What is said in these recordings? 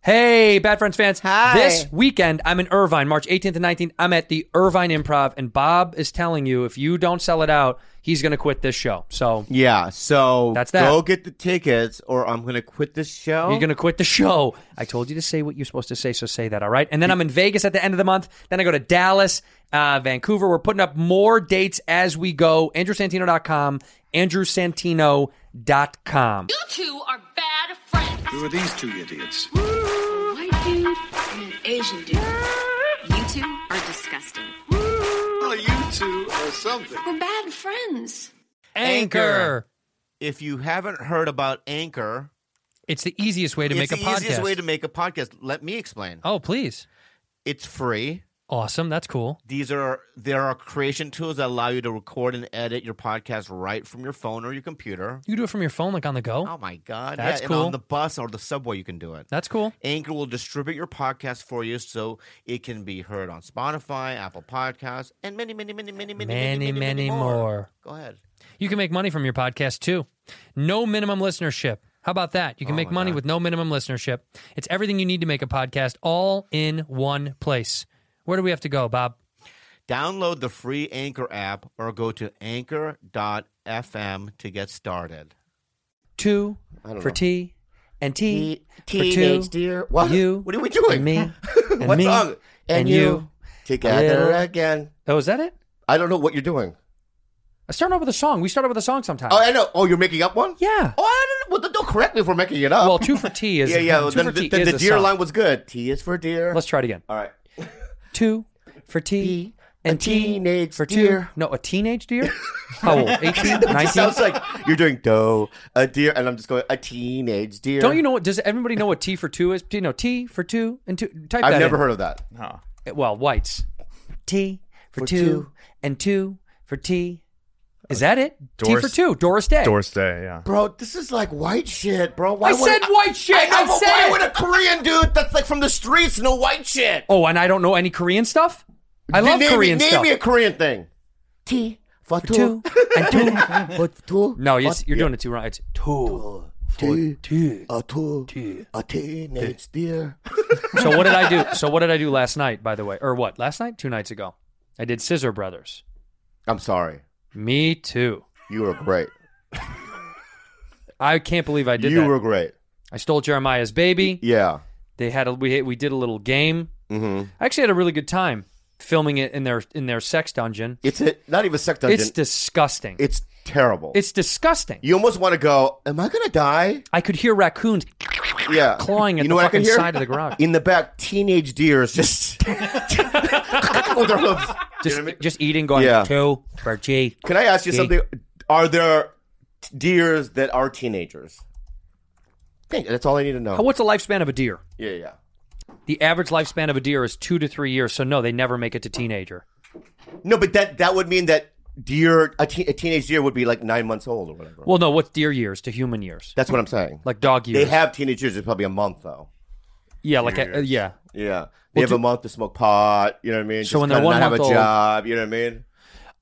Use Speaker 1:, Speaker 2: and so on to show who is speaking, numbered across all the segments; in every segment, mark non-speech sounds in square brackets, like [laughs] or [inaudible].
Speaker 1: Hey, Bad Friends fans.
Speaker 2: Hi.
Speaker 1: This weekend, I'm in Irvine, March 18th and 19th. I'm at the Irvine Improv, and Bob is telling you if you don't sell it out, he's going to quit this show. So
Speaker 2: Yeah, so
Speaker 1: That's that.
Speaker 2: go get the tickets or I'm going to quit this show.
Speaker 1: you're going to quit the show. I told you to say what you're supposed to say, so say that, all right? And then I'm in Vegas at the end of the month. Then I go to Dallas, uh, Vancouver. We're putting up more dates as we go. AndrewSantino.com, AndrewSantino.com.
Speaker 3: two are bad friends.
Speaker 4: Who are these two idiots?
Speaker 3: White dude and an Asian dude. You two are disgusting.
Speaker 4: Well, you two are something.
Speaker 3: We're bad friends.
Speaker 2: Anchor. If you haven't heard about Anchor,
Speaker 5: It's the easiest way to
Speaker 2: it's
Speaker 5: make
Speaker 2: the
Speaker 5: a podcast.
Speaker 2: easiest way to make a podcast. Let me explain.
Speaker 5: oh, please.
Speaker 2: It's free.
Speaker 5: Awesome. That's cool.
Speaker 2: These are there are creation tools that allow you to record and edit your podcast right from your phone or your computer.
Speaker 5: You can do it from your phone, like on the go.
Speaker 2: Oh my god,
Speaker 5: That's
Speaker 2: yeah,
Speaker 5: cool.
Speaker 2: And on the bus or the subway, you can do it.
Speaker 5: That's cool.
Speaker 2: Anchor will distribute your podcast for you so it can be heard on Spotify, Apple Podcasts, and many, many, many, many, many, many,
Speaker 5: Many, many more.
Speaker 2: Go ahead.
Speaker 5: You can make money from your podcast too. No minimum listenership. How about that? You can make money with no minimum listenership. It's everything you need to make a podcast all in one place. Where do we have to go, Bob?
Speaker 2: Download the free Anchor app or go to anchor.fm to get started.
Speaker 1: Two for T and T, for two.
Speaker 2: Teenage dear. What?
Speaker 1: You.
Speaker 2: What are we doing?
Speaker 1: and
Speaker 6: [laughs]
Speaker 1: me. And
Speaker 6: What
Speaker 1: me,
Speaker 6: song?
Speaker 1: And you.
Speaker 6: Together
Speaker 1: Yeah.
Speaker 6: again.
Speaker 1: Oh, is that it?
Speaker 6: I don't know what you're doing.
Speaker 1: I start off with a song. We start off with a song sometimes.
Speaker 6: Oh, I know. Oh, you're making up one?
Speaker 1: yeah.
Speaker 6: Oh, I don't know. Well, then don't correct me if we're making it up.
Speaker 1: Well, two for T is
Speaker 6: [laughs] yeah, yeah. well,
Speaker 1: Two for
Speaker 6: then
Speaker 1: T
Speaker 6: the, then
Speaker 1: is
Speaker 6: the
Speaker 1: a
Speaker 6: deer
Speaker 1: song.
Speaker 6: line was good. T is for deer.
Speaker 1: Let's try it again. [laughs]
Speaker 6: All right.
Speaker 1: Two for T
Speaker 6: T,
Speaker 1: and
Speaker 6: a
Speaker 1: T
Speaker 6: teenage
Speaker 1: for
Speaker 6: deer.
Speaker 1: two. No, a teenage deer. How
Speaker 6: [laughs]
Speaker 1: old? 18,
Speaker 6: It
Speaker 1: 19?
Speaker 6: sounds like you're doing doe, a deer, and I'm just going, a teenage deer.
Speaker 1: Don't you know what? Does everybody know what T for two is? You know, T for two and two. Type
Speaker 6: I've
Speaker 1: that
Speaker 6: never
Speaker 1: in.
Speaker 6: heard of that.
Speaker 1: Well, whites. T for, two,
Speaker 6: two.
Speaker 1: and two for T. Is that it? T for
Speaker 7: Doris-
Speaker 1: two. Doris Day.
Speaker 7: Doris Day, yeah.
Speaker 6: Bro, this is like white shit, bro. Why
Speaker 1: I
Speaker 6: would-
Speaker 1: said white shit.
Speaker 6: I, know,
Speaker 1: I
Speaker 6: but
Speaker 1: said
Speaker 6: why
Speaker 1: it.
Speaker 6: would a Korean dude that's like from the streets know white shit?
Speaker 1: Oh, and I don't know any Korean stuff. I love
Speaker 6: name
Speaker 1: Korean
Speaker 6: me,
Speaker 1: stuff.
Speaker 6: Name me a Korean thing. T for
Speaker 1: two and two.
Speaker 6: for two.
Speaker 1: No, you're, you're doing it too wrong. It's two.
Speaker 6: T, T, a two, a teenage deer.
Speaker 1: So what did I do? So what did I do last night? By the way, or what? Last night, two nights ago, I did Scissor Brothers.
Speaker 6: I'm sorry.
Speaker 1: Me too.
Speaker 6: You were great.
Speaker 1: I can't believe I [laughs] did
Speaker 6: you
Speaker 1: that.
Speaker 6: were great.
Speaker 1: I stole Jeremiah's baby.
Speaker 6: Yeah.
Speaker 1: They had a we we did a little game.
Speaker 6: hmm
Speaker 1: I actually had a really good time filming it in their in their sex dungeon.
Speaker 6: It's a, not even sex dungeon.
Speaker 1: It's
Speaker 6: It's,
Speaker 1: disgusting.
Speaker 6: terrible.
Speaker 1: It's disgusting.
Speaker 6: you almost want to go, am I going to die?
Speaker 1: I could hear raccoons
Speaker 6: Yeah.
Speaker 1: clawing at
Speaker 6: you know
Speaker 1: the
Speaker 6: what I
Speaker 1: fucking
Speaker 6: could hear?
Speaker 1: side of the garage.
Speaker 6: In the back, teenage deers
Speaker 1: [laughs]
Speaker 6: just [laughs] with their hooves.
Speaker 1: just, just eating, going
Speaker 6: Yeah.
Speaker 1: two for G.
Speaker 6: Can I ask you
Speaker 1: Gee.
Speaker 6: something? Are there t- deers that are teenagers? Think that's all I need to know.
Speaker 1: What's the lifespan of a deer?
Speaker 6: yeah, yeah.
Speaker 1: The average lifespan of a deer is two to three years. So no, they never make it to teenager.
Speaker 6: No, but that that would mean that deer a, te- a teenage deer would be like nine months old or whatever.
Speaker 1: Well, no, what's deer years to human years?
Speaker 6: that's what I'm saying.
Speaker 1: Like dog years.
Speaker 6: They have teenage years. It's probably a month though.
Speaker 1: yeah, like a, uh, yeah.
Speaker 6: Yeah, they have a month to smoke pot. You know what I mean?
Speaker 1: So
Speaker 6: Just
Speaker 1: when they're
Speaker 6: kinda
Speaker 1: one
Speaker 6: not have a
Speaker 1: month old-
Speaker 6: job. You know what I mean?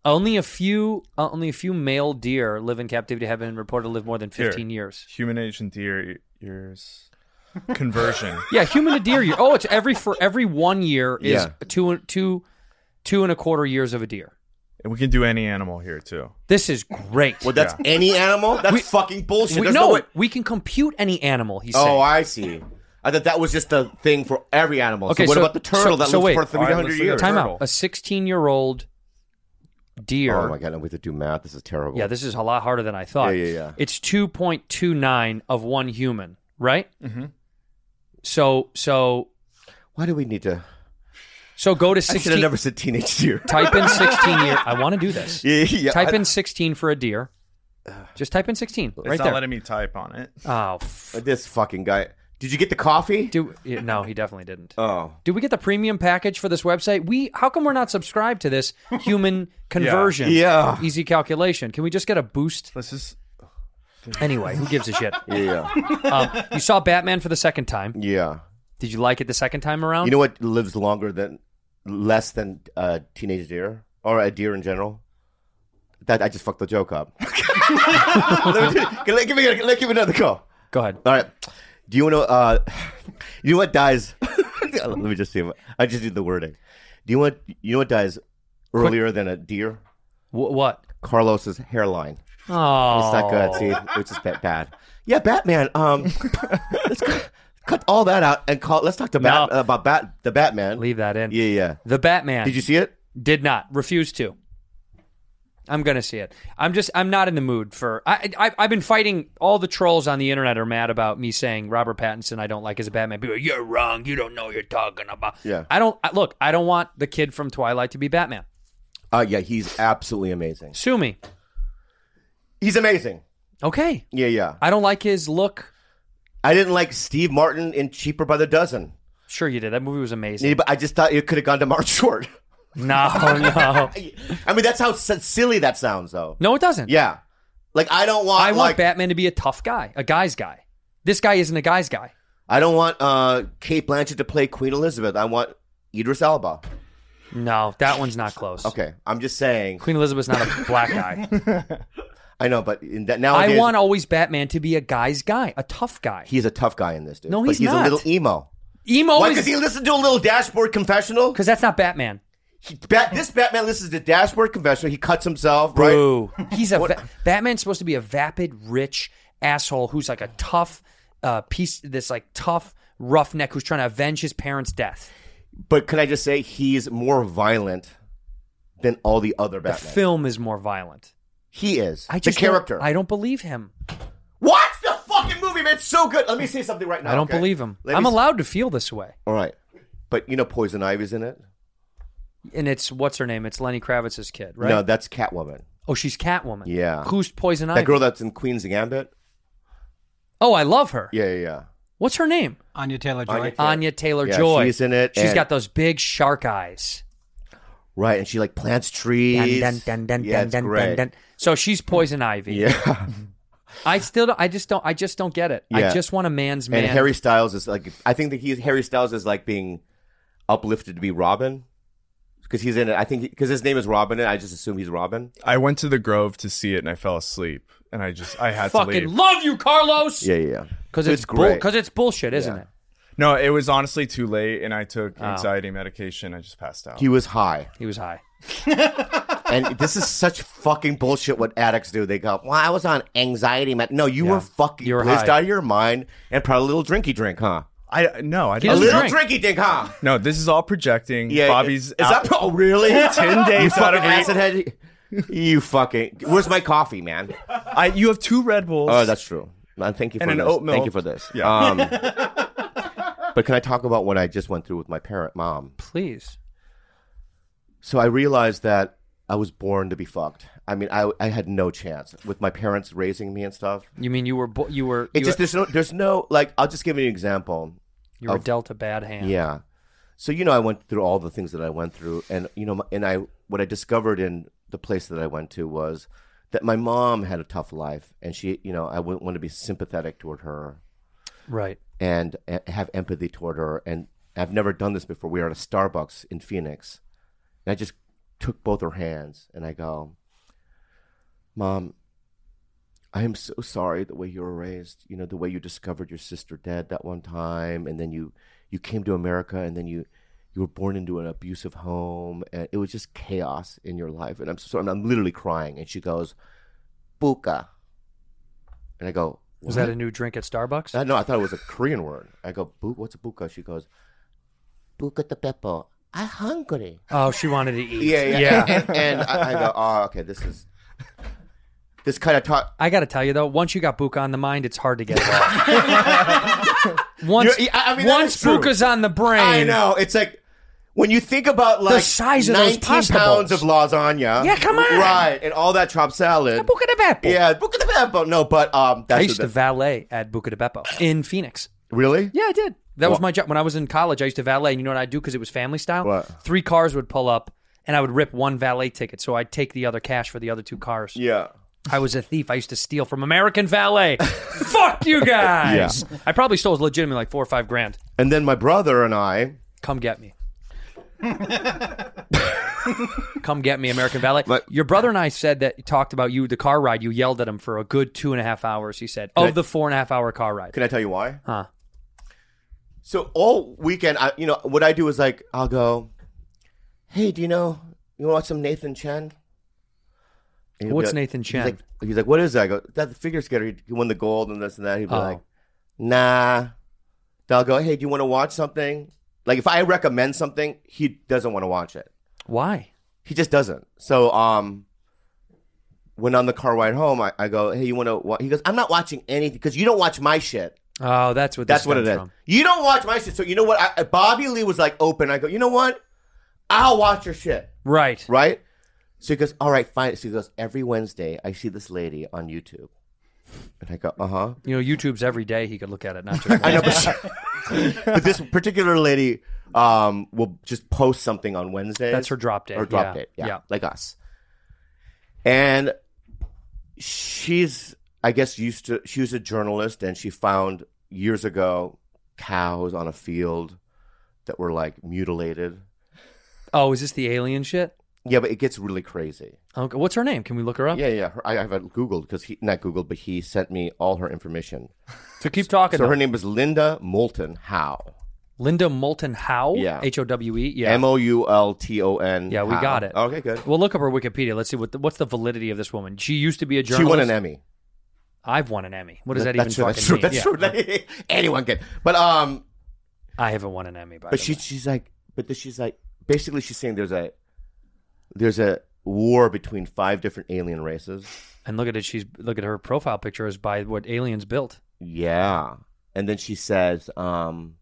Speaker 1: Only a few, uh, only a few male deer live in captivity. Have been reported to live more than
Speaker 7: Here.
Speaker 1: fifteen years.
Speaker 7: Human age and deer e- [laughs] ears. Conversion.
Speaker 1: Yeah, human to deer year. Oh, it's every for every one year is
Speaker 6: Yeah.
Speaker 1: two two two and a quarter years of a deer.
Speaker 7: and we can do any animal here, too.
Speaker 1: This is great.
Speaker 6: Well, that's any animal. That's fucking bullshit.
Speaker 1: we,
Speaker 6: There's
Speaker 1: no,
Speaker 6: no way-
Speaker 1: we can compute any animal. He's saying.
Speaker 6: Oh, I see. I thought that was just a thing for every animal.
Speaker 1: Okay,
Speaker 6: so what
Speaker 1: so-
Speaker 6: about the turtle
Speaker 1: so-
Speaker 6: that
Speaker 1: so
Speaker 6: lives
Speaker 1: wait.
Speaker 6: for 300
Speaker 7: let's look at
Speaker 6: years?
Speaker 7: the
Speaker 1: Time out.
Speaker 7: Turtle.
Speaker 1: A 16 year old deer.
Speaker 6: Oh my god, now we have to do math. This is terrible.
Speaker 1: Yeah, this is a lot harder than I thought.
Speaker 6: Yeah, yeah, yeah.
Speaker 1: It's 2.29 of one human, right? Mm-hmm. So, so,
Speaker 6: Why do we need to?
Speaker 1: so go to
Speaker 6: I should
Speaker 1: 16.
Speaker 6: have never said teenage deer.
Speaker 1: type in 16 year. I want to do this.
Speaker 6: Yeah, [laughs] yeah,
Speaker 1: type
Speaker 6: I-
Speaker 1: in 16 for a deer. Just type in 16
Speaker 7: It's
Speaker 1: right
Speaker 7: not
Speaker 1: there.
Speaker 7: letting me type on it.
Speaker 1: oh, f-
Speaker 6: This fucking guy. Did you get the coffee?
Speaker 1: Do yeah, no, he definitely didn't.
Speaker 6: oh,
Speaker 1: Did we get the premium package for this website? We how come we're not subscribed to this
Speaker 7: [laughs]
Speaker 1: human conversion?
Speaker 6: Yeah.
Speaker 1: Easy calculation. Can we just get a boost?
Speaker 7: Let's just.
Speaker 1: Anyway, who gives a shit?
Speaker 6: [laughs] yeah,
Speaker 1: [laughs] Um, you saw Batman for the second time.
Speaker 6: yeah.
Speaker 1: Did you like it the second time around?
Speaker 6: You know what lives longer than less than uh, teenage deer or a deer in general? That I just fucked the joke up. [laughs] let me, do- let- give me, let, give me another go.
Speaker 1: Go ahead.
Speaker 6: All right. Do you want to? Uh, [sighs] you know what dies? [laughs] let me just see. What, I just did the wording. Do you want? You know what dies earlier than a deer?
Speaker 1: Wh- what?
Speaker 6: Carlos's hairline.
Speaker 1: Oh,
Speaker 6: It's not good. See, which is ba- bad. Yeah, Batman. Um, [laughs] let's cut, cut all that out and call. Let's talk to Bat,
Speaker 1: No.
Speaker 6: about Bat the Batman.
Speaker 1: leave that in.
Speaker 6: Yeah, yeah.
Speaker 1: The Batman.
Speaker 6: Did you see it?
Speaker 1: Did not. Refused to. I'm gonna see it. I'm just. I'm not in the mood for. I, I. I've been fighting. All the trolls on the internet are mad about me saying Robert Pattinson. I don't like as a Batman. People, are, you're wrong. You don't know what you're talking about.
Speaker 6: Yeah.
Speaker 1: I don't. I, look, I don't want the kid from Twilight to be Batman.
Speaker 6: Uh, yeah, he's absolutely amazing.
Speaker 1: Sue me.
Speaker 6: He's amazing.
Speaker 1: Okay.
Speaker 6: Yeah, yeah.
Speaker 1: I don't like his look.
Speaker 6: I didn't like Steve Martin in Cheaper by the Dozen,
Speaker 1: Sure, you did. That movie was amazing.
Speaker 6: Yeah, but I just thought it could have gone to Martin [laughs] Short.
Speaker 1: No,
Speaker 6: [laughs]
Speaker 1: no,
Speaker 6: I mean, that's how s- silly that sounds, though.
Speaker 1: no. It doesn't.
Speaker 6: Yeah, like I don't want.
Speaker 1: I want
Speaker 6: like,
Speaker 1: Batman to be a tough guy, a guy's guy. This guy isn't a guy's guy.
Speaker 6: I don't want uh, Kate Blanchett to play Queen Elizabeth. I want Idris Elba.
Speaker 1: No, that one's not close.
Speaker 6: Okay, I'm just saying.
Speaker 1: Queen Elizabeth's not a black guy.
Speaker 6: I know, but in that nowadays,
Speaker 1: I want always Batman to be a guy's guy, a tough guy.
Speaker 6: He's a tough guy in this, dude.
Speaker 1: No,
Speaker 6: But
Speaker 1: he's
Speaker 6: he's
Speaker 1: not. Oh,
Speaker 6: a little emo.
Speaker 1: Emo
Speaker 6: Why?
Speaker 1: is
Speaker 6: Because he listened to a little dashboard confessional.
Speaker 1: because that's not Batman.
Speaker 6: Bat- this Batman listens to dashboard confessional. He cuts himself, right?
Speaker 1: Boo.
Speaker 6: [laughs]
Speaker 1: He's a va- Batman's supposed to be a vapid, rich asshole who's like a tough uh, piece. This like tough roughneck who's trying to avenge his parents' death.
Speaker 6: But can I just say he's more violent than all the other
Speaker 1: The
Speaker 6: Batman?
Speaker 1: film is more violent.
Speaker 6: he is.
Speaker 1: I just
Speaker 6: the
Speaker 1: don't-
Speaker 6: character.
Speaker 1: I don't believe him.
Speaker 6: Watch the fucking movie, man. It's so good. Let me say something right now.
Speaker 1: I don't
Speaker 6: okay?
Speaker 1: believe him.
Speaker 6: Let me
Speaker 1: I'm
Speaker 6: s-
Speaker 1: allowed to feel this way.
Speaker 6: All right, but you know Poison Ivy's in it.
Speaker 1: And it's what's her name? It's Lenny Kravitz's kid, right?
Speaker 6: No, that's Catwoman.
Speaker 1: oh, she's Catwoman.
Speaker 6: Yeah.
Speaker 1: Who's Poison Ivy?
Speaker 6: That girl that's in Queen's Gambit.
Speaker 1: oh, I love her.
Speaker 6: Yeah, yeah, yeah.
Speaker 1: What's her name?
Speaker 8: Anya Taylor Joy.
Speaker 1: Anya Taylor
Speaker 6: Yeah,
Speaker 1: Joy.
Speaker 6: she's in it,
Speaker 1: She's
Speaker 6: and-
Speaker 1: got those big shark eyes.
Speaker 6: Right, and she like plants trees.
Speaker 1: Dun, dun, dun, dun,
Speaker 6: yeah,
Speaker 1: dun,
Speaker 6: it's
Speaker 1: dun,
Speaker 6: great.
Speaker 1: dun, dun. So she's Poison Ivy.
Speaker 6: [laughs] Yeah,
Speaker 1: I still, don't, I just don't, I just don't get it. I
Speaker 6: Yeah.
Speaker 1: just want a man's man.
Speaker 6: and Harry Styles is like. I think that he's Harry Styles is like being uplifted to be Robin because he's in it. I think because his name is Robin, and I just assume he's Robin.
Speaker 7: I went to the Grove to see it and I fell asleep and I just I had to
Speaker 1: fucking
Speaker 7: leave.
Speaker 1: love you, Carlos.
Speaker 6: Yeah, yeah. yeah.
Speaker 1: Because
Speaker 6: So
Speaker 1: it's, bull.
Speaker 6: great.
Speaker 1: Because it's bullshit, isn't
Speaker 6: Yeah.
Speaker 1: it?
Speaker 7: No, it was honestly too late and I took anxiety medication. I just passed out.
Speaker 6: he was high,
Speaker 1: He was high.
Speaker 6: and this is such fucking bullshit. What addicts do? They go, "Well, I was on anxiety med." No, you were fucking
Speaker 1: You were
Speaker 6: blitzed
Speaker 1: high.
Speaker 6: out of your mind, and probably a little drinky drink, huh?
Speaker 7: I no, I
Speaker 1: He
Speaker 6: A
Speaker 1: doesn't
Speaker 7: didn't.
Speaker 6: little
Speaker 1: drink.
Speaker 6: drinky drink, huh?
Speaker 7: no, this is all projecting.
Speaker 6: Yeah,
Speaker 7: Bobby's
Speaker 6: Is that oh really?
Speaker 7: [laughs] ten
Speaker 6: you
Speaker 7: days out
Speaker 6: fucking
Speaker 7: of
Speaker 6: acid
Speaker 7: re-
Speaker 6: head. You fucking. Where's my coffee,
Speaker 7: [laughs]
Speaker 6: man?
Speaker 7: I, You have two Red Bulls.
Speaker 6: Oh, that's true. Man, thank you for
Speaker 7: And an
Speaker 6: this.
Speaker 7: oat milk.
Speaker 6: Thank you for this.
Speaker 7: Yeah.
Speaker 6: Um, but can I talk about what I just went through with my parent mom?
Speaker 1: Please.
Speaker 6: So I realized that I was born to be fucked. I mean, I, I had no chance with my parents raising me and stuff.
Speaker 1: You mean you were, bo- you were,
Speaker 6: It
Speaker 1: you,
Speaker 6: just there's no there's no like I'll just give you an example.
Speaker 1: you were dealt a bad hand.
Speaker 6: Yeah. So you know, I went through all the things that I went through, and you know, my- and I what I discovered in the place that I went to was that my mom had a tough life, and she, you know, I wouldn't want to be sympathetic toward her
Speaker 1: Right.
Speaker 6: and uh, have empathy toward her. And I've never done this before. We were at a Starbucks in Phoenix, and I just took both her hands and I go, "Mom, I am so sorry the way you were raised. You know, the way you discovered your sister dead that one time, and then you you came to America, and then you." You were born into an abusive home, and it was just chaos in your life. And I'm so I'm, I'm literally crying. And she goes, "Buka," and I go,
Speaker 1: Was
Speaker 6: "What?"
Speaker 1: that a new drink at Starbucks?
Speaker 6: Uh, no, I thought it was a Korean word. I go, Bu- what's a buka? She goes, buka the peppo. i hungry.
Speaker 1: oh, she wanted to eat.
Speaker 6: [laughs] Yeah, yeah. And, and I, I go, oh, okay, this is, this kind of talk.
Speaker 1: I got to tell you though, once you got Buka on the mind, it's hard to get it off.
Speaker 6: [laughs]
Speaker 1: once
Speaker 6: You're- I- I mean, that
Speaker 1: once
Speaker 6: is true.
Speaker 1: Buka's on the brain,
Speaker 6: I know. It's like, when you think about like
Speaker 1: size of those
Speaker 6: 19
Speaker 1: pasta
Speaker 6: pounds of
Speaker 1: bowls.
Speaker 6: lasagna.
Speaker 1: Yeah, come on.
Speaker 6: Right. And all that chopped salad.
Speaker 1: Buca di Beppo.
Speaker 6: Yeah, buka the peppo. No, but um,
Speaker 1: I
Speaker 6: that's
Speaker 1: used
Speaker 6: what
Speaker 1: to
Speaker 6: the,
Speaker 1: valet at Buca de Beppo in Phoenix.
Speaker 6: Really?
Speaker 1: Yeah, I did. That was
Speaker 6: What?
Speaker 1: my job. When I was in college, I used to valet, and you know what I'd do because it was family style?
Speaker 6: What?
Speaker 1: Three cars would pull up, and I would rip one valet ticket. So I'd take the other cash for the other two cars.
Speaker 6: Yeah.
Speaker 1: I was a thief. I used to steal from American [laughs] Valet. Fuck you guys. I probably stole legitimately like four or five grand.
Speaker 6: And then my brother and I,
Speaker 1: Come get [laughs] me. Come get me, American Valet.
Speaker 6: But-
Speaker 1: Your brother and I said that talked about you, the car ride. You yelled at him for a good two and a half hours. He said, of the four and a half hour car ride.
Speaker 6: can I tell you why?
Speaker 1: Huh.
Speaker 6: So all weekend, I, you know, what I do is like, I'll go, hey, do you know, you want to watch some Nathan Chen? And he'll be
Speaker 1: What's
Speaker 6: like-
Speaker 1: Nathan
Speaker 6: he's
Speaker 1: Chen?
Speaker 6: like- He's like, what is that? I go, that figure skater. He won the gold and this and that. He'd be
Speaker 1: Oh.
Speaker 6: like, nah. Then I'll go, hey, do you want to watch something? Like if I recommend something, he doesn't want to watch it.
Speaker 1: Why?
Speaker 6: He just doesn't. So um, when on the car ride home, I, I go, hey, you want to? Wa-? He goes, I'm not watching anything because you don't watch my shit.
Speaker 1: Oh, that's what.
Speaker 6: That's
Speaker 1: this
Speaker 6: what it
Speaker 1: stems
Speaker 6: is.
Speaker 1: From.
Speaker 6: You don't watch my shit, so you know what? I, Bobby Lee was like open. I go, you know what? I'll watch your shit,
Speaker 1: Right.
Speaker 6: right? So he goes, all right, fine. So he goes, every Wednesday I see this lady on YouTube, and I go, uh huh.
Speaker 1: You know, YouTube's every day. He could look at it. Not just. [laughs]
Speaker 6: I
Speaker 1: once.
Speaker 6: know, but, but this particular lady um, will just post something on Wednesday.
Speaker 1: That's her drop date,
Speaker 6: Her drop
Speaker 1: yeah,
Speaker 6: date. Yeah,
Speaker 1: yeah.
Speaker 6: like us. And she's, I guess, used to. She was a journalist, and she found years ago cows on a field that were like mutilated.
Speaker 1: oh, is this the alien shit?
Speaker 6: Yeah, but it gets really crazy.
Speaker 1: Okay. What's her name? Can we look her up?
Speaker 6: Yeah, yeah. Her, I, I've googled because he not googled, but he sent me all her information.
Speaker 1: So keep talking.
Speaker 6: So
Speaker 1: though.
Speaker 6: her name is Linda Moulton Howe.
Speaker 1: Linda Moulton Howe.
Speaker 6: Yeah.
Speaker 1: H O W E. Yeah.
Speaker 6: M O U L T O N.
Speaker 1: Yeah, we
Speaker 6: Howe.
Speaker 1: got it.
Speaker 6: Okay, good.
Speaker 1: Well, look up her Wikipedia. Let's see what the, what's the validity of this woman. She used to be a
Speaker 6: She
Speaker 1: journalist.
Speaker 6: won an Emmy.
Speaker 1: I've won an Emmy. What does that
Speaker 6: that's
Speaker 1: even
Speaker 6: true.
Speaker 1: fucking
Speaker 6: That's true.
Speaker 1: mean?
Speaker 6: That's
Speaker 1: Yeah.
Speaker 6: true. [laughs] Anyone can. But um,
Speaker 1: I haven't won an Emmy, by
Speaker 6: but
Speaker 1: the
Speaker 6: she
Speaker 1: way.
Speaker 6: she's like, but this, she's like, basically she's saying there's a there's a war between five different alien races.
Speaker 1: And look at it. She's look at her profile picture is by what aliens built.
Speaker 6: Yeah, and then she says, um,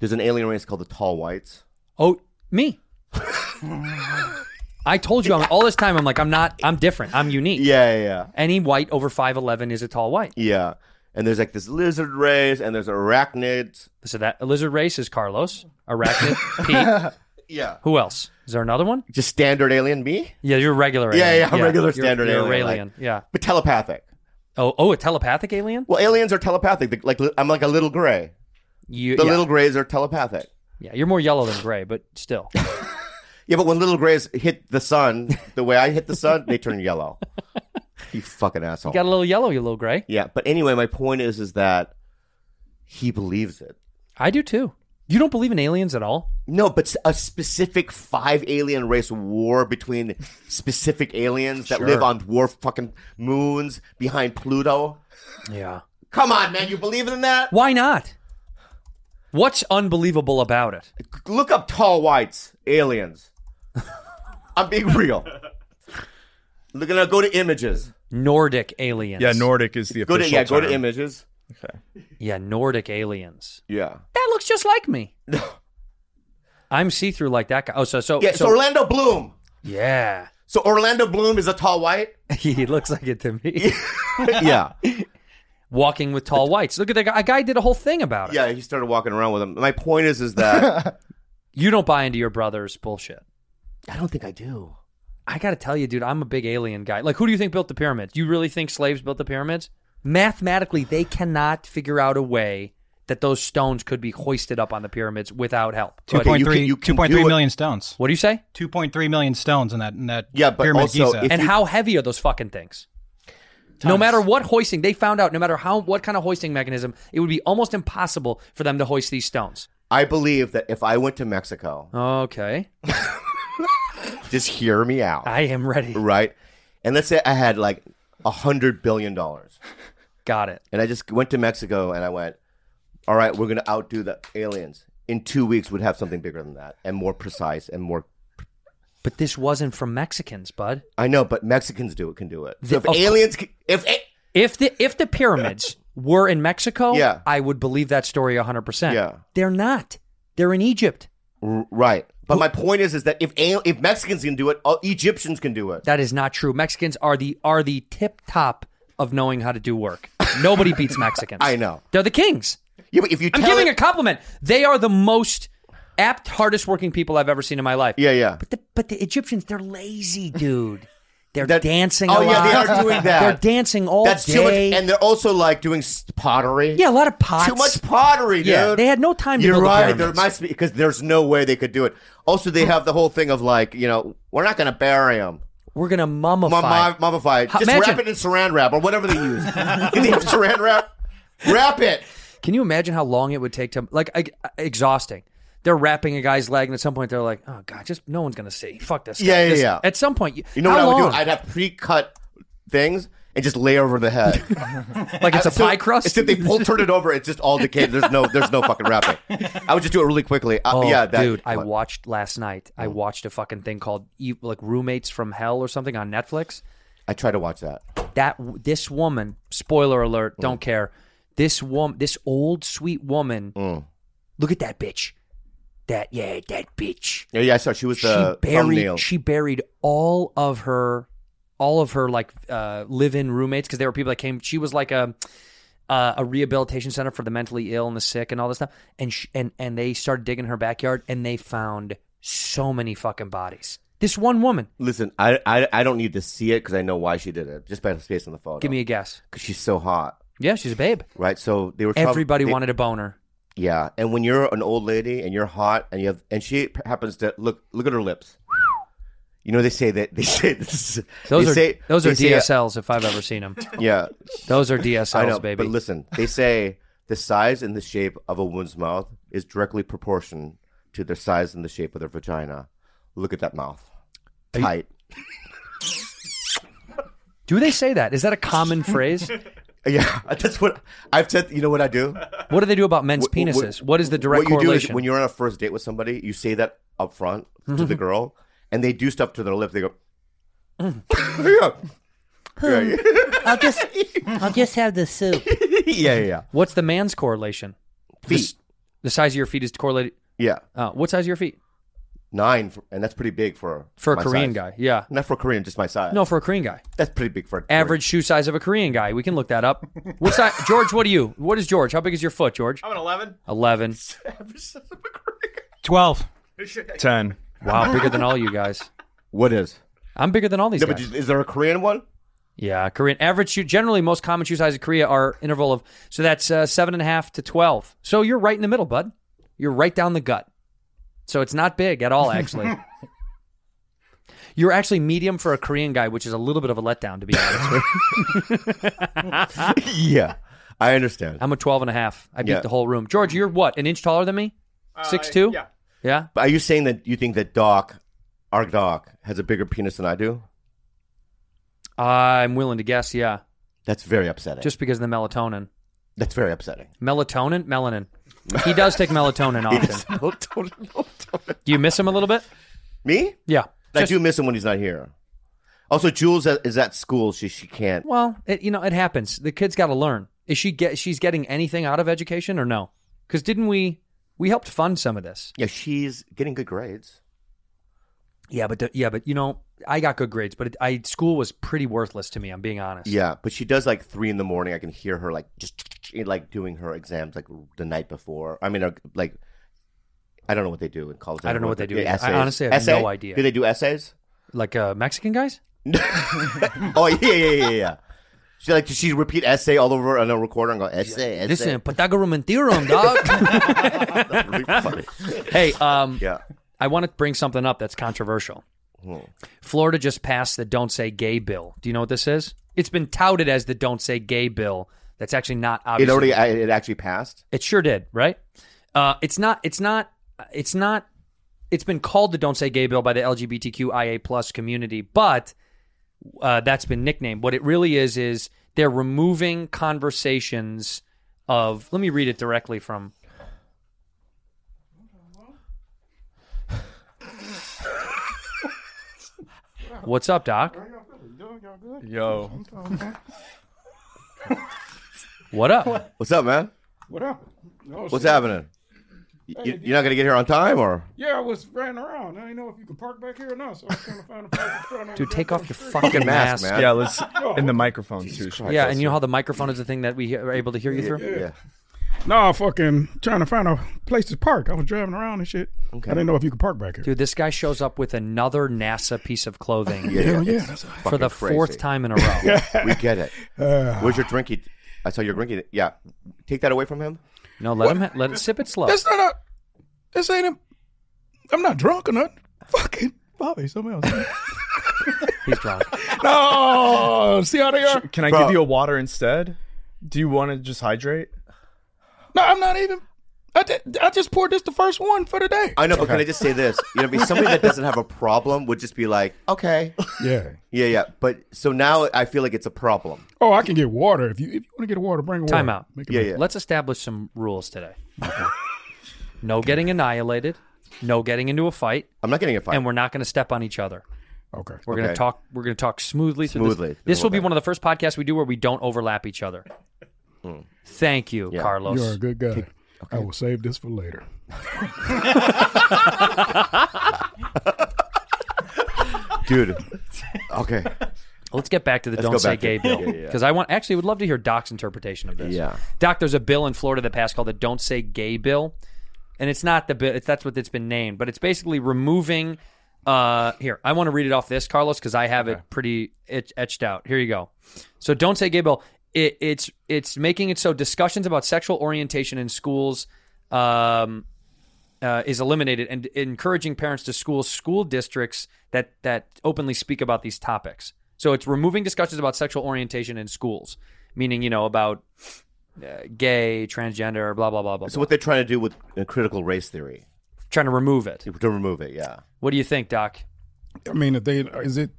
Speaker 6: there's an alien race called the Tall Whites.
Speaker 1: Oh,
Speaker 6: [laughs]
Speaker 1: me. I told you I'm, all this time. I'm like I'm not. I'm different. I'm unique.
Speaker 6: Yeah, yeah, yeah.
Speaker 1: Any white over five eleven is a tall white.
Speaker 6: yeah. And there's like this lizard race, and there's arachnids.
Speaker 1: So that a lizard race is Carlos, arachnid, Pete.
Speaker 6: Yeah,
Speaker 1: Who else? Is there another one?
Speaker 6: just standard alien me,
Speaker 1: Yeah, you're a regular.
Speaker 6: Yeah,
Speaker 1: alien.
Speaker 6: yeah, regular
Speaker 1: You're-
Speaker 6: standard
Speaker 1: you're
Speaker 6: alien,
Speaker 1: alien. Yeah.
Speaker 6: but telepathic.
Speaker 1: Oh, oh, a telepathic alien.
Speaker 6: Well, aliens are telepathic. They- Like I'm like a little gray.
Speaker 1: You,
Speaker 6: The
Speaker 1: yeah.
Speaker 6: little grays are telepathic.
Speaker 1: Yeah, you're more yellow than gray, but
Speaker 6: [laughs]
Speaker 1: still.
Speaker 6: Yeah, but when little grays hit the sun, the way I hit the sun, they turn yellow. [laughs] You fucking asshole.
Speaker 1: You got a little yellow, you little gray.
Speaker 6: yeah, but anyway, my point is, is that he believes it.
Speaker 1: I do too. You don't believe in aliens at all?
Speaker 6: No, but s- a specific five alien race war between specific aliens that
Speaker 1: Sure.
Speaker 6: live on dwarf fucking moons behind Pluto.
Speaker 1: Yeah.
Speaker 6: Come on, man, you believe in that?
Speaker 1: Why not? What's unbelievable about it?
Speaker 6: Look up tall whites aliens. I'm being real. Look at go to images.
Speaker 1: Nordic aliens.
Speaker 7: Yeah, Nordic is the
Speaker 6: Go
Speaker 7: official
Speaker 6: to yeah, go to
Speaker 7: term.
Speaker 6: images.
Speaker 1: Yeah, Nordic aliens.
Speaker 6: Yeah.
Speaker 1: That looks just like
Speaker 6: [laughs]
Speaker 1: me. I'm see through like that guy. Oh, so so
Speaker 6: Yeah, so,
Speaker 1: so-
Speaker 6: Orlando Bloom.
Speaker 1: yeah.
Speaker 6: So Orlando Bloom is a tall white.
Speaker 1: [laughs] he looks like it to me.
Speaker 6: yeah,
Speaker 1: [laughs] Walking with tall whites. Look at that guy. A guy did a whole thing about it.
Speaker 6: yeah. He started walking around with him. My point is, is that
Speaker 1: You don't buy into your brother's bullshit.
Speaker 6: I don't think I do.
Speaker 1: I gotta tell you, dude, I'm a big alien guy. Like, who do you think built the pyramids? You really think slaves built the pyramids? Mathematically, they cannot figure out a way that those stones could be hoisted up on the pyramids without help.
Speaker 6: Two-
Speaker 1: But-
Speaker 6: Okay, you can-
Speaker 8: 2.3
Speaker 6: you can
Speaker 8: 2.3
Speaker 6: do it.
Speaker 8: million stones.
Speaker 1: what do you say?
Speaker 8: 2.3 million stones in that in that
Speaker 6: Yeah, but
Speaker 8: pyramid
Speaker 6: also
Speaker 8: Giza.
Speaker 6: if-
Speaker 1: And
Speaker 6: you-
Speaker 1: how heavy are those fucking things? No
Speaker 8: Tons.
Speaker 1: matter what hoisting, they found out no matter how what kind of hoisting mechanism, it would be almost impossible for them to hoist these stones.
Speaker 6: I believe that if I went to Mexico,
Speaker 1: Okay.
Speaker 6: just hear me out,
Speaker 1: I am ready.
Speaker 6: right? And let's say I had like a hundred billion dollars,
Speaker 1: Got it.
Speaker 6: and I just went to Mexico and I went, all right, we're gonna outdo the aliens. In two weeks, we'd have something bigger than that and more precise and more.
Speaker 1: But this wasn't from Mexicans, bud.
Speaker 6: I know, but Mexicans do it can do it.
Speaker 1: The- oh.
Speaker 6: So if
Speaker 1: of-
Speaker 6: aliens, c- if a-
Speaker 1: If the if the
Speaker 6: [laughs]
Speaker 1: pyramids were in Mexico,
Speaker 6: Yeah.
Speaker 1: I would believe that story 100%.
Speaker 6: Yeah.
Speaker 1: They're not. They're in Egypt.
Speaker 6: R- Right. But my point is, is that if al- if Mexicans can do it, all Egyptians can do it.
Speaker 1: That is not true. Mexicans are the are
Speaker 6: [laughs]
Speaker 1: the tip top of knowing how to do work. Nobody beats Mexicans.
Speaker 6: I know.
Speaker 1: They're the kings.
Speaker 6: Yeah, but if you
Speaker 1: I'm
Speaker 6: tell
Speaker 1: giving
Speaker 6: it-
Speaker 1: a compliment. They are the most apt, hardest working people I've ever seen in my life.
Speaker 6: yeah, yeah.
Speaker 1: But the, but the Egyptians, they're lazy, dude. They're
Speaker 6: That-
Speaker 1: dancing.
Speaker 6: Oh,
Speaker 1: a
Speaker 6: yeah, they
Speaker 1: lot.
Speaker 6: are doing that.
Speaker 1: They're dancing all
Speaker 6: That's
Speaker 1: day.
Speaker 6: too much, and they're also like doing s- pottery.
Speaker 1: yeah, a lot of pots.
Speaker 6: too much pottery, dude.
Speaker 1: Yeah, they had no time to
Speaker 6: You're
Speaker 1: build the
Speaker 6: right. there
Speaker 1: pyramids.
Speaker 6: must be because there's no way they could do it. Also, they have the whole thing of like, you know, we're not going to bury him.
Speaker 1: We're gonna mummify.
Speaker 6: Mummified. Mummified.
Speaker 1: Ho-
Speaker 6: Just
Speaker 1: imagine-
Speaker 6: wrap it in saran wrap or whatever they use. [laughs] If they have saran wrap, wrap it.
Speaker 1: Can you imagine how long it would take to like I, I- exhausting? They're wrapping a guy's leg, and at some point they're like, "Oh God, just no one's gonna see. Fuck this." guy.
Speaker 6: Yeah, yeah,
Speaker 1: This-
Speaker 6: yeah.
Speaker 1: At some point,
Speaker 6: You know
Speaker 1: how
Speaker 6: what I would
Speaker 1: long?
Speaker 6: do? I'd have pre-cut things and just lay over
Speaker 1: [laughs]
Speaker 6: the head.
Speaker 1: like it's a
Speaker 6: So-
Speaker 1: pie crust.
Speaker 6: Except they pull, turn it over. It's just all decayed. There's no, there's no fucking wrapping. I would just do it really quickly. Uh,
Speaker 1: [laughs] Oh,
Speaker 6: yeah, that,
Speaker 1: dude, I
Speaker 6: what- Mm.
Speaker 1: watched last night. I watched a fucking thing called E- like Roommates from Hell or something on Netflix.
Speaker 6: I try to watch that.
Speaker 1: That w- this woman, spoiler alert,
Speaker 6: Mm.
Speaker 1: don't care. This woman, this old sweet woman.
Speaker 6: Mm.
Speaker 1: Look at that bitch. That yeah, that bitch.
Speaker 6: Yeah, yeah, I saw she was the
Speaker 1: she buried
Speaker 6: thumbnail.
Speaker 1: she buried all of her all of her like uh, live-in roommates because they were people that came she was like a uh, a rehabilitation center for the mentally ill and the sick and all this stuff and sh and and they started digging her backyard and they found so many fucking bodies this one woman
Speaker 6: Listen, I, I I don't need to see it because I know why she did it. Just by the space on the photo.
Speaker 1: give me a guess
Speaker 6: because she's so hot,
Speaker 1: yeah she's a babe
Speaker 6: right? So they were. prob-
Speaker 1: everybody
Speaker 6: they-
Speaker 1: wanted a boner
Speaker 6: Yeah, and when you're an old lady and you're hot and you have, and she p- happens to look look at her lips. You know they say that they say [laughs] this. is-
Speaker 1: those
Speaker 6: they
Speaker 1: are
Speaker 6: say,
Speaker 1: those are
Speaker 6: they say, uh,
Speaker 1: DSLs if I've ever seen them
Speaker 6: yeah,
Speaker 1: those are
Speaker 6: [laughs] I
Speaker 1: DSLs
Speaker 6: know.
Speaker 1: baby
Speaker 6: But listen, they say the size and the shape of a woman's mouth is directly proportioned to the size and the shape of their vagina. Look at that mouth, tight. [laughs]
Speaker 1: do they say that is that a common
Speaker 6: [laughs]
Speaker 1: phrase
Speaker 6: Yeah, that's what I've said. You know what I do?
Speaker 1: what do they do about men's
Speaker 6: Wh- wh-
Speaker 1: penises what is the direct
Speaker 6: what you do
Speaker 1: correlation Mm-hmm.
Speaker 6: is when you're on a first date with somebody, you say that up front to the girl, and they do stuff to their lip. They go,
Speaker 1: Mm.
Speaker 6: [laughs] yeah. Yeah,
Speaker 1: Hmm. I'll just I'll just have the soup.
Speaker 6: yeah, [laughs] yeah, yeah,
Speaker 1: What's the man's correlation?
Speaker 6: Feet.
Speaker 1: This- The size of your feet is correlated.
Speaker 6: yeah,
Speaker 1: Uh, what size of your feet
Speaker 6: nine, for, and that's pretty big for
Speaker 1: for a
Speaker 6: my
Speaker 1: Korean
Speaker 6: size.
Speaker 1: guy? Yeah,
Speaker 6: Not for Korean, just my size.
Speaker 1: no, for a Korean guy.
Speaker 6: that's pretty big for a Korean.
Speaker 1: Average shoe size of a Korean guy. We can look that up. What's that, [laughs] George? What are you? What is George? How big is your foot, George?
Speaker 9: I'm an 11.
Speaker 1: Eleven.
Speaker 8: 12.
Speaker 7: Ten.
Speaker 1: Wow, bigger than all you guys.
Speaker 6: What is?
Speaker 1: I'm bigger than all these
Speaker 6: No, but
Speaker 1: guys.
Speaker 6: is there a Korean one?
Speaker 1: yeah, Korean average shoe. Generally, most common shoe sizes in Korea are interval of so that's uh, seven and a half to twelve. So you're right in the middle, bud. You're right down the gut. So it's not big at all, actually. You're actually medium for a Korean guy, which is a little bit of a letdown, to be honest. with you.
Speaker 6: yeah, I understand.
Speaker 1: I'm a 12 and a half. I beat
Speaker 6: Yeah.
Speaker 1: the whole room. George, you're what? An inch taller than me? Six two?
Speaker 9: yeah.
Speaker 1: Yeah.
Speaker 6: But Are you saying that you think that Doc, our Doc, has a bigger penis than I do?
Speaker 1: I'm willing to guess. Yeah.
Speaker 6: That's very upsetting.
Speaker 1: Just because of the melatonin.
Speaker 6: that's very upsetting.
Speaker 1: Melatonin? Melanin. He does take melatonin often.
Speaker 6: [laughs]
Speaker 1: Do you miss him a little bit?
Speaker 6: Me?
Speaker 1: Yeah.
Speaker 6: I do miss him when he's not here. Also, Jules at- is at school. She she can't.
Speaker 1: Well, it, you know, it happens. The kid's got to learn. Is she get? She's getting anything out of education or no? Because didn't we? We helped fund some of this.
Speaker 6: Yeah, she's getting good grades.
Speaker 1: Yeah, but the- yeah, but you know, I got good grades, but it, I school was pretty worthless to me. I'm being honest.
Speaker 6: Yeah, but she does like three in the morning. I can hear her like just like doing her exams like the night before. I mean, uh, like I don't know what they do in college.
Speaker 1: I don't know what they do
Speaker 6: Yeah,
Speaker 1: either. I honestly have
Speaker 6: Essay?
Speaker 1: no idea.
Speaker 6: Do they do essays? [laughs]
Speaker 1: like uh, Mexican guys.
Speaker 6: oh yeah, yeah, yeah, yeah. She like does she repeat essay all over on a recorder and go essay, essay.
Speaker 1: Listen, Pythagorean theorem, dog.
Speaker 6: [laughs]
Speaker 1: [laughs]
Speaker 6: Really funny.
Speaker 1: hey, um,
Speaker 6: Yeah.
Speaker 1: I want to bring something up that's controversial. Florida just passed the "Don't Say Gay" bill. Do you know what this is? It's been touted as the "Don't Say Gay" bill. That's actually not obviously
Speaker 6: It already I- it actually passed.
Speaker 1: It sure did, right? Uh, it's not. It's not. It's not. It's been called the "Don't Say Gay" bill by the LGBTQIA plus community, but uh, that's been nicknamed. What it really is is they're removing conversations of. Let me read it directly from. What's up, Doc?
Speaker 7: Yo.
Speaker 1: What up?
Speaker 6: What's up, man?
Speaker 9: What up? No,
Speaker 6: What's
Speaker 9: shit.
Speaker 6: happening? You, you're not gonna get here on time, or
Speaker 9: Yeah, I was running around. I didn't know if you could park back here or not, so I was trying to find a place to put on.
Speaker 1: Dude, take off your
Speaker 6: fucking
Speaker 1: fucking
Speaker 6: mask,
Speaker 1: mask.
Speaker 6: man.
Speaker 7: Yeah, let's in the microphone too.
Speaker 1: Yeah, and you know how the microphone is the thing that we he- are able to hear you through?
Speaker 6: yeah.
Speaker 9: No, fucking trying to find a place to park. I was driving around and shit.
Speaker 1: Okay.
Speaker 9: I didn't know if you could park back here.
Speaker 1: Dude, this guy shows up with another NASA piece of
Speaker 6: [laughs]
Speaker 1: clothing.
Speaker 9: Yeah, Hell yeah, yeah,
Speaker 6: that's
Speaker 1: for
Speaker 6: fucking
Speaker 1: the
Speaker 6: crazy.
Speaker 1: fourth time in a row.
Speaker 6: [laughs] Yeah, we get it.
Speaker 9: Uh.
Speaker 6: Where's your drinky? I saw your drinky. Yeah, take that away from him.
Speaker 1: No, let him let it sip it slow.
Speaker 9: That's not a. This ain't a. I'm not drunk or nothing. Fucking Bobby, something else.
Speaker 1: He's
Speaker 6: [laughs]
Speaker 1: drunk.
Speaker 9: no, see how they are.
Speaker 7: Can I
Speaker 6: Bro.
Speaker 7: give you a water instead? Do you want to just hydrate?
Speaker 9: No, I'm not even. I, did, I just poured this the first one for the day.
Speaker 6: I know, but can I just say this? You know, what I mean, somebody that doesn't have a problem would just be like, okay,
Speaker 9: Yeah.
Speaker 6: yeah, yeah. But so now I feel like it's a problem.
Speaker 9: Oh, I can get water if you if you want to get water, bring water.
Speaker 1: Time out.
Speaker 9: Make it
Speaker 6: Yeah,
Speaker 9: up.
Speaker 6: yeah.
Speaker 1: Let's establish some rules today. no getting annihilated. No getting into a fight,
Speaker 6: I'm not getting a fine.
Speaker 1: and we're not going to step on each other.
Speaker 9: Okay.
Speaker 1: We're going to
Speaker 6: Okay.
Speaker 1: talk. We're going to talk smoothly. through
Speaker 6: Smoothly through
Speaker 1: This, this
Speaker 6: the
Speaker 1: will be
Speaker 6: whole
Speaker 1: one of the first podcasts we do where we don't overlap each other.
Speaker 6: Hmm.
Speaker 1: Thank you, Carlos.
Speaker 9: You're a good guy. I will save this for later.
Speaker 6: [laughs] dude. Okay,
Speaker 1: Let's get back to the
Speaker 6: Let's
Speaker 1: don't
Speaker 6: go
Speaker 1: say
Speaker 6: back to-
Speaker 1: gay bill
Speaker 6: yeah, yeah, yeah.
Speaker 1: because I want actually would love to hear Doc's interpretation of this.
Speaker 6: Yeah.
Speaker 1: Doc, there's a bill in Florida that passed called the don't say gay bill, and it's not the bill. It's, that's what it's been named, but it's basically removing. Uh, here I want to read it off this Carlos because I have it pretty etch- etched out. Here you go. So don't say gay bill. It, it's it's making it so discussions about sexual orientation in schools. Um, uh, is eliminated and encouraging parents to school school districts that that openly speak about these topics. So it's removing discussions about sexual orientation in schools, meaning you know about uh, gay, transgender, blah blah blah blah.
Speaker 6: so what they're trying to do with uh, critical race theory
Speaker 1: Trying to remove it.
Speaker 6: to remove it, yeah.
Speaker 1: What do you think, Doc?
Speaker 9: I mean, if they is it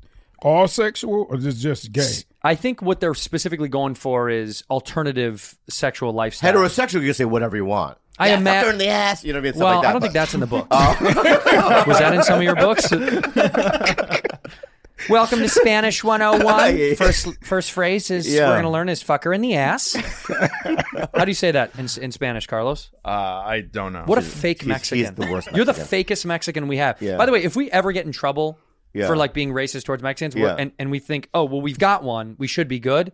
Speaker 9: all sexual or just just gay?
Speaker 1: I think what they're specifically going for is alternative sexual lifestyle.
Speaker 6: Heterosexual, you can say whatever you want.
Speaker 1: I
Speaker 6: yeah,
Speaker 1: am
Speaker 6: fuck
Speaker 1: mad-
Speaker 6: her in the ass. You know what I mean? Stuff
Speaker 1: well,
Speaker 6: like that,
Speaker 1: I don't
Speaker 6: but- Oh.
Speaker 1: think that's in the
Speaker 6: [laughs]
Speaker 1: book. [laughs] Was that in some of your books? Welcome to Spanish
Speaker 6: [laughs]
Speaker 1: 101. First, first phrase is
Speaker 6: Yeah.
Speaker 1: we're going to learn is fucker in the
Speaker 6: [laughs]
Speaker 1: ass. How do you say that in, in Spanish, Carlos?
Speaker 7: Uh, I don't know.
Speaker 1: What a fake
Speaker 6: Oh, he's- he's
Speaker 1: Mexican.
Speaker 6: the worst
Speaker 1: You're the
Speaker 6: Mexican.
Speaker 1: fakest Mexican we have.
Speaker 6: Yeah.
Speaker 1: By the way, if we ever get in trouble
Speaker 6: Yeah.
Speaker 1: for like being racist towards Mexicans we're
Speaker 6: Yeah.
Speaker 1: and, and we think, oh, well, we've got one. We should be good.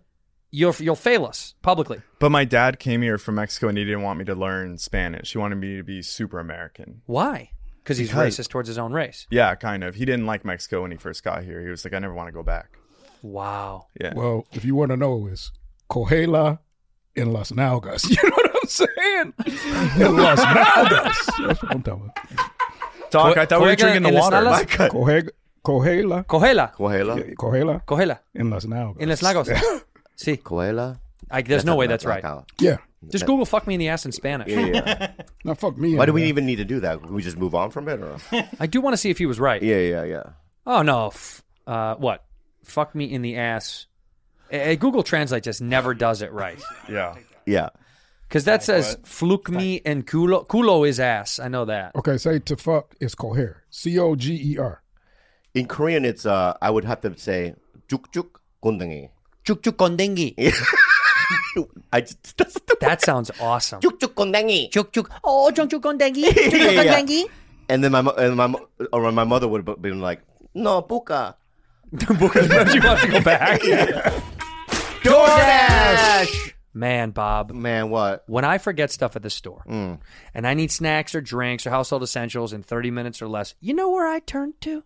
Speaker 1: You'll, you'll fail us publicly.
Speaker 7: But my dad came here from Mexico and he didn't want me to learn Spanish. He wanted me to be super American.
Speaker 1: Why? Because he's
Speaker 7: Because-
Speaker 1: racist towards his own race.
Speaker 7: Yeah, kind of. He didn't like Mexico when he first got here. He was like, I never want to go back.
Speaker 1: Wow.
Speaker 7: Yeah.
Speaker 9: Well, if you want to know, it's Cojela in Las Nalgas. [laughs] You know what I'm [laughs] saying? In Las Nalgas. That's what I'm talking
Speaker 7: Doc, I thought we were
Speaker 1: Coega
Speaker 7: drinking the
Speaker 1: en las
Speaker 7: water.
Speaker 1: alas?
Speaker 9: about. Cohe- Cojela.
Speaker 1: Cogela.
Speaker 6: Coahuila,
Speaker 9: Cojela
Speaker 1: Cogela.
Speaker 9: in Las Nalgas.
Speaker 1: In Los Lagos. See,
Speaker 6: Coahuila.
Speaker 1: I, there's no way that's right.
Speaker 9: yeah.
Speaker 1: Just Google fuck me in the ass in Spanish.
Speaker 6: Yeah, yeah.
Speaker 9: Now fuck me.
Speaker 6: Why do
Speaker 9: in
Speaker 6: we
Speaker 9: there.
Speaker 6: even need to do that? Can we just move on from it? Or?
Speaker 1: [laughs]
Speaker 6: yeah,
Speaker 1: I do want to see if he was right.
Speaker 6: yeah, yeah.
Speaker 1: Oh, no. F- uh, what? Fuck me in the ass. Eh, eh, Google Translate just never does it right.
Speaker 7: Yeah.
Speaker 6: Yeah.
Speaker 1: Because that says fluke me and culo. Culo is ass. I know that.
Speaker 9: Okay, say to fuck is coher. C O G E R.
Speaker 6: In Korean, it's, uh, I would have to say, jukjuk gondangi.
Speaker 1: Chukchuk kondengi.
Speaker 6: [laughs] I just, [laughs] that's the
Speaker 1: That sounds awesome.
Speaker 6: jukjuk gondangi.
Speaker 1: Chuk chuk. Oh, chuk chuk
Speaker 6: [laughs]
Speaker 1: kondengi. Chuk chuk
Speaker 6: Yeah, yeah.
Speaker 1: kondengi.
Speaker 6: And then my, mo- and my, mo- or my mother would have been like,
Speaker 1: [laughs]
Speaker 6: no, buka.
Speaker 1: you want to go
Speaker 6: [laughs]
Speaker 1: back?
Speaker 6: DoorDash!
Speaker 1: Man, Bob.
Speaker 6: Man, what?
Speaker 1: when I forget stuff at the store
Speaker 6: Mm.
Speaker 1: and I need snacks or drinks or household essentials in 30 minutes or less, you know where I turn to?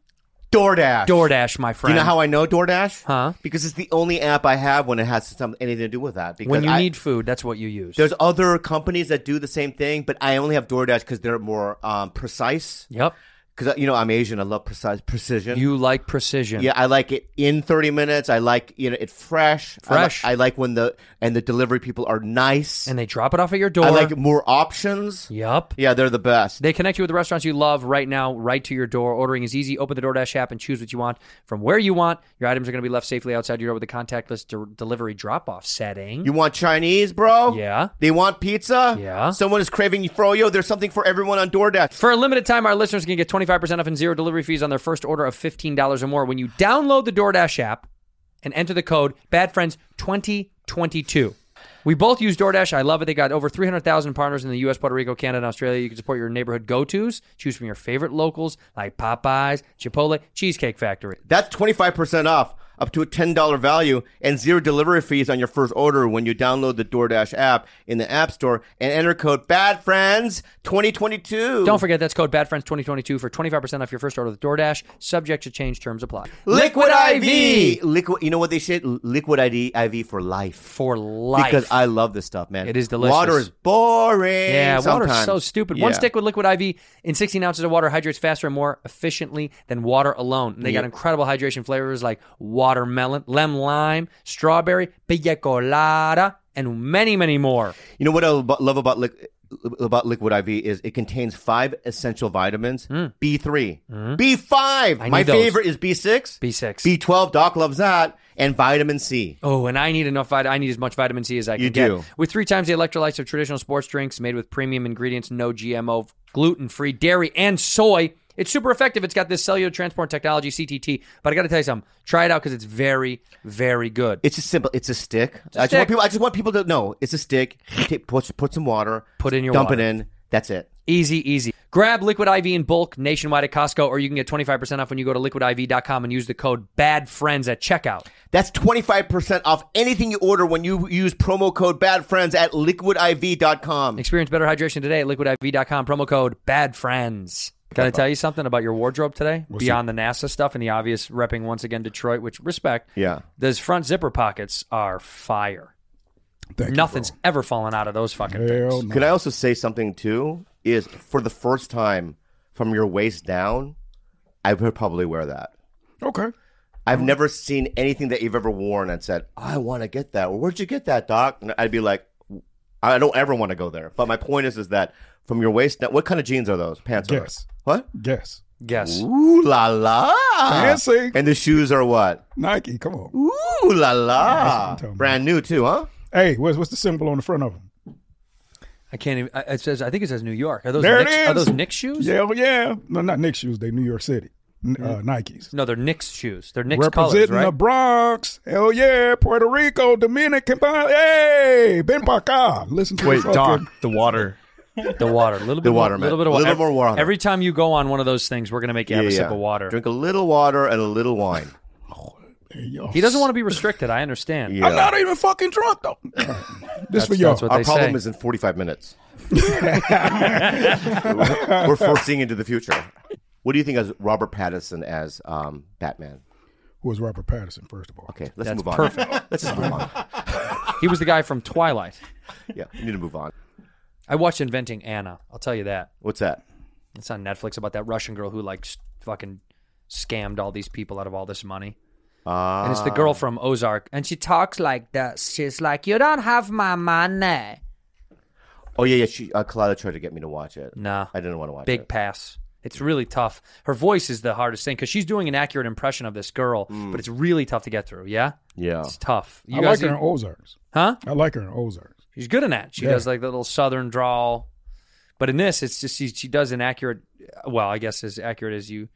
Speaker 6: DoorDash.
Speaker 1: DoorDash, my
Speaker 6: Do
Speaker 1: friend.
Speaker 6: you know how I know DoorDash?
Speaker 1: Huh?
Speaker 6: Because it's the only app I have when it has some anything to do with that. Because
Speaker 1: when you
Speaker 6: I-
Speaker 1: need food, that's what you use.
Speaker 6: there's other companies that do the same thing, but I only have DoorDash because they're more um, precise.
Speaker 1: Yep.
Speaker 6: Because you know I'm Asian, I love precise precision.
Speaker 1: You like precision.
Speaker 6: yeah, I like it in 30 minutes. I like you know it fresh. I li-
Speaker 1: Fresh.
Speaker 6: I, like when the and the delivery people are nice.
Speaker 1: And they drop it off at your door.
Speaker 6: I like more options.
Speaker 1: Yep.
Speaker 6: Yeah, they're the best.
Speaker 1: They connect you with the restaurants you love right now, right to your door. Ordering is easy. Open the DoorDash app and choose what you want from where you want. Your items are going to be left safely outside your door with a contactless de- delivery drop off setting.
Speaker 6: You want Chinese, bro?
Speaker 1: Yeah.
Speaker 6: They want pizza?
Speaker 1: Yeah.
Speaker 6: Someone is craving froyo. There's something for everyone on DoorDash.
Speaker 1: For a limited time, our listeners can get 25% off and zero delivery fees on their first order of $15 or more when you download the DoorDash app and enter the code BADFRIENDS2022. We both use DoorDash. I love it. They got over 300,000 partners in the U.S., Puerto Rico, Canada, and Australia. You can support your neighborhood go-tos. Choose from your favorite locals like Popeyes, Chipotle, Cheesecake Factory.
Speaker 6: That's 25% off. up to a $10 value and zero delivery fees on your first order when you download the DoorDash app in the App Store and enter code BADFRIENDS2022.
Speaker 1: Don't forget that's code Bad Friends 2022 for 25% off your first order with DoorDash. Subject to change terms apply.
Speaker 6: Liquid IV. Liquid. You know what they should? Liquid ID IV for life.
Speaker 1: For life.
Speaker 6: Because I love this stuff, man.
Speaker 1: It is delicious.
Speaker 6: Water is boring.
Speaker 1: Yeah, water's
Speaker 6: sometimes.
Speaker 1: so stupid. One
Speaker 6: Yeah.
Speaker 1: stick with liquid IV in 16 ounces of water hydrates faster and more efficiently than water alone. And they got incredible hydration flavors like watermelon, lem lime, strawberry, pina colada, and many, many more.
Speaker 6: You know what I lo- love about liquid about liquid IV is it contains five essential vitamins: B3, B5.
Speaker 1: Hmm. need
Speaker 6: My
Speaker 1: those.
Speaker 6: favorite is B6,
Speaker 1: B6.
Speaker 6: B12. Doc loves that, and vitamin C.
Speaker 1: Oh, and I need enough vitamin. I need as much vitamin C as I can
Speaker 6: You
Speaker 1: get.
Speaker 6: do.
Speaker 1: With three times the electrolytes of traditional sports drinks, made with premium ingredients, no GMO, gluten free, dairy, and soy. It's super effective. It's got this cellular transport technology (CTT). But I got to tell you something. Try it out because it's very, very good.
Speaker 6: It's just simple. It's a stick.
Speaker 1: a
Speaker 6: I just
Speaker 1: stick.
Speaker 6: want people. I just want people to know it's a stick. You take, put put some water.
Speaker 1: Put in your
Speaker 6: dump
Speaker 1: water.
Speaker 6: it in. That's it.
Speaker 1: Easy, easy. Grab Liquid IV in bulk nationwide at Costco, or you can get 25% off when you go to liquidiv.com and use the code BADFRIENDS at checkout.
Speaker 6: That's 25% off anything you order when you use promo code BADFRIENDS at liquidiv.com.
Speaker 1: Experience better hydration today at liquidiv.com, promo code BADFRIENDS. Can I tell you something about your wardrobe today? Beyond the NASA stuff and the obvious repping once again Detroit, which respect.
Speaker 6: Yeah.
Speaker 1: Those front zipper pockets are fire.
Speaker 9: Thank you,
Speaker 1: Nothing's ever fallen out of those fucking
Speaker 9: bro. Hell
Speaker 1: things.
Speaker 9: no.
Speaker 6: Could I also say something too? Is for the first time from your waist down, I would probably wear that.
Speaker 9: Okay. [laughs]
Speaker 6: I've never seen anything that you've ever worn and said, I want to get that. Well, where'd you get that, Doc? And I'd be like, I don't ever want to go there. But my point is, is that from your waist down, what kind of jeans are those? Pants? are-
Speaker 9: Guess.
Speaker 6: What?
Speaker 9: Guess.
Speaker 1: Guess.
Speaker 6: Ooh la la.
Speaker 9: Fancy.
Speaker 6: And the shoes are what?
Speaker 9: Nike, come on.
Speaker 6: Ooh la la.
Speaker 9: talking about.
Speaker 6: Brand new too, huh?
Speaker 9: Hey, what's, what's the symbol on the front of them?
Speaker 1: I can't even. I- It says. I think it says New York. Are those
Speaker 9: There it
Speaker 1: Knicks, are
Speaker 9: is.
Speaker 1: those Knicks shoes?
Speaker 9: Yeah, oh, yeah. No, not Knicks shoes. They New York City. N- Uh, Nikes.
Speaker 1: No, they're Knicks shoes. They're Knicks colors,
Speaker 9: Representing
Speaker 1: right?
Speaker 9: the Bronx. Hell yeah. Puerto Rico, Dominican. Hey, Ben Parker. Listen to
Speaker 7: Wait,
Speaker 9: the
Speaker 7: Doc,
Speaker 9: fucking-
Speaker 7: the water.
Speaker 1: The water, a little bit,
Speaker 6: The water,
Speaker 1: more,
Speaker 6: man.
Speaker 1: little bit of
Speaker 6: Little
Speaker 1: water.
Speaker 6: more water.
Speaker 1: Every time you go on one of those things, we're gonna make you have a
Speaker 6: Yeah,
Speaker 1: sip
Speaker 6: yeah.
Speaker 1: of water.
Speaker 6: Drink a little water and a little wine.
Speaker 9: Hey, yo.
Speaker 1: He doesn't want
Speaker 6: [laughs]
Speaker 1: to be restricted. I understand.
Speaker 6: Yeah.
Speaker 9: I'm not even fucking drunk, though. this for y'all.
Speaker 1: that's what
Speaker 6: Our
Speaker 1: they
Speaker 6: problem
Speaker 1: say.
Speaker 6: is in 45 minutes. [laughs] We're foreseeing into the future. What do you think as Robert Pattinson as um, Batman?
Speaker 9: Who is Robert Patterson, first of all?
Speaker 6: Okay, let's
Speaker 1: That's
Speaker 6: move on.
Speaker 1: perfect.
Speaker 6: [laughs] Let's just move on.
Speaker 1: He was the guy from Twilight.
Speaker 6: Yeah, we need to move on.
Speaker 1: I watched Inventing Anna. I'll tell you that.
Speaker 6: What's that?
Speaker 1: It's on Netflix about that Russian girl who like s- fucking scammed all these people out of all this money.
Speaker 6: Uh,
Speaker 1: And it's the girl from Ozark, and she talks like this. She's like, "You don't have my money."
Speaker 6: oh yeah, yeah. She, uh, Kalila tried to get me to watch it.
Speaker 1: Nah.
Speaker 6: I didn't want to watch
Speaker 1: Big
Speaker 6: it.
Speaker 1: pass. It's really tough. Her voice is the hardest thing because she's doing an accurate impression of this girl,
Speaker 6: Mm.
Speaker 1: but it's really tough to get through. Yeah,
Speaker 6: Yeah.
Speaker 1: it's tough. You
Speaker 9: I like
Speaker 1: guys,
Speaker 9: her in
Speaker 1: need-
Speaker 9: Ozarks.
Speaker 1: huh?
Speaker 9: I like her in Ozarks.
Speaker 1: She's good in that. She
Speaker 9: Yeah.
Speaker 1: does like the little southern drawl. But in this, it's just she, she does an accurate, well, I guess as accurate as you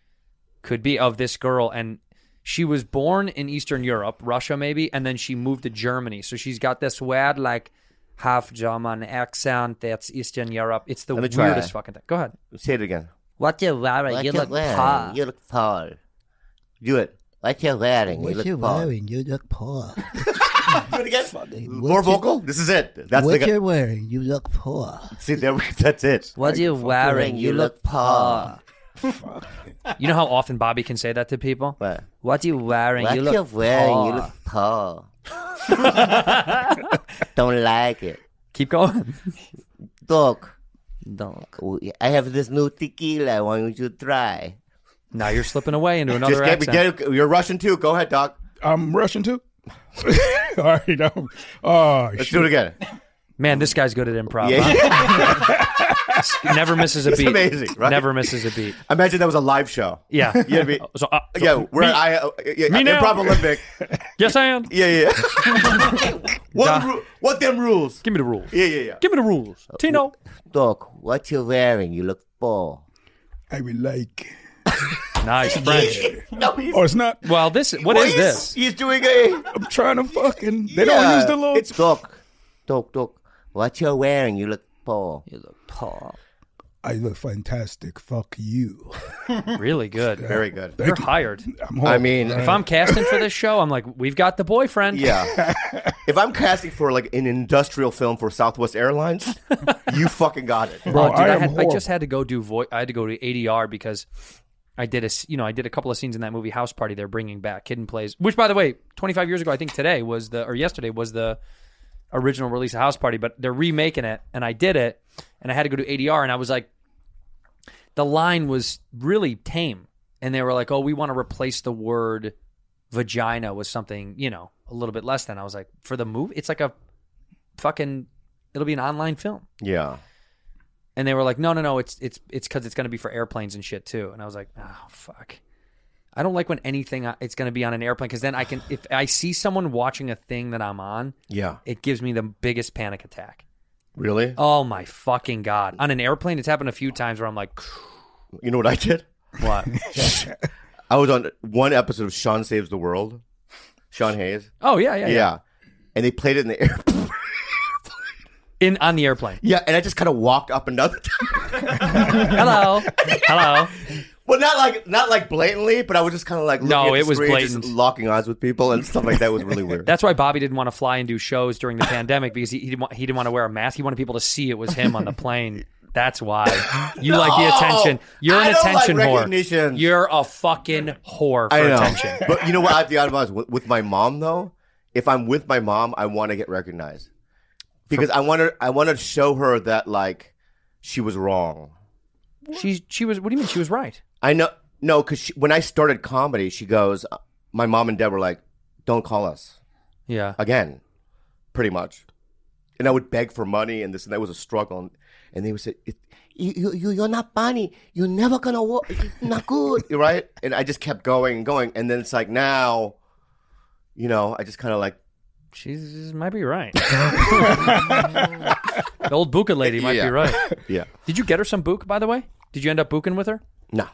Speaker 1: could be of this girl. And she was born in Eastern Europe, Russia maybe, and then she moved to Germany. So she's got this weird, like, half German accent that's Eastern Europe. It's the
Speaker 6: Let me try.
Speaker 1: weirdest fucking thing. Go ahead.
Speaker 6: Say it again.
Speaker 1: What you wearing? you look hot.
Speaker 6: You look tall. Do it. Like you're wearing. you look tall.
Speaker 10: you look
Speaker 6: [laughs]
Speaker 10: poor.
Speaker 6: Do it again. More vocal. This is it. That's the guy.
Speaker 10: wearing, you look poor.
Speaker 6: See there. we- [laughs] That's it.
Speaker 10: What you wearing,
Speaker 6: you look poor.
Speaker 1: You know how often Bobby can say that to people?
Speaker 6: What?
Speaker 1: What you wearing?
Speaker 6: What
Speaker 1: you look
Speaker 6: you're wearing,
Speaker 1: poor.
Speaker 6: you look tall.
Speaker 1: [laughs]
Speaker 6: [laughs] Don't like it.
Speaker 1: Keep going. [laughs]
Speaker 6: Look,
Speaker 1: Don't.
Speaker 6: Oh, I have this new tequila. Why don't you try?
Speaker 1: Now you're slipping away into another
Speaker 6: Just get,
Speaker 1: accent.
Speaker 6: get, you're Russian too. Go ahead, Doc.
Speaker 9: I'm Russian, too? [laughs] all right. I'm, oh,
Speaker 6: Let's
Speaker 9: shit.
Speaker 6: do it again.
Speaker 1: Man, this guy's good at improv.
Speaker 6: Yeah. [laughs]
Speaker 1: huh? Never misses a beat.
Speaker 6: amazing, right?
Speaker 1: Never misses a beat.
Speaker 6: Imagine that was a live show.
Speaker 1: Yeah.
Speaker 6: [laughs] Yeah, be-
Speaker 1: So, uh, so-
Speaker 6: yeah, we're at I, uh, yeah,
Speaker 1: me now. [laughs]
Speaker 6: Improv Olympic.
Speaker 1: yes, I am.
Speaker 6: [laughs] Yeah, yeah. what,
Speaker 1: Doc.
Speaker 6: ru- what them rules?
Speaker 1: Give me the rules.
Speaker 6: Yeah, Uh, yeah, yeah.
Speaker 1: Give me the rules. Tino.
Speaker 6: Doc, what you wearing? You look poor.
Speaker 9: I would like.
Speaker 1: Nice French.
Speaker 6: No, he's,
Speaker 9: Oh, it's not.
Speaker 1: Well, this what
Speaker 6: Well,
Speaker 1: is
Speaker 6: he's-
Speaker 1: this?
Speaker 6: He's doing a.
Speaker 9: I'm trying to fucking.
Speaker 6: Yeah,
Speaker 9: They don't use the little.
Speaker 6: It's Doc, Doc, Doc. What you wearing? You look poor.
Speaker 9: I I look fantastic. Fuck you.
Speaker 1: Really good.
Speaker 9: Very good.
Speaker 1: You're
Speaker 9: Thank you.
Speaker 1: hired.
Speaker 9: I'm I hired. mean-
Speaker 1: if I'm casting for this show, I'm like, we've got the boyfriend.
Speaker 6: [laughs] Yeah. if I'm casting for like an industrial film for Southwest
Speaker 1: [laughs]
Speaker 6: Airlines, you fucking got [laughs] it.
Speaker 1: Oh, dude, I, had- I just had to go do voice. I had to go to ADR because I did a, s- you know, I did a couple of scenes in that movie House Party. They're bringing back Hidden Plays, which, by the way, 25 years ago, I think today was the or yesterday was the original release of House Party, but they're remaking it, and I did it, and I had to go to ADR, and I was like, the line was really tame, and they were like, oh, we want to replace the word vagina with something, you know, a little bit less than. I was like, for the movie, it's like a fucking, it'll be an online film.
Speaker 6: Yeah.
Speaker 1: And they were like, "No, no, no, it's it's it's because it's going to be for airplanes and shit too." And I was like, "Oh fuck, I don't like when anything I- it's going to be on an airplane because then I can if I see someone watching a thing that I'm on,
Speaker 6: Yeah.
Speaker 1: it gives me the biggest panic attack.
Speaker 6: Really?
Speaker 1: Oh my fucking god! On an airplane, it's happened a few times where I'm like,
Speaker 6: You know what I did?
Speaker 1: What?
Speaker 6: [laughs] I was on one episode of Sean Saves the World. Sean Hayes.
Speaker 1: Oh, yeah, yeah, yeah.
Speaker 6: And they played it in the air. [laughs]
Speaker 1: in on the airplane.
Speaker 6: Yeah, and I just kind of walked up another [laughs] time.
Speaker 1: Hello, hello.
Speaker 6: Well, not like not like blatantly, but I was just kind of like looking
Speaker 1: No,
Speaker 6: at the
Speaker 1: it was
Speaker 6: screen, just
Speaker 1: blatant.
Speaker 6: locking eyes with people and stuff like that was
Speaker 1: [laughs]
Speaker 6: really weird.
Speaker 1: That's why Bobby didn't want to fly and do shows during the pandemic because he he didn't, want, he didn't want to wear a mask. He wanted people to see it was him on the plane. That's why you like the
Speaker 6: No!
Speaker 1: attention. You're
Speaker 6: Oh! I
Speaker 1: an
Speaker 6: don't like
Speaker 1: attention
Speaker 6: recognition.
Speaker 1: whore. You're a fucking whore for
Speaker 6: I
Speaker 1: [laughs]
Speaker 6: know.
Speaker 1: attention.
Speaker 6: [laughs] But you know what? I have the odd ones with, with my mom though. If I'm with my mom, I want to get recognized because I want to. I want to show her that like she was wrong.
Speaker 1: She she was. What do you mean she was right?
Speaker 6: I know. No, because when I started comedy, she goes. uh, My mom and dad were like, "Don't call us."
Speaker 1: Yeah.
Speaker 6: Again, pretty much. And I would beg for money, and this and that was a struggle. And they would say, it,
Speaker 10: You, you, you, you're not funny. You're never gonna work. Not good.
Speaker 6: You're [laughs] right? And I just kept going and going. And then it's like now, you know, I just kind of like.
Speaker 1: She might be [laughs] right. the old buka lady might
Speaker 6: Yeah.
Speaker 1: be right.
Speaker 6: Yeah.
Speaker 1: Did you get her some book, by the way? Did you end up booking with her?
Speaker 6: No.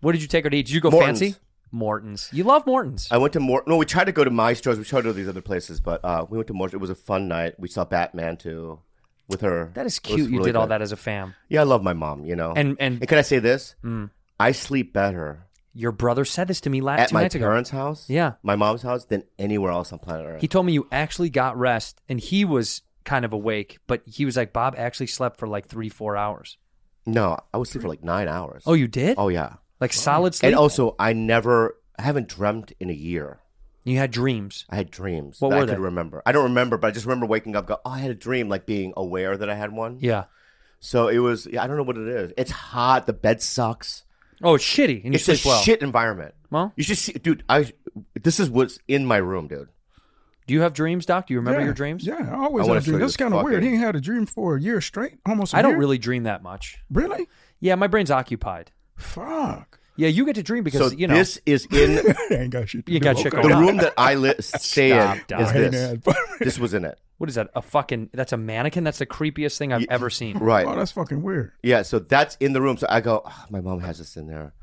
Speaker 1: What did you take her to eat? Did you go
Speaker 6: Morton's.
Speaker 1: fancy? Morton's. You love Morton's.
Speaker 6: I went to more. No, we tried to go to Maestro's. We tried to go to these other places, but uh, we went to more. It was a fun night. We saw Batman too with her.
Speaker 1: That is
Speaker 6: It was
Speaker 1: cute. you
Speaker 6: really
Speaker 1: did all
Speaker 6: good.
Speaker 1: that as a fam.
Speaker 6: Yeah, I love my mom. You know,
Speaker 1: And- and-
Speaker 6: can I say this?
Speaker 1: Mm.
Speaker 6: I sleep better
Speaker 1: Your brother said this to me last
Speaker 6: at
Speaker 1: two
Speaker 6: my
Speaker 1: nights ago.
Speaker 6: parents' house.
Speaker 1: Yeah.
Speaker 6: my mom's house than anywhere else on planet Earth.
Speaker 1: He told me you actually got rest, and he was kind of awake, but he was like, Bob actually slept for like three, four hours.
Speaker 6: no, I would sleep for like nine hours.
Speaker 1: Oh, you did?
Speaker 6: Oh yeah,
Speaker 1: Like solid sleep?
Speaker 6: and also I never, I haven't dreamt in a year.
Speaker 1: you had dreams.
Speaker 6: I had dreams.
Speaker 1: What
Speaker 6: that
Speaker 1: were
Speaker 6: I could
Speaker 1: they?
Speaker 6: remember. I don't remember, but I just remember waking up, go, oh, I had a dream, like being aware that I had one.
Speaker 1: Yeah.
Speaker 6: So it was. yeah, I don't know what it is. It's hot. The bed sucks.
Speaker 1: Oh, it's shitty, and you
Speaker 6: it's
Speaker 1: sleep
Speaker 6: a
Speaker 1: well.
Speaker 6: shit environment.
Speaker 1: Well-
Speaker 6: you should see, dude. I this is what's in my room, dude.
Speaker 1: Do you have dreams, Doc? Do you remember
Speaker 9: Yeah.
Speaker 1: your dreams?
Speaker 9: Yeah, I always
Speaker 6: I wanna
Speaker 9: had a dream.
Speaker 6: show you
Speaker 9: That's
Speaker 6: this
Speaker 9: kind of weird.
Speaker 6: fucking-
Speaker 9: He ain't had a dream for a year straight, almost. I
Speaker 1: I don't really dream that much.
Speaker 9: really.
Speaker 1: Yeah, my brain's occupied.
Speaker 9: Fuck.
Speaker 1: Yeah, you get to dream because
Speaker 6: so
Speaker 1: you know
Speaker 6: this is
Speaker 1: [laughs]
Speaker 9: [laughs]
Speaker 6: in
Speaker 9: ain't got shit. To
Speaker 1: You
Speaker 9: do.
Speaker 1: got shit
Speaker 9: Okay.
Speaker 6: the
Speaker 1: going on.
Speaker 6: room that I li-
Speaker 1: [laughs]
Speaker 6: stay
Speaker 1: Stop,
Speaker 6: in.
Speaker 1: Doc.
Speaker 6: Is
Speaker 9: I ain't
Speaker 6: this?
Speaker 9: [laughs] had-
Speaker 6: [laughs] this was in it,
Speaker 1: What is that? A fucking that's a mannequin. That's the creepiest thing I've ever seen.
Speaker 6: right?
Speaker 9: Oh, that's fucking weird.
Speaker 6: Yeah, so that's in the room. So I go, "Ah, my mom has this in there.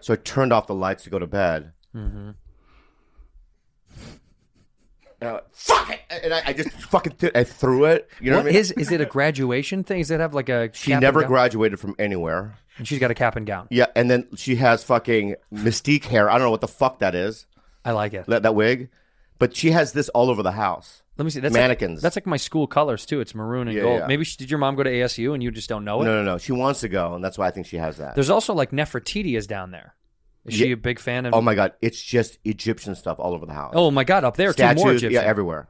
Speaker 6: So I turned off the lights to go to bed.
Speaker 1: Mm-hmm.
Speaker 6: And I went, fuck it! And I, I just fucking th- I threw it. You know what,
Speaker 1: What
Speaker 6: I mean?
Speaker 1: is is it a graduation thing? Does it have like a
Speaker 6: she
Speaker 1: cap and
Speaker 6: never
Speaker 1: gown?
Speaker 6: graduated from anywhere.
Speaker 1: And she's got a cap and gown.
Speaker 6: Yeah, and then she has fucking mystique hair. I don't know what the fuck that is.
Speaker 1: I like it. Let,
Speaker 6: That, that wig, but she has this all over the house.
Speaker 1: me see. That's
Speaker 6: mannequins.
Speaker 1: Like, that's like my school colors too. It's maroon and
Speaker 6: Yeah,
Speaker 1: gold.
Speaker 6: yeah.
Speaker 1: Maybe she, did your mom go to ASU and you just don't know
Speaker 6: No,
Speaker 1: it?
Speaker 6: no, no. She wants to go, and that's why I think she has that.
Speaker 1: There's also like Nefertiti is down there. Is she
Speaker 6: Yeah.
Speaker 1: a big fan of?
Speaker 6: oh my god, it's just Egyptian stuff all over the house.
Speaker 1: Oh my god! Up there,
Speaker 6: statues,
Speaker 1: two more Egyptian.
Speaker 6: yeah, everywhere.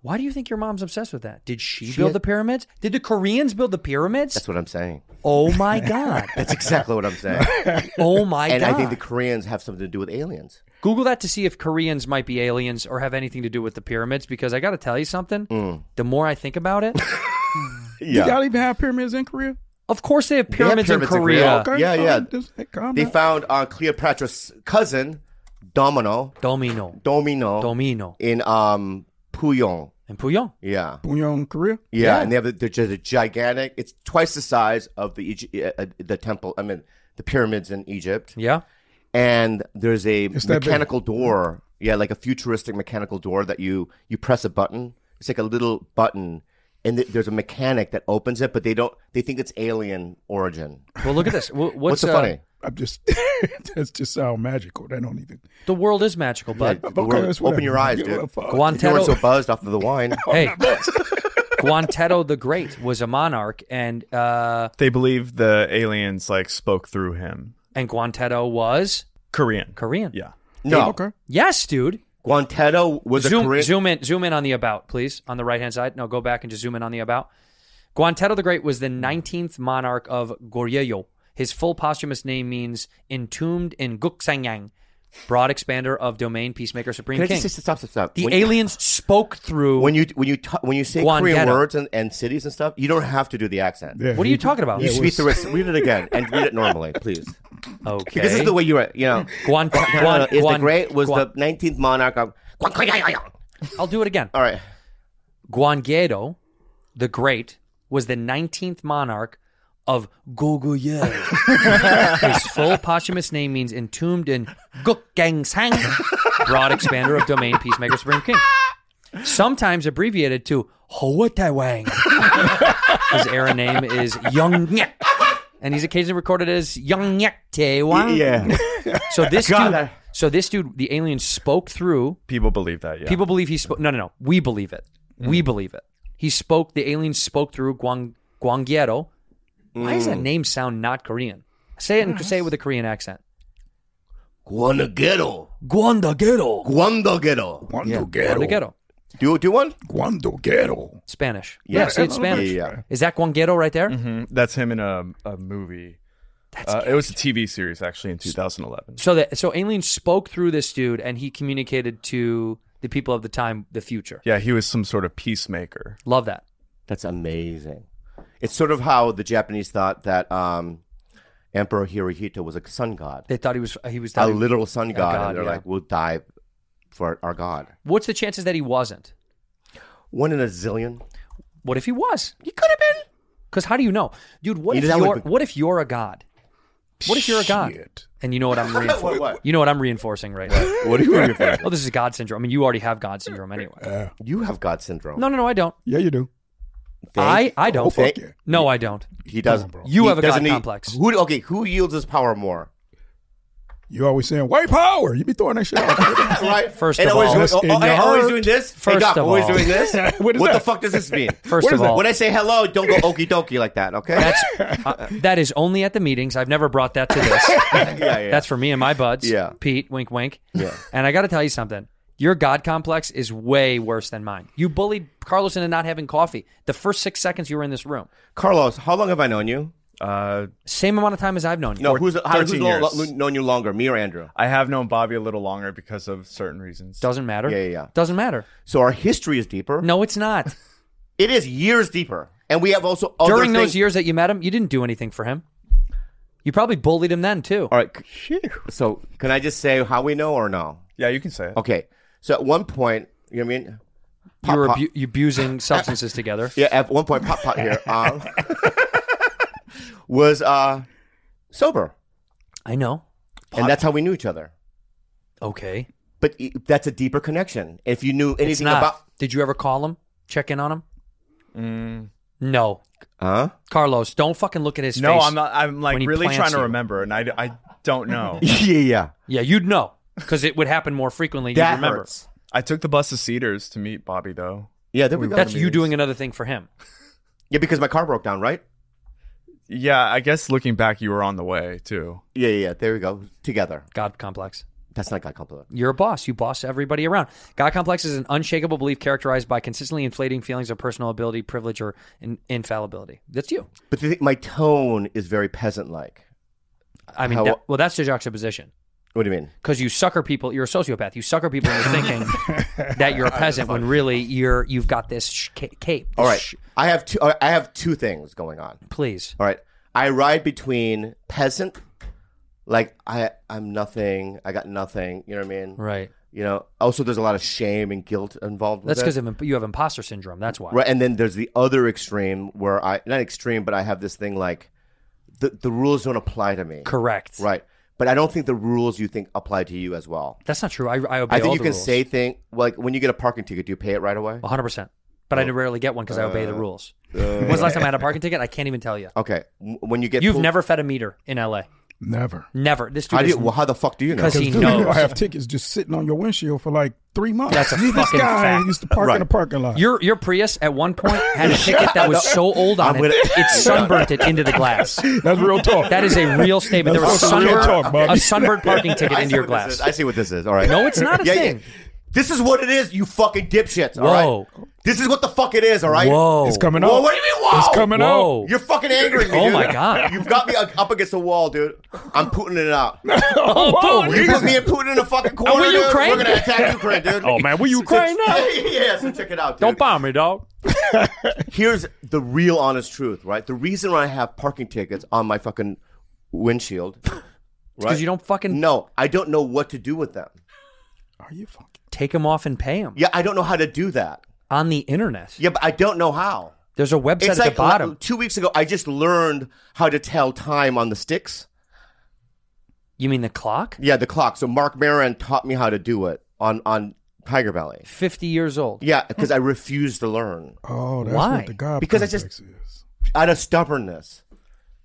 Speaker 1: Why do you think your mom's obsessed with that? Did she,
Speaker 6: She-
Speaker 1: build the pyramids? Did the Koreans build the pyramids?
Speaker 6: That's what I'm saying.
Speaker 1: oh
Speaker 6: [laughs]
Speaker 1: my god!
Speaker 6: That's
Speaker 1: [laughs]
Speaker 6: exactly what I'm saying.
Speaker 1: Oh my
Speaker 6: and
Speaker 1: god!
Speaker 6: I think the Koreans have something to do with aliens.
Speaker 1: Google that to see if Koreans might be aliens or have anything to do with the pyramids. Because I got to tell you something.
Speaker 6: Mm.
Speaker 1: The more I think about it,
Speaker 9: Did y'all even have pyramids in Korea?
Speaker 1: of course they have
Speaker 6: They have
Speaker 1: pyramids,
Speaker 6: pyramids
Speaker 1: in Korea.
Speaker 6: Korea. Yeah, yeah.
Speaker 9: Oh, just- hey, calm
Speaker 6: They
Speaker 9: down.
Speaker 6: found uh, Cleopatra's cousin, Domino,
Speaker 1: Domino,
Speaker 6: Domino,
Speaker 1: Domino,
Speaker 6: in um Puyong.
Speaker 1: and Puyon.
Speaker 6: Yeah.
Speaker 9: Pyongyang, Korea.
Speaker 6: Yeah,
Speaker 1: Yeah.
Speaker 6: and they have a, they're just a gigantic. It's twice the size of the Egy- uh, uh, the temple. I mean, the pyramids in Egypt.
Speaker 1: Yeah,
Speaker 6: And there's a
Speaker 9: It's that big.
Speaker 6: mechanical door. Yeah, like a futuristic mechanical door that you you press a button. It's like a little button and th- there's a mechanic that opens it, but they don't. They think it's alien origin.
Speaker 1: Well, look at this. What's,
Speaker 6: what's the
Speaker 9: uh,
Speaker 6: funny?
Speaker 9: I'm just [laughs] that's just sound magical. That don't even.
Speaker 1: The world is magical, bud.
Speaker 9: Yeah, the world-
Speaker 6: Open your eyes, dude.
Speaker 1: Guantanamo-
Speaker 6: You weren't so buzzed off of the wine.
Speaker 1: [laughs]
Speaker 6: [laughs]
Speaker 1: Hey, Guantetto the Great was a monarch, and uh,
Speaker 7: They believe the aliens like spoke through him.
Speaker 1: and Guantetto was
Speaker 7: Korean.
Speaker 1: Korean.
Speaker 7: Yeah.
Speaker 6: No.
Speaker 1: Yes, dude.
Speaker 6: Guantetto was
Speaker 1: zoom,
Speaker 6: a Korean.
Speaker 1: Zoom in, zoom in on the about, please, on the right hand side. No, go back and just zoom in on the about. Guantetto the Great was the 19th monarch of Goryeo. His full posthumous name means entombed in Guksangyang, broad expander of domain, peacemaker, supreme
Speaker 6: Can I
Speaker 1: king.
Speaker 6: just, stop, stop, stop.
Speaker 1: The
Speaker 6: When-
Speaker 1: aliens spoke through.
Speaker 6: when you when you t- when you say Korean
Speaker 1: Guantetto.
Speaker 6: words and, and cities and stuff, you don't have to do the accent.
Speaker 9: Yeah,
Speaker 1: What are you talking about?
Speaker 6: You
Speaker 1: Yeah,
Speaker 6: speak the rest. Read it again and read it normally, please.
Speaker 1: [laughs] okay.
Speaker 6: Because this is the way you write. You know,
Speaker 1: Guan-
Speaker 6: no, no, no,
Speaker 1: Guan-
Speaker 6: [laughs] is the
Speaker 1: Guan-
Speaker 6: great was
Speaker 1: Guan-
Speaker 6: the 19th monarch of.
Speaker 1: I'll do it again.
Speaker 6: All right.
Speaker 1: Guangyedo the Great was the 19th monarch of Goguryeo.
Speaker 6: [laughs]
Speaker 1: His full posthumous name means entombed in Gukgangsang, broad expander of domain, peacemaker, supreme king. Sometimes abbreviated to Howatawang. His era name is Young and he's occasionally recorded as Young Taiwan.
Speaker 9: [laughs]
Speaker 7: Yeah.
Speaker 1: So this
Speaker 6: God,
Speaker 1: dude,
Speaker 6: I-
Speaker 1: so this dude, the alien spoke through
Speaker 7: People believe that, yeah.
Speaker 1: People believe he spoke. No, no, no. We believe it.
Speaker 6: Mm.
Speaker 1: We believe it. He spoke. The aliens spoke through Guang Guangyero. Why does that
Speaker 6: Mm.
Speaker 1: name sound not Korean? Say it and say it with a Korean accent.
Speaker 6: Guanagero.
Speaker 1: Guandagero.
Speaker 6: Guandagero.
Speaker 9: Guantanamo.
Speaker 1: Guandagero.
Speaker 6: Do do one?
Speaker 9: Guantanamo.
Speaker 1: Spanish.
Speaker 6: Yeah.
Speaker 1: Yeah, say it in Spanish.
Speaker 6: Yeah, yeah. Mm-hmm.
Speaker 1: Is that Guangyero right there?
Speaker 7: Mhm. That's him in a, a movie. Uh, it was a TV series actually in 2011.
Speaker 1: So that so aliens spoke through this dude, and he communicated to the people of the time, the future.
Speaker 7: Yeah, he was some sort of peacemaker.
Speaker 1: Love that.
Speaker 6: That's amazing. It's sort of how the Japanese thought that um, Emperor Hirohito was a sun god,
Speaker 1: They thought he was he was
Speaker 6: a
Speaker 1: that.
Speaker 6: literal sun god,
Speaker 1: god,
Speaker 6: and they're
Speaker 1: yeah.
Speaker 6: like, "We'll die for our god."
Speaker 1: What's the chances that he wasn't?
Speaker 6: One in a zillion.
Speaker 1: What if he was? He could have been. Because how do you know, dude? What if
Speaker 6: You know, that
Speaker 1: you're
Speaker 6: would be-
Speaker 1: what if you're a god? What if you're a god?
Speaker 9: Shit.
Speaker 1: And you know what I'm reinforcing.
Speaker 6: [laughs] What, what?
Speaker 1: You know what I'm reinforcing right now.
Speaker 6: What are you looking for?
Speaker 1: Oh, this is God syndrome. I mean, you already have God syndrome anyway.
Speaker 6: You have God syndrome.
Speaker 1: No, no, no, I don't.
Speaker 9: Yeah, you do.
Speaker 1: I, I don't.
Speaker 6: fuck you.
Speaker 1: No, I
Speaker 6: [laughs]
Speaker 1: don't.
Speaker 6: He doesn't.
Speaker 9: Come on, bro.
Speaker 1: You
Speaker 6: He
Speaker 1: have a God
Speaker 6: doesn't need-
Speaker 1: complex.
Speaker 6: Who okay? Who yields his power more?
Speaker 9: You always saying white power. You be throwing that
Speaker 6: [laughs]
Speaker 9: shit out.
Speaker 6: right.
Speaker 1: First
Speaker 6: and
Speaker 1: of
Speaker 6: always,
Speaker 1: all-
Speaker 6: doing-
Speaker 9: In
Speaker 6: oh, oh,
Speaker 9: your
Speaker 6: and always
Speaker 9: heart.
Speaker 6: doing this.
Speaker 1: First
Speaker 6: hey, God,
Speaker 1: of
Speaker 6: always
Speaker 1: all.
Speaker 6: doing this.
Speaker 1: [laughs]
Speaker 9: What is
Speaker 6: the
Speaker 9: that?
Speaker 6: fuck does this mean?
Speaker 1: First of
Speaker 6: What is that?
Speaker 1: all-
Speaker 6: when I say hello, don't
Speaker 1: [laughs]
Speaker 6: go okey dokey like that. Okay.
Speaker 1: That's uh, that is only at the meetings. I've never brought that to this.
Speaker 6: [laughs] [laughs] yeah, yeah.
Speaker 1: That's for me and my buds.
Speaker 6: Yeah.
Speaker 1: Pete, wink, wink. Yeah. And I got to tell you something. Your God complex is way worse than mine. You bullied Carlos into not having coffee the first six seconds you were in this room.
Speaker 6: Carlos. How long have I known you?
Speaker 7: Uh,
Speaker 1: Same amount of time as I've known you.
Speaker 6: No, who's, how, who's
Speaker 7: 13
Speaker 6: lo-
Speaker 7: years.
Speaker 6: lo- known you longer, me or Andrew?
Speaker 7: I have known Bobby a little longer because of certain reasons.
Speaker 1: Doesn't matter.
Speaker 6: Yeah, yeah, yeah.
Speaker 1: Doesn't matter.
Speaker 6: So our history is deeper.
Speaker 1: No, it's
Speaker 6: [laughs]
Speaker 1: not.
Speaker 6: it is years deeper, and we have also other
Speaker 1: During those
Speaker 6: things-
Speaker 1: years that you met him, you didn't do anything for him. You probably bullied him then too.
Speaker 6: All right. c- So can I just say how we know or no?
Speaker 7: yeah, you can say it.
Speaker 6: Okay. So at one point, you know what I mean?
Speaker 1: you were
Speaker 6: pop.
Speaker 1: abu- you abusing [laughs] substances together.
Speaker 6: Yeah, at one point, Pop
Speaker 1: [laughs]
Speaker 6: Pot here um, [laughs] was uh, sober,
Speaker 1: I know.
Speaker 6: and that's how we knew each other.
Speaker 1: Okay.
Speaker 6: But i- that's a deeper connection. If you knew
Speaker 1: It's
Speaker 6: anything
Speaker 1: not.
Speaker 6: about, Mm.
Speaker 1: Did you ever call him? Check in on him? No.
Speaker 6: huh?
Speaker 1: Carlos, don't fucking look at his
Speaker 7: No,
Speaker 1: face.
Speaker 7: I'm not. I'm like
Speaker 1: when he
Speaker 7: really
Speaker 1: plants
Speaker 7: trying to
Speaker 1: you.
Speaker 7: remember, and I, I
Speaker 1: [laughs]
Speaker 7: don't know.
Speaker 6: [laughs] yeah, yeah.
Speaker 1: Yeah, you'd know because it would happen more frequently.
Speaker 6: That
Speaker 1: you remember.
Speaker 6: hurts.
Speaker 7: I took the bus to Cedars to meet Bobby though.
Speaker 6: Yeah, there we go.
Speaker 1: That's you doing another thing for him.
Speaker 6: yeah, because my car broke down, right?
Speaker 7: Yeah, I guess looking back, you were on the way too.
Speaker 6: Yeah, yeah. yeah. There we go. Together.
Speaker 1: God complex.
Speaker 6: That's not God compliment.
Speaker 1: You're a boss. You boss everybody around. God complex is an unshakable belief characterized by consistently inflating feelings of personal ability, privilege, or in- infallibility. That's you.
Speaker 6: But the thing, my tone is very peasant-like.
Speaker 1: I mean,
Speaker 6: How-
Speaker 1: that- well, that's the juxtaposition.
Speaker 6: What do you mean?
Speaker 1: because you sucker people. You're a sociopath. You sucker people into thinking that
Speaker 6: [laughs]
Speaker 1: you're a peasant when really you're you've got this sh- ca- cape.
Speaker 6: All right,
Speaker 1: Sh-
Speaker 6: I have two. I have two things going on.
Speaker 1: please.
Speaker 6: All right. I ride between peasant, like I I'm nothing, I got nothing. You know what I mean?
Speaker 1: Right.
Speaker 6: You know. Also, there's a lot of shame and guilt involved.
Speaker 1: That's
Speaker 6: with
Speaker 1: because
Speaker 6: it.
Speaker 1: you have imposter syndrome. That's why.
Speaker 6: right. And then there's the other extreme where I not extreme, but I have this thing like the the rules don't apply to me.
Speaker 1: Correct.
Speaker 6: Right. But I don't think the rules you think apply to you as well.
Speaker 1: That's not true. I, I obey
Speaker 6: I think
Speaker 1: all
Speaker 6: you
Speaker 1: the
Speaker 6: can
Speaker 1: rules.
Speaker 6: say thing like when you get a parking ticket, do you pay it right away?
Speaker 1: 100. percent but I rarely get one because I obey the rules.
Speaker 6: Oh. uh,
Speaker 1: When's the last time I had a parking ticket? I can't even tell you.
Speaker 6: Okay, w- when you get
Speaker 1: You've
Speaker 6: pulled-
Speaker 1: never fed a meter in L.A.
Speaker 9: Never.
Speaker 1: Never. This dude
Speaker 6: How do
Speaker 1: is-
Speaker 6: you, well, how the fuck do you know?
Speaker 1: Because he
Speaker 9: dude, you know,
Speaker 1: knows.
Speaker 9: I have tickets just sitting on your windshield for like three months.
Speaker 1: That's a
Speaker 9: this
Speaker 1: fucking
Speaker 9: guy
Speaker 1: fact.
Speaker 9: used to park
Speaker 1: Right.
Speaker 9: in the parking lot.
Speaker 1: Your your Prius at one point had a ticket that
Speaker 6: [laughs]
Speaker 1: was so old on
Speaker 9: I'm
Speaker 1: it,
Speaker 9: with it.
Speaker 1: it sunburnt it into the glass.
Speaker 9: [laughs] That's real talk.
Speaker 1: That is
Speaker 9: [laughs]
Speaker 1: a real statement. there
Speaker 6: That's
Speaker 1: was a
Speaker 6: fucking real
Speaker 1: sunburn,
Speaker 6: talk, Bobby.
Speaker 1: a sunburned parking ticket
Speaker 6: [laughs] I
Speaker 1: into
Speaker 6: see
Speaker 1: your
Speaker 6: what this
Speaker 1: glass.
Speaker 6: is. I see what this is. All right.
Speaker 1: No, it's not a
Speaker 6: Yeah, yeah.
Speaker 1: thing.
Speaker 6: This is what it is, you fucking dipshits. All right.
Speaker 1: Whoa.
Speaker 6: This is what the fuck it is, all right?
Speaker 1: Whoa. It's coming
Speaker 6: Whoa,
Speaker 1: up.
Speaker 6: what do you mean, whoa?
Speaker 1: It's coming Whoa. up.
Speaker 6: You're fucking angering me.
Speaker 1: Oh
Speaker 6: dude.
Speaker 1: my God.
Speaker 6: You've got me uh, up against the wall, dude. I'm putting
Speaker 1: [laughs]
Speaker 6: it out.
Speaker 1: Oh,
Speaker 6: Whoa,
Speaker 1: Putin.
Speaker 6: You put me and Putin in a fucking corner.
Speaker 1: we
Speaker 6: dude.
Speaker 1: Ukraine?
Speaker 6: We're gonna attack Ukraine, dude.
Speaker 1: Oh, man, we Ukraine now?
Speaker 6: [laughs] yeah, so check it out, dude.
Speaker 1: Don't bomb me, dog.
Speaker 6: Here's the real honest truth, right? The reason why I have parking tickets on my fucking windshield, right?
Speaker 1: [laughs] 'cause you don't fucking-
Speaker 6: No, I don't know what to do with them.
Speaker 1: Take them off and pay them
Speaker 6: Yeah, I don't know how to do that.
Speaker 1: on the internet.
Speaker 6: Yeah, but I don't know how.
Speaker 1: There's a website at
Speaker 6: it's like
Speaker 1: the bottom.
Speaker 6: Two weeks ago, I just learned how to tell time on the sticks.
Speaker 1: You mean the clock?
Speaker 6: Yeah, the clock. So Mark Maron taught me how to do it on on Tiger Valley.
Speaker 1: Fifty years old.
Speaker 6: Yeah, because I refused to learn
Speaker 9: Oh, that's
Speaker 1: Why?
Speaker 9: what the God
Speaker 6: Because I
Speaker 9: complex
Speaker 6: just-
Speaker 9: is.
Speaker 6: out of stubbornness.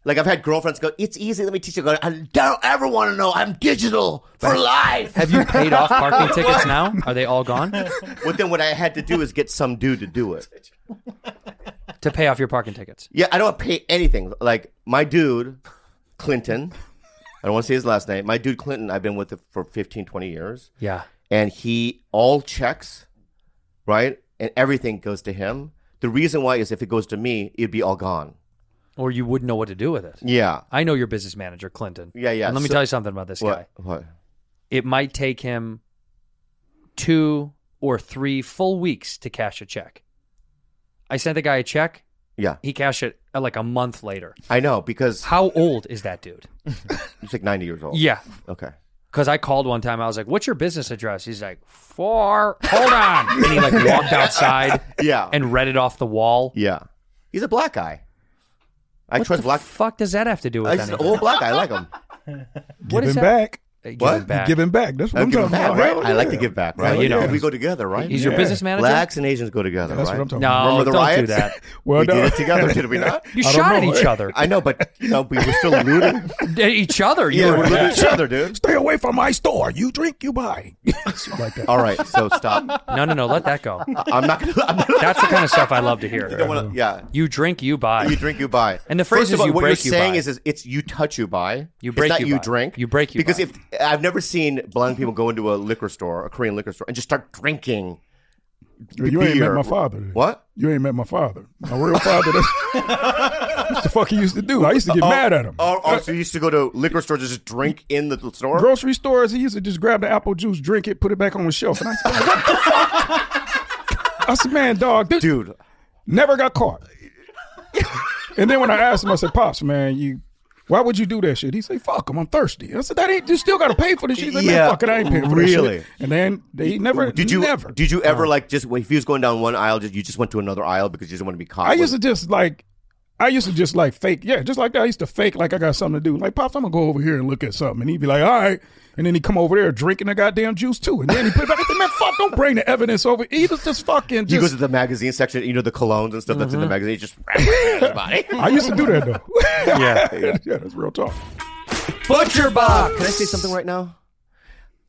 Speaker 6: Like I've had girlfriends go, "It's easy. Let me teach you." I go, I don't ever want to know. I'm digital for life.
Speaker 1: Have you paid
Speaker 6: [laughs]
Speaker 1: off parking tickets now? Are they all gone?
Speaker 6: But then what I had to do is get some dude to do it.
Speaker 1: [laughs] To pay off your parking tickets.
Speaker 6: Yeah, I don't pay anything. Like my dude, Clinton. I don't want to say his last name. My dude Clinton, I've been with him for 15, 20 years.
Speaker 1: Yeah.
Speaker 6: and he all checks, right? And everything goes to him. The reason why is if it goes to me, it'd be all gone.
Speaker 1: Or you wouldn't know what to do with it.
Speaker 6: Yeah.
Speaker 1: I know your business manager, Clinton.
Speaker 6: Yeah, yeah.
Speaker 1: And let me
Speaker 6: So-
Speaker 1: tell you something about this guy.
Speaker 6: What? What?
Speaker 1: it might take him two or three full weeks to cash a check. I sent the guy a check.
Speaker 6: Yeah.
Speaker 1: He cashed it uh, like a month later.
Speaker 6: I know because
Speaker 1: How old is that dude?
Speaker 6: he's like 90 years old.
Speaker 1: Yeah.
Speaker 6: Okay.
Speaker 1: Because I called one time. I was like, what's your business address? He's like, four. Hold on. And he like walked outside
Speaker 6: Yeah.
Speaker 1: and read it off the wall.
Speaker 6: yeah. He's a black guy. I
Speaker 1: What
Speaker 6: trust
Speaker 1: the
Speaker 6: black.
Speaker 1: fuck does that have to do with
Speaker 6: I just- oh,
Speaker 1: anything?
Speaker 6: old black guy.
Speaker 1: [laughs]
Speaker 6: I like him.
Speaker 1: What
Speaker 9: Give
Speaker 1: is
Speaker 9: him
Speaker 1: that?
Speaker 9: back.
Speaker 1: Uh, give
Speaker 6: What?
Speaker 1: him
Speaker 6: You
Speaker 1: back.
Speaker 9: Give him back. That's what
Speaker 6: I'm
Speaker 9: I'm
Speaker 6: giving
Speaker 9: talking
Speaker 6: back,
Speaker 9: about.
Speaker 6: right?
Speaker 9: Hell
Speaker 6: I like to
Speaker 9: yeah.
Speaker 6: give back, right?
Speaker 1: Well, you know.
Speaker 6: we go together, right?
Speaker 1: He's your business manager?
Speaker 6: Blacks and Asians go together,
Speaker 9: That's
Speaker 6: right?
Speaker 9: what I'm talking
Speaker 1: No,
Speaker 9: about.
Speaker 6: Remember the
Speaker 1: don't do
Speaker 6: riots? [laughs]
Speaker 1: that.
Speaker 9: Well,
Speaker 6: we
Speaker 9: no.
Speaker 6: did it together, did
Speaker 1: [laughs]
Speaker 6: we not? Uh,
Speaker 1: You
Speaker 9: I don't
Speaker 1: shot at
Speaker 9: know.
Speaker 1: each other.
Speaker 6: I know, but you know, we were still
Speaker 1: [laughs]
Speaker 6: looting.
Speaker 1: At each other. You
Speaker 6: Yeah,
Speaker 1: were-
Speaker 6: we're
Speaker 1: [laughs]
Speaker 6: looting each other, dude.
Speaker 9: [laughs] Stay away from my store. You drink, you buy. [laughs] Shit like that.
Speaker 6: All right, so stop.
Speaker 1: No, no, no. Let that go.
Speaker 6: I'm not gonna. I'm not,
Speaker 1: That's the kind of stuff I love to hear. [laughs]
Speaker 6: I don't wanna, yeah,
Speaker 1: You drink, you buy.
Speaker 6: you drink, you buy.
Speaker 1: And the phrase
Speaker 6: First of
Speaker 1: is
Speaker 6: all,
Speaker 1: you
Speaker 6: what
Speaker 1: break, you
Speaker 6: you're saying
Speaker 1: buy.
Speaker 6: is, is it's you touch, you buy.
Speaker 1: You
Speaker 6: It's
Speaker 1: break,
Speaker 6: not
Speaker 1: you
Speaker 6: you,
Speaker 1: buy.
Speaker 6: drink.
Speaker 1: You break, you
Speaker 6: because
Speaker 1: buy.
Speaker 6: if I've never seen blind people go into a liquor store, a Korean liquor store, and just start drinking.
Speaker 9: You ain't met
Speaker 6: beer.
Speaker 9: my father. dude.
Speaker 6: What?
Speaker 9: You ain't met my father. My real
Speaker 6: [laughs]
Speaker 9: father. That's, [laughs] that's the fuck he used to do. I used to get mad at him.
Speaker 6: Oh, oh, so you used to go to liquor stores to just drink in the store?
Speaker 9: Grocery stores, he used to just grab the apple juice, drink it, put it back on the shelf. And I said, "What the fuck?" I said, man, dog, this
Speaker 6: Dude,
Speaker 9: never got caught. and then when I asked him, I said, Pops, man, you why would you do that shit? He said, Fuck him, I'm thirsty. I said, That ain't you still gotta pay for this shit. He's like,
Speaker 6: Yeah,
Speaker 9: man, fuck it, I ain't paying for
Speaker 6: really?
Speaker 9: this shit. And then they never
Speaker 6: did you
Speaker 9: never
Speaker 6: did you ever like just if you was going down one aisle, did you just went to another aisle because you didn't want to be caught?
Speaker 9: I used to just like I used to just like fake, yeah, just like that. I used to fake like I got something to do. Like, pops, I'm gonna go over here and look at something, and he'd be like, "All right," and then he come over there drinking the goddamn juice too, and then he put it back. I said, "Man, fuck, don't bring the evidence over." He was just fucking.
Speaker 6: you go
Speaker 9: Just,
Speaker 6: to the magazine section, you know the colognes and stuff that's
Speaker 1: Mm-hmm.
Speaker 6: in the magazine. You just wrap it around his
Speaker 1: [laughs]
Speaker 6: body.
Speaker 9: [laughs] I used to do
Speaker 6: [laughs]
Speaker 9: that though. [laughs]
Speaker 1: Yeah.
Speaker 9: yeah, that's real talk.
Speaker 1: Butcher box.
Speaker 6: Can I say something right now?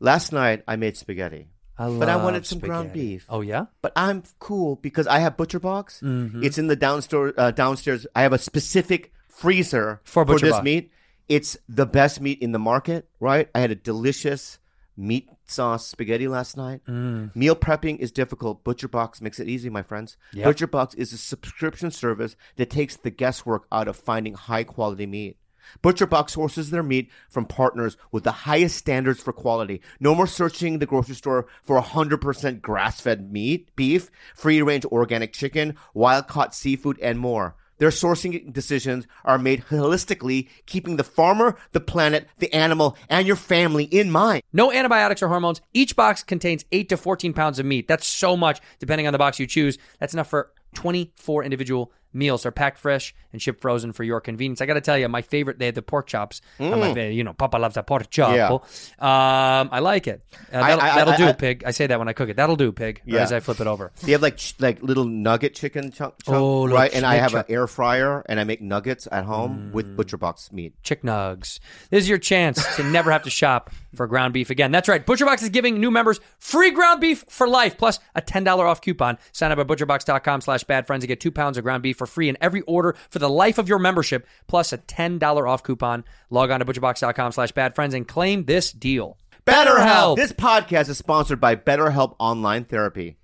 Speaker 6: Last night I made spaghetti, but I wanted some ground beef.
Speaker 1: Oh yeah,
Speaker 6: But I'm cool because I have Butcher Box.
Speaker 1: Mm-hmm.
Speaker 6: It's in the downstairs. Uh, downstairs, I have a specific freezer
Speaker 1: For Butcher
Speaker 6: this
Speaker 1: Box.
Speaker 6: meat. It's the best meat in the market, right? I had a delicious meat sauce spaghetti last night. Meal prepping is difficult. Butcher Box makes it easy, my friends.
Speaker 1: Yep.
Speaker 6: Butcher Box is a subscription service that takes the guesswork out of finding high quality meat. ButcherBox sources their meat from partners with the highest standards for quality. No more searching the grocery store for 100% grass fed meat, beef, free range organic chicken, wild caught seafood, and more. Their sourcing decisions are made holistically, keeping the farmer, the planet, the animal, and your family in mind.
Speaker 1: no antibiotics or hormones. Each box contains eight to fourteen pounds of meat. That's so much, depending on the box you choose. That's enough for twenty-four individual Meals are packed fresh and shipped frozen for your convenience. I got to tell you, my favorite, they had the pork chops. I'm
Speaker 6: Mm.
Speaker 1: like, you know, Papa loves a pork chop.
Speaker 5: Yeah.
Speaker 1: Um, I like it. Uh,
Speaker 6: I-
Speaker 1: that'll
Speaker 6: I-
Speaker 1: that'll
Speaker 6: I-
Speaker 1: do,
Speaker 6: I-
Speaker 1: pig. I say that when I cook it. That'll do, pig. or As I flip it over.
Speaker 6: They have like ch- like little nugget chicken chunk, chunk
Speaker 1: Oh, little
Speaker 6: right? And I
Speaker 1: chick-
Speaker 6: have an
Speaker 1: chunk. Mm.
Speaker 6: air fryer, and I make nuggets at home with butcher box meat.
Speaker 1: Chick nugs. This is your chance to never have to shop for ground beef again. That's right. ButcherBox is giving new members free ground beef for life, plus a $10 off coupon. Sign up at butcherbox.com slash bad friends and get two pounds of ground beef for free in every order for the life of your membership, plus a $10 off coupon. Log on to butcherbox.com slash bad friends and claim this deal.
Speaker 6: BetterHelp. This podcast is sponsored by BetterHelp Online Therapy.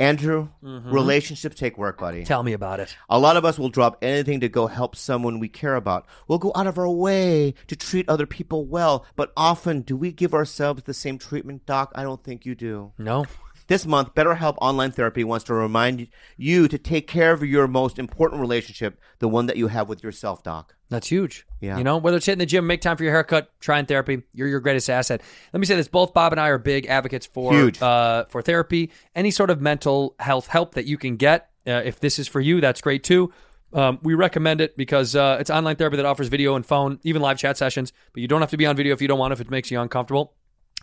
Speaker 6: Andrew,
Speaker 1: Mhm.
Speaker 6: relationships take work, buddy.
Speaker 1: Tell me about it.
Speaker 6: A lot of us will drop anything to go help someone we care about. We'll go out of our way to treat other people well, but often do we give ourselves the same treatment, Doc? I don't think you do.
Speaker 1: No.
Speaker 6: This month, BetterHelp Online Therapy wants to remind you to take care of your most important relationship, the one that you have with yourself, Doc.
Speaker 1: That's huge.
Speaker 6: Yeah.
Speaker 1: You know, whether it's hitting the gym, make time for your haircut, trying therapy, you're your greatest asset. Let me say this: both Bob and I are big advocates for
Speaker 6: Huge.
Speaker 1: Uh, for therapy, any sort of mental health help that you can get. Uh, if this is for you, that's great too. Um, we recommend it because uh, it's online therapy that offers video and phone, even live chat sessions. But you don't have to be on video if you don't want. If it makes you uncomfortable.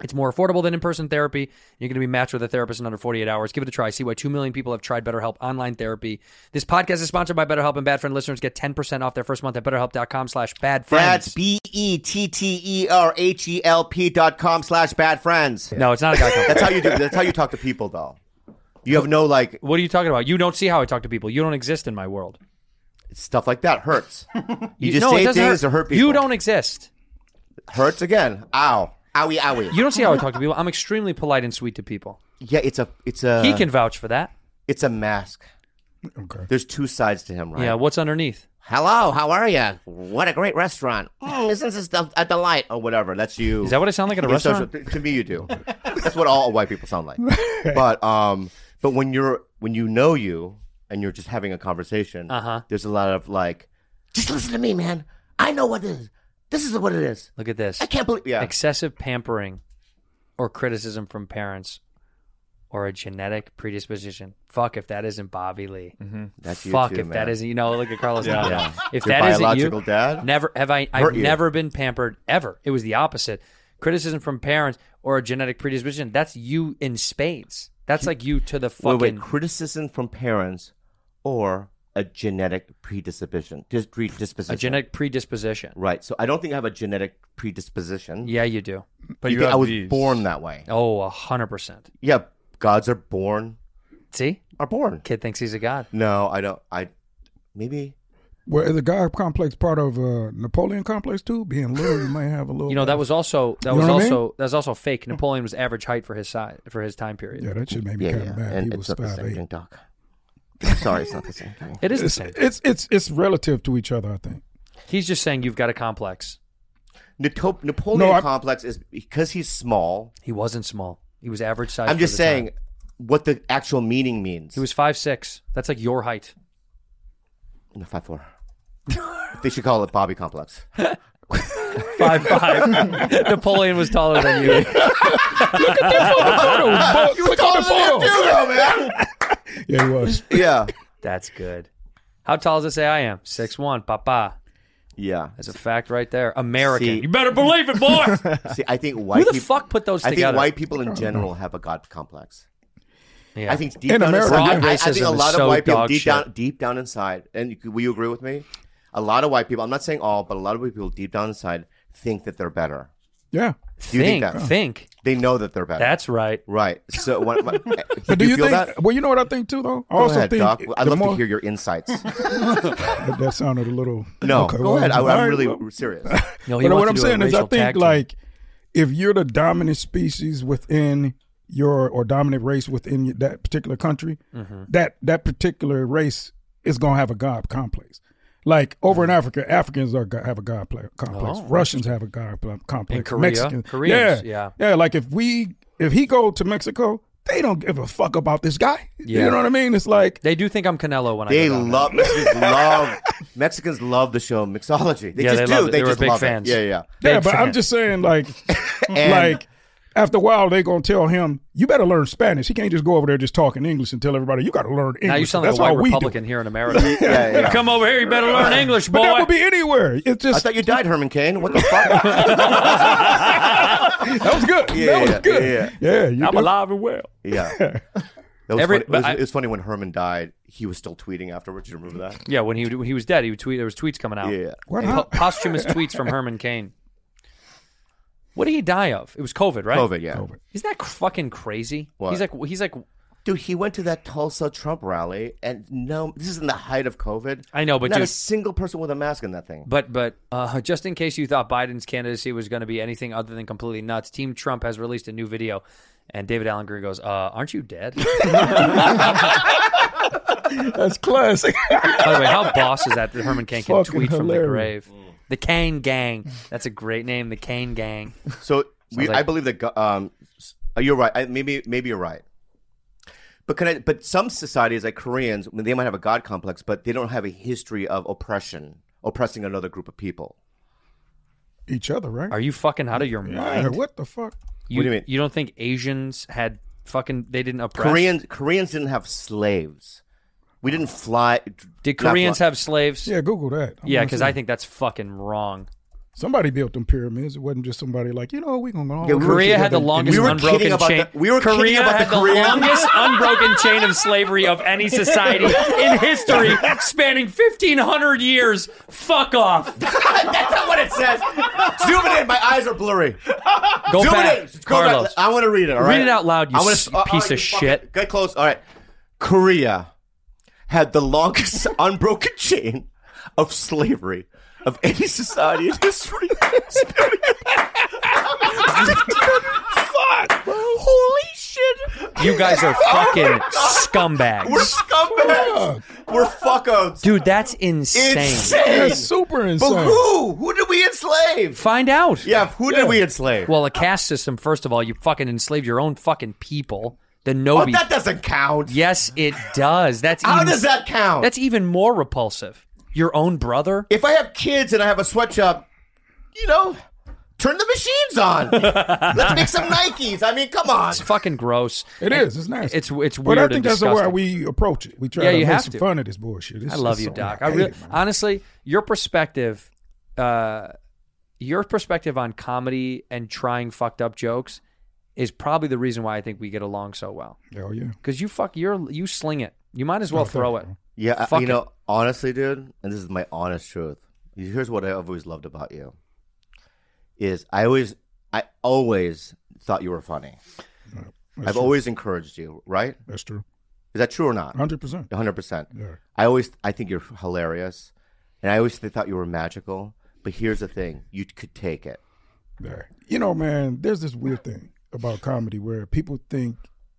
Speaker 1: It's more affordable than in person therapy. You're going to be matched with a therapist in under 48 hours. Give it a try. See why 2 million people have tried BetterHelp online therapy. This podcast is sponsored by BetterHelp, and Bad Friend listeners get 10% off their first month at betterhelp.com slash bad friends.
Speaker 6: That's B E T T E R H E L P dot com slash bad friends.
Speaker 1: No, it's
Speaker 6: [laughs]
Speaker 1: not a guy company.
Speaker 6: that's how you do. That's how you talk to people, though. You have no like
Speaker 1: What are you talking about? You don't see how I talk to people. You don't exist in my world.
Speaker 6: stuff like
Speaker 1: [laughs]
Speaker 6: that. Hurts. You just
Speaker 1: no, it
Speaker 6: say
Speaker 1: doesn't
Speaker 6: things
Speaker 1: hurt.
Speaker 6: to hurt people.
Speaker 1: You don't exist.
Speaker 6: Hurts again. Ow. Owie. Owie.
Speaker 1: You don't see how I talk to people. I'm extremely polite and sweet to people.
Speaker 6: Yeah, it's a it's a.
Speaker 1: he can vouch for that.
Speaker 6: It's a mask. Okay. There's two sides to him, right?
Speaker 1: Yeah, what's underneath?
Speaker 6: Hello, how are you? What a great restaurant. Mm, isn't this a, a delight? Or whatever. That's you.
Speaker 1: Is that what I sound like at a
Speaker 6: You're social-
Speaker 1: restaurant?
Speaker 6: to me, you do. That's what all white
Speaker 1: [laughs]
Speaker 6: people sound like. But um, but when you're when you know you and you're just having a conversation,
Speaker 10: Uh-huh.
Speaker 6: there's a lot of like,
Speaker 10: Just listen to me, man. I know what this is. This is what it is.
Speaker 1: Look at this.
Speaker 10: I can't believe.
Speaker 6: Yeah.
Speaker 1: Excessive pampering or criticism from parents or a genetic predisposition. Fuck if that isn't Bobby Lee.
Speaker 6: That's you
Speaker 1: Fuck
Speaker 6: too,
Speaker 1: if
Speaker 6: man.
Speaker 1: that isn't you know look at Carlos
Speaker 6: Mm-hmm. Yeah.
Speaker 1: Nava.
Speaker 6: Yeah.
Speaker 1: If
Speaker 6: Your
Speaker 1: that isn't you,
Speaker 6: biological dad
Speaker 1: never have I I've
Speaker 6: hurt you.
Speaker 1: never been pampered ever. It was the opposite. Criticism from parents or a genetic predisposition. That's you in spades. That's like you to the fucking
Speaker 6: wait, wait, criticism from parents or a genetic predisposition. Dis- predisposition.
Speaker 1: a genetic predisposition.
Speaker 6: Right. So I don't think I have a genetic predisposition.
Speaker 1: Yeah, you do.
Speaker 6: But you, think I was born that way.
Speaker 1: Oh, a hundred percent.
Speaker 6: Yeah, gods are born.
Speaker 1: See,
Speaker 6: are born.
Speaker 1: Kid thinks he's a god.
Speaker 6: No, I don't. I maybe
Speaker 9: Well, is the God complex part of uh, Napoleon complex too? Being little, you might have a little.
Speaker 1: You know that was also that
Speaker 9: You
Speaker 1: was
Speaker 9: know what I mean?
Speaker 1: also that was also fake. Napoleon was average height for his size for his time period.
Speaker 9: [laughs] Yeah, that shit made me
Speaker 6: Yeah,
Speaker 9: kind
Speaker 6: yeah.
Speaker 9: of mad.
Speaker 6: And
Speaker 9: he
Speaker 6: it's
Speaker 9: was
Speaker 6: not the
Speaker 9: five
Speaker 6: same
Speaker 9: eight.
Speaker 6: thing, Doc. Sorry, it's not the same
Speaker 1: [laughs]
Speaker 6: thing.
Speaker 1: It is the
Speaker 9: It's-
Speaker 1: same.
Speaker 9: It's it's it's relative to each other, I think.
Speaker 1: He's just saying you've got a complex.
Speaker 6: Nato- Napoleon
Speaker 1: No, I-
Speaker 6: complex is because he's small.
Speaker 1: He wasn't small. He was average size.
Speaker 6: I'm
Speaker 1: for
Speaker 6: just
Speaker 1: the
Speaker 6: saying
Speaker 1: time.
Speaker 6: what the actual meaning means.
Speaker 1: he was five six. That's like your height.
Speaker 6: No, five four. they should call it
Speaker 1: [laughs]
Speaker 6: Bobby complex.
Speaker 1: Five
Speaker 9: [laughs]
Speaker 1: five. Napoleon was taller than you.
Speaker 9: Look at that photo.
Speaker 6: Ah, You were
Speaker 9: Look at the
Speaker 6: taller than
Speaker 9: photo.
Speaker 6: that too, though, man.
Speaker 9: Yeah, he
Speaker 6: [laughs]
Speaker 9: was.
Speaker 6: Yeah.
Speaker 1: That's good. How tall does it say I am? Six one, papa.
Speaker 6: Yeah.
Speaker 1: That's a fact right there. American.
Speaker 6: See-
Speaker 1: you better believe it, boy.
Speaker 6: See, [laughs] I think white.
Speaker 1: the
Speaker 6: peop-
Speaker 1: fuck put those
Speaker 6: I
Speaker 1: together?
Speaker 6: think white people
Speaker 9: Oh,
Speaker 6: in general have a god complex.
Speaker 1: Yeah.
Speaker 6: I think deep
Speaker 9: In
Speaker 6: down
Speaker 9: America,
Speaker 6: inside,
Speaker 9: Broad
Speaker 6: I, I think
Speaker 1: racism
Speaker 6: a
Speaker 1: is
Speaker 6: lot
Speaker 1: so
Speaker 6: of white people
Speaker 1: dog
Speaker 6: deep
Speaker 1: shit.
Speaker 6: down, deep down inside, and you- will you agree with me? A lot of white people. I'm not saying all, but a lot of white people deep down inside think that they're better.
Speaker 9: Yeah.
Speaker 6: Do you think,
Speaker 1: Think,
Speaker 6: that?
Speaker 1: think.
Speaker 6: They know that they're better.
Speaker 1: That's right.
Speaker 6: right. So, when,
Speaker 1: [laughs]
Speaker 6: when-
Speaker 9: But
Speaker 6: do you, feel
Speaker 9: think?
Speaker 6: that?
Speaker 9: Well, you know what I think too, though. I
Speaker 6: Go
Speaker 9: also
Speaker 6: ahead,
Speaker 9: think
Speaker 6: Doc. I'd
Speaker 9: the
Speaker 6: love to
Speaker 9: more-
Speaker 6: hear your insights.
Speaker 9: [laughs] That, that sounded a little.
Speaker 6: No,
Speaker 9: Okay,
Speaker 6: go
Speaker 9: well,
Speaker 6: ahead. I,
Speaker 9: all right,
Speaker 6: I'm really
Speaker 9: well.
Speaker 6: serious.
Speaker 1: No, he
Speaker 9: But what
Speaker 1: wants
Speaker 9: I'm
Speaker 1: to do a
Speaker 9: saying is, I
Speaker 1: racial tag
Speaker 9: think
Speaker 1: team.
Speaker 9: like if you're the dominant species within your or dominant race within that particular country,
Speaker 1: Mm-hmm.
Speaker 9: that that particular race is gonna have a god complex. Like over in Africa, Africans are, go- have a god pla- complex.
Speaker 1: Mm. Oh.
Speaker 9: Russians have a god pl- complex.
Speaker 1: In Korea,
Speaker 9: Mexicans,
Speaker 1: Koreans, yeah.
Speaker 9: yeah, yeah. Like if we if he go to Mexico, they don't give a fuck about this guy.
Speaker 1: Yeah.
Speaker 9: You know what I mean? It's like
Speaker 1: They do think I'm Canelo when I
Speaker 9: [laughs]
Speaker 6: They
Speaker 1: go down
Speaker 6: love Mexicans love Mexicans love the show Mixology. They
Speaker 1: Yeah,
Speaker 6: just
Speaker 1: they love
Speaker 6: do.
Speaker 1: it.
Speaker 6: They
Speaker 1: They were
Speaker 6: just
Speaker 1: big
Speaker 6: love
Speaker 1: fans.
Speaker 6: it. Yeah, yeah. [laughs]
Speaker 9: yeah,
Speaker 1: Big
Speaker 9: but
Speaker 1: fan.
Speaker 9: I'm just saying like
Speaker 6: And-
Speaker 9: like after a while, they're going to tell him, you better learn Spanish. He can't just go over there just talking English and tell everybody, you got to learn English.
Speaker 1: Now you sound
Speaker 9: That's
Speaker 1: like a
Speaker 9: why
Speaker 1: white
Speaker 9: we do
Speaker 1: Republican here in America.
Speaker 9: [laughs] Yeah,
Speaker 1: [laughs]
Speaker 9: yeah.
Speaker 1: Come over here, you better learn English, boy.
Speaker 9: But that would be anywhere. It's just. I
Speaker 6: thought you died, Herman Cain. What the fuck?
Speaker 9: that
Speaker 1: [laughs]
Speaker 9: was good.
Speaker 6: Yeah,
Speaker 9: that was
Speaker 6: yeah,
Speaker 9: good.
Speaker 6: yeah,
Speaker 9: yeah. you def-
Speaker 1: and well. [laughs]
Speaker 6: Yeah. That was
Speaker 1: Every-
Speaker 6: funny.
Speaker 1: but
Speaker 6: It was,
Speaker 1: I-
Speaker 6: it was funny when Herman died. He was still tweeting afterwards. You remember that?
Speaker 1: Yeah, when he when he was dead, he would tweet. There was tweets coming out.
Speaker 6: Yeah.
Speaker 9: What
Speaker 1: Po- [laughs]
Speaker 9: hap-
Speaker 1: posthumous tweets from Herman Cain. What did he die of? It was COVID, right?
Speaker 6: COVID, yeah. COVID.
Speaker 1: Isn't that fucking crazy?
Speaker 6: What?
Speaker 1: He's like he's like
Speaker 6: Dude, he went to that Tulsa Trump rally, and no, this is in the height of COVID.
Speaker 1: I know, but
Speaker 6: not a
Speaker 1: dude-
Speaker 6: single person with a mask in that thing.
Speaker 1: But but uh, just in case you thought Biden's candidacy was going to be anything other than completely nuts, Team Trump has released a new video, and David Allen Greer goes, uh, "Aren't you dead?"
Speaker 9: That's classic. [laughs]
Speaker 1: By the way, how boss is that that Herman Cain can
Speaker 9: Fucking
Speaker 1: tweet from the
Speaker 9: hilarious.
Speaker 1: grave? The Cain Gang. That's a great name, the Cain Gang.
Speaker 6: So we,
Speaker 1: Sounds like-
Speaker 6: I believe that. go- Um, s- uh, you're right. I, maybe, maybe you're right. But can I, But some societies, like Koreans, I mean, they might have a god complex, but they don't have a history of oppression, oppressing another group of people.
Speaker 9: Each other, right?
Speaker 1: Are you fucking out of your
Speaker 9: Yeah,
Speaker 1: mind?
Speaker 9: what the fuck?
Speaker 1: You,
Speaker 6: What do you mean?
Speaker 1: You don't think Asians had fucking? They didn't oppress
Speaker 6: Koreans, Koreans didn't have slaves. We didn't fly.
Speaker 1: Did Koreans have slaves?
Speaker 9: Yeah, Google that. I'm
Speaker 1: Yeah,
Speaker 9: gonna
Speaker 1: because
Speaker 9: see.
Speaker 1: I think that's fucking wrong.
Speaker 9: Somebody built them pyramids. It wasn't just somebody like, you know, we're going to go.
Speaker 6: Yeah, we were
Speaker 1: Korea
Speaker 6: kidding
Speaker 1: had the
Speaker 6: about-
Speaker 1: longest
Speaker 6: we were kidding
Speaker 1: unbroken
Speaker 6: about
Speaker 1: chain.
Speaker 6: the- we were kidding
Speaker 1: Korea
Speaker 6: about the
Speaker 1: had the
Speaker 6: Korean-
Speaker 1: longest unbroken chain of slavery of any
Speaker 6: [laughs]
Speaker 1: society in history, spanning fifteen hundred years. Fuck
Speaker 6: [laughs]
Speaker 1: off.
Speaker 6: That's not what it says. Zoom it in. My eyes are blurry.
Speaker 1: Go
Speaker 6: Zoom
Speaker 1: back,
Speaker 6: it in. Go back.
Speaker 1: Oh, Carlos.
Speaker 6: I want to read it. All right.
Speaker 1: Read it out loud, you
Speaker 6: I wanna- uh,
Speaker 1: s-
Speaker 6: all right,
Speaker 1: piece
Speaker 6: you
Speaker 1: of
Speaker 6: fucking-
Speaker 1: shit.
Speaker 6: Get close. All right. Korea had the longest [laughs] unbroken chain of slavery of any society in history. [laughs] Fuck. Holy shit.
Speaker 1: You guys
Speaker 6: [laughs]
Speaker 1: are fucking scumbags.
Speaker 6: Oh We're scumbags. We're fuckos.
Speaker 1: Dude, that's insane.
Speaker 6: Insane.
Speaker 9: [laughs] That's super insane.
Speaker 6: But who? Who did we enslave?
Speaker 1: Find out.
Speaker 6: Yeah, who did we enslave?
Speaker 1: Well, a caste system, first of all, you fucking enslaved your own fucking people. The
Speaker 6: Oh,
Speaker 1: Nobi.
Speaker 6: that doesn't count.
Speaker 1: [laughs] yes, it does. That's
Speaker 6: How
Speaker 1: even,
Speaker 6: does that count?
Speaker 1: That's even more repulsive. Your own brother?
Speaker 6: if I have kids and I have a sweatshop, you know, turn the
Speaker 1: [laughs]
Speaker 6: machines on. Let's make some Nikes. I mean, come on.
Speaker 1: It's fucking gross.
Speaker 9: It is. It's nice.
Speaker 1: It's it's weird
Speaker 9: But I
Speaker 1: and
Speaker 9: think that's the
Speaker 1: disgusting.
Speaker 9: way we approach it. We try
Speaker 1: Yeah,
Speaker 9: to
Speaker 1: you
Speaker 9: make
Speaker 1: have
Speaker 9: some
Speaker 1: to.
Speaker 9: fun of this bullshit. It's-
Speaker 1: I love
Speaker 9: it's
Speaker 1: you,
Speaker 9: so-
Speaker 1: Doc.
Speaker 9: I
Speaker 1: I
Speaker 9: hate
Speaker 1: really,
Speaker 9: it, man.
Speaker 1: honestly, your perspective, uh, your perspective on comedy and trying fucked up jokes is probably the reason why I think we get along so well.
Speaker 9: Hell yeah.
Speaker 1: Because you fuck, you're you sling it. You might as well throw it.
Speaker 6: Yeah, I
Speaker 1: Fuck
Speaker 6: you know, honestly, dude, and this is my honest truth. Here's what I've always loved about you: is I always, I always thought you were funny. I've
Speaker 9: true.
Speaker 6: always encouraged you. Right?
Speaker 9: That's true.
Speaker 6: Is that true or not?
Speaker 9: 100%.
Speaker 6: One hundred percent.
Speaker 9: Yeah.
Speaker 6: I always, I think you're hilarious, and I always thought you were magical. But here's the thing: you could take it.
Speaker 9: there. You know, man, there's this weird thing about comedy where people think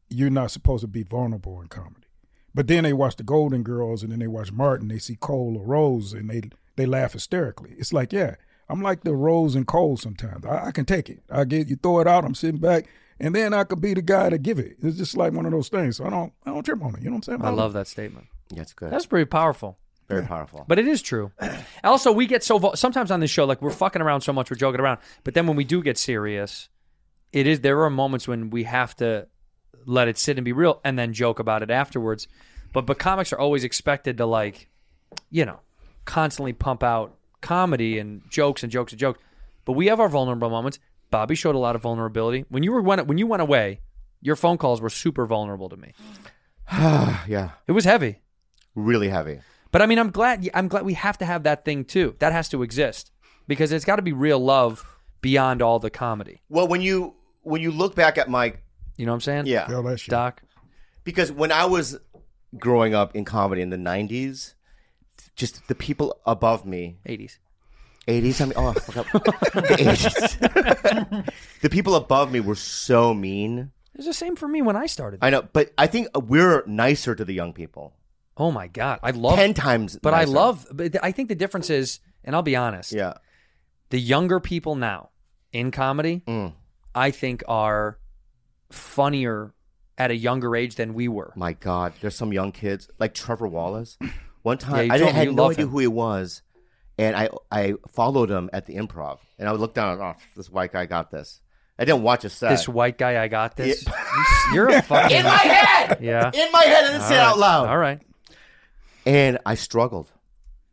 Speaker 9: you're not supposed to be vulnerable in comedy. But then they watch the Golden Girls and then they watch Martin, they see Cole or Rose and they they laugh hysterically. It's like, yeah, I'm like the Rose and Cole sometimes. I, I can take it. I get you throw it out, I'm sitting back, and then I could be the guy to give it. It's just like one of those things. So I don't I don't trip on it. You know what I'm saying?
Speaker 1: I love that statement.
Speaker 6: That's good.
Speaker 1: That's pretty powerful.
Speaker 6: very powerful.
Speaker 1: [laughs] But it is true. [clears throat] also, we get so vul- sometimes on this show, like we're fucking around so much, we're joking around. But then when we do get serious, it is there are moments when we have to let it sit and be real, and then joke about it afterwards. But but comics are always expected to like, you know, constantly pump out comedy and jokes and jokes and jokes. But we have our vulnerable moments. Bobby showed a lot of vulnerability when you were went, when you went away. Your phone calls were super vulnerable to me.
Speaker 6: yeah,
Speaker 1: It was heavy.
Speaker 6: really heavy.
Speaker 1: But I mean, I'm glad. I'm glad we have to have that thing too. That has to exist because it's got to be real love beyond all the comedy.
Speaker 6: Well, when you when you look back at my
Speaker 1: You know what I'm saying?
Speaker 6: yeah,
Speaker 9: Hell, that shit.
Speaker 1: Doc.
Speaker 6: because when I was growing up in comedy in the '90s, just the people above me,
Speaker 1: 80s.
Speaker 6: '80s. I mean, oh, I forgot the '80s. [laughs] the people above me were so mean.
Speaker 1: It was the same for me when I started.
Speaker 6: I know, but I think we're nicer to the young people.
Speaker 1: oh my god, I love.
Speaker 6: Ten times,
Speaker 1: but I
Speaker 6: nicer.
Speaker 1: love. But I think the difference is, and I'll be honest.
Speaker 6: Yeah,
Speaker 1: the younger people now in comedy,
Speaker 6: Mm.
Speaker 1: I think are funnier at a younger age than we were.
Speaker 6: my God, there's some young kids like Trevor Wallace. One
Speaker 1: Yeah,
Speaker 6: time,
Speaker 1: you
Speaker 6: I
Speaker 1: told
Speaker 6: didn't,
Speaker 1: me
Speaker 6: had
Speaker 1: you
Speaker 6: no
Speaker 1: love
Speaker 6: idea
Speaker 1: him.
Speaker 6: who he was, and I I followed him at the improv, and I would look down and oh, this white guy got this, I didn't watch a set.
Speaker 1: This white guy, I got this.
Speaker 6: [laughs]
Speaker 1: You're a fucking
Speaker 6: In my head! [laughs]
Speaker 1: Yeah,
Speaker 6: In my head, I didn't say it
Speaker 1: All right.
Speaker 6: out loud.
Speaker 1: All right.
Speaker 6: And I struggled.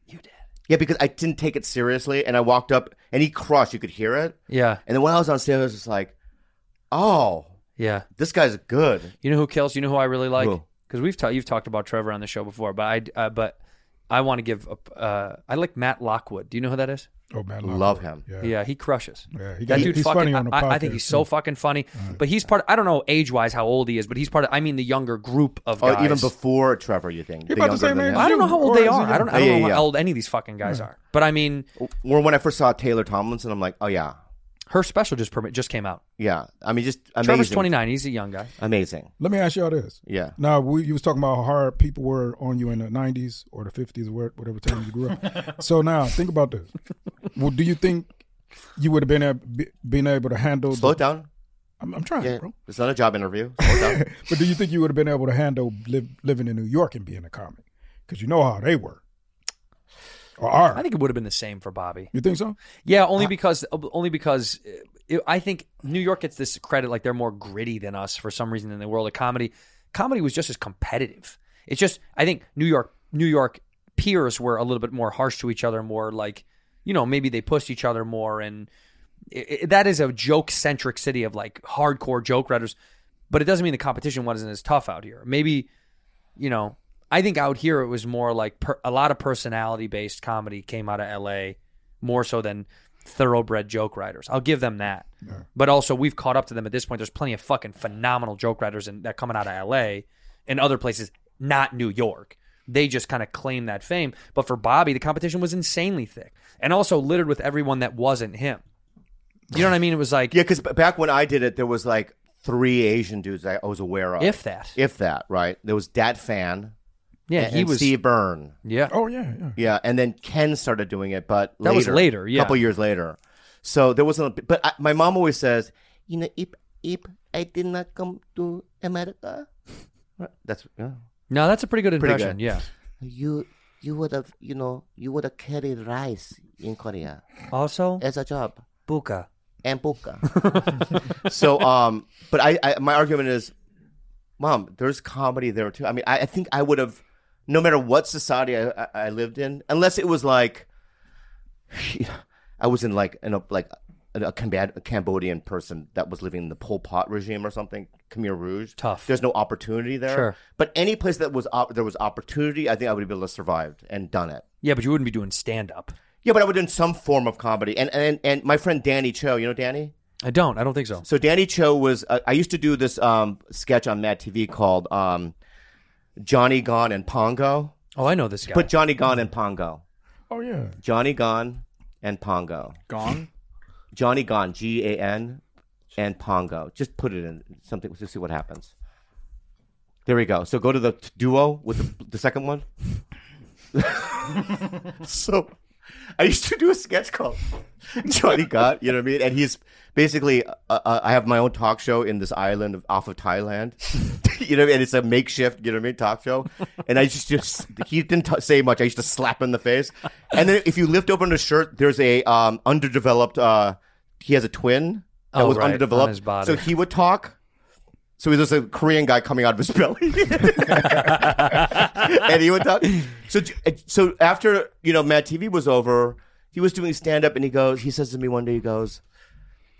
Speaker 6: You did. Yeah, because I didn't take it seriously, and I walked up, and he crushed. You could hear it.
Speaker 1: Yeah.
Speaker 6: And then when I was on stage, I was just like, "Oh,
Speaker 1: yeah,
Speaker 6: this guy's good."
Speaker 1: You know who kills? You know who I really like?
Speaker 6: Who?
Speaker 1: Because we've ta- you've talked about Trevor on the show before, but I uh, but I want to give a, uh, I like Matt Lockwood. Do you know who that is?
Speaker 9: Oh, Matt
Speaker 6: Love him.
Speaker 1: Yeah, he crushes.
Speaker 9: Yeah, he
Speaker 1: he
Speaker 9: got-
Speaker 1: that dude
Speaker 9: he's
Speaker 1: fucking.
Speaker 9: funny on the
Speaker 1: I, I think
Speaker 9: podcast,
Speaker 1: he's so
Speaker 9: too.
Speaker 1: fucking funny. But he's part. I don't know age wise how old he is, but he's part of. I mean, the younger group of
Speaker 6: Oh,
Speaker 1: guys.
Speaker 6: even before Trevor, you think?
Speaker 1: You're
Speaker 6: The
Speaker 1: about the
Speaker 6: younger
Speaker 1: same
Speaker 6: than
Speaker 1: age
Speaker 6: him?
Speaker 1: as I don't know how old you, they or is he are. I don't- I don't know
Speaker 6: Yeah,
Speaker 1: how
Speaker 6: yeah.
Speaker 1: old any of these fucking guys Yeah. are. But I mean,
Speaker 6: or when I first saw Taylor Tomlinson, I'm like, "Oh yeah."
Speaker 1: Her special just permit just came out.
Speaker 6: Yeah, I mean, just amazing.
Speaker 1: Trevor's 29. He's a young guy.
Speaker 6: Amazing.
Speaker 9: Let me ask y'all this.
Speaker 6: Yeah.
Speaker 9: Now, we, you was talking about how hard people were on you in the 90s or the 50s or where- whatever time you
Speaker 6: [laughs]
Speaker 9: grew up. so now, think about this. Well, do you think you would have been, ab- be- been able to handle...
Speaker 6: Slow
Speaker 9: the-
Speaker 6: it down.
Speaker 9: I'm, I'm trying,
Speaker 6: Yeah,
Speaker 9: bro.
Speaker 6: It's not a job interview. [laughs] Slow it down.
Speaker 9: But do you think you would have been able to handle live, living in New York and being a comic? Because you know how they were. Or are.
Speaker 1: I think it would have been the same for Bobby.
Speaker 9: You think so?
Speaker 1: Yeah, only because only because uh, I think New York gets this credit like they're more gritty than us for some reason in the world of comedy. Comedy was just as competitive. It's just I think New York New York peers were a little bit more harsh to each other, more like you know maybe they pushed each other more, and i i that is a joke centric city of like hardcore joke writers. But it doesn't mean the competition wasn't as tough out here. Maybe you know, I think out here it was more like per, a lot of personality based comedy came out of LA more so than thoroughbred joke writers. I'll give them that. But also we've caught up to them at this point. There's plenty of fucking phenomenal joke writers and that coming out of LA and other places, not New York. They just kind of claim that fame. But for Bobby, the competition was insanely thick and also littered with everyone that wasn't him. You know what I mean? It was like
Speaker 6: yeah, because back when I did it, there was like three Asian dudes that I was aware of.
Speaker 1: If that.
Speaker 6: if that, right? There was Dat Fan.
Speaker 1: Yeah,
Speaker 6: and,
Speaker 1: he
Speaker 6: and
Speaker 1: was-
Speaker 6: Steve Byrne.
Speaker 1: Yeah.
Speaker 9: Oh yeah, yeah.
Speaker 6: Yeah, and then Ken started doing it, but
Speaker 1: That was later, yeah.
Speaker 6: a couple years later. So there wasn't. a- But I, my mom always says,
Speaker 10: You know, if if I did not come to America,
Speaker 6: "That's yeah,
Speaker 1: No, that's a pretty good
Speaker 6: Pretty
Speaker 1: impression.
Speaker 6: good.
Speaker 1: Yeah.
Speaker 10: you you would have you know you would have carried rice in Korea
Speaker 1: Also
Speaker 10: as a job.
Speaker 1: Buka.
Speaker 10: And buka.
Speaker 6: so um but I, I my argument is mom there's comedy there too i mean i, I think i would have no matter what society I, I, I lived in unless it was like i was in like in a like a, Cambod- a cambodian person that was living in the pol pot regime or something khmer rouge
Speaker 1: Tough.
Speaker 6: there's no opportunity there
Speaker 1: Sure.
Speaker 6: but any place that was op- there was opportunity i think i would have been able to survived and done it
Speaker 1: Yeah, but you wouldn't be doing stand up.
Speaker 6: yeah but i would have done some form of comedy and and and my friend danny cho you know danny
Speaker 1: I don't. I don't think so.
Speaker 6: So Danny Cho was. Uh, I used to do this um, sketch on Mad TV called um, Johnny Gone and Pongo.
Speaker 1: Oh, I know this guy.
Speaker 6: Put Johnny Gone and Pongo.
Speaker 9: Oh yeah.
Speaker 6: Johnny Gone and Pongo.
Speaker 7: Gone?
Speaker 6: Johnny Gone. G A N and Pongo. Just put it in something to see what happens. There we go. So go to the t- duo with the, the second one. [laughs] so I used to do a sketch called [laughs] Johnny Got, you know what I mean? And he's basically, uh, uh, I have my own talk show in this island of, off of Thailand, [laughs] you know, what I mean? and it's a makeshift, you know what I mean, talk show. And I used to just, he didn't t- say much. I used to slap him in the face. And then if you lift open his shirt, there's a um, underdeveloped, uh, he has a twin that
Speaker 1: Oh,
Speaker 6: was
Speaker 1: right, on
Speaker 6: underdeveloped.
Speaker 1: his body.
Speaker 6: So he would talk. So there's a Korean guy coming out of his belly. and he would talk. So, so after you know, Mad TV was over, he was doing stand up, and he goes, he says to me one day, he goes,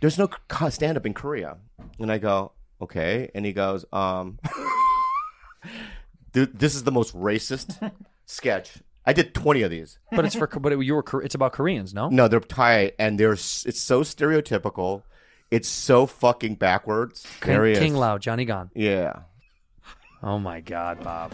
Speaker 6: "There's no stand up in Korea," and I go, "Okay," and he goes, um, "Dude, this is the most racist sketch." I did twenty of these.
Speaker 1: [laughs] But it's for but it, you were Kor- it's about Koreans, no?
Speaker 6: No, they're Thai, and they're s- it's so stereotypical. It's so fucking backwards. There
Speaker 1: King,
Speaker 6: he
Speaker 1: King
Speaker 6: is.
Speaker 1: Lao, Johnny Gone.
Speaker 6: Yeah.
Speaker 1: Oh my God, Bob.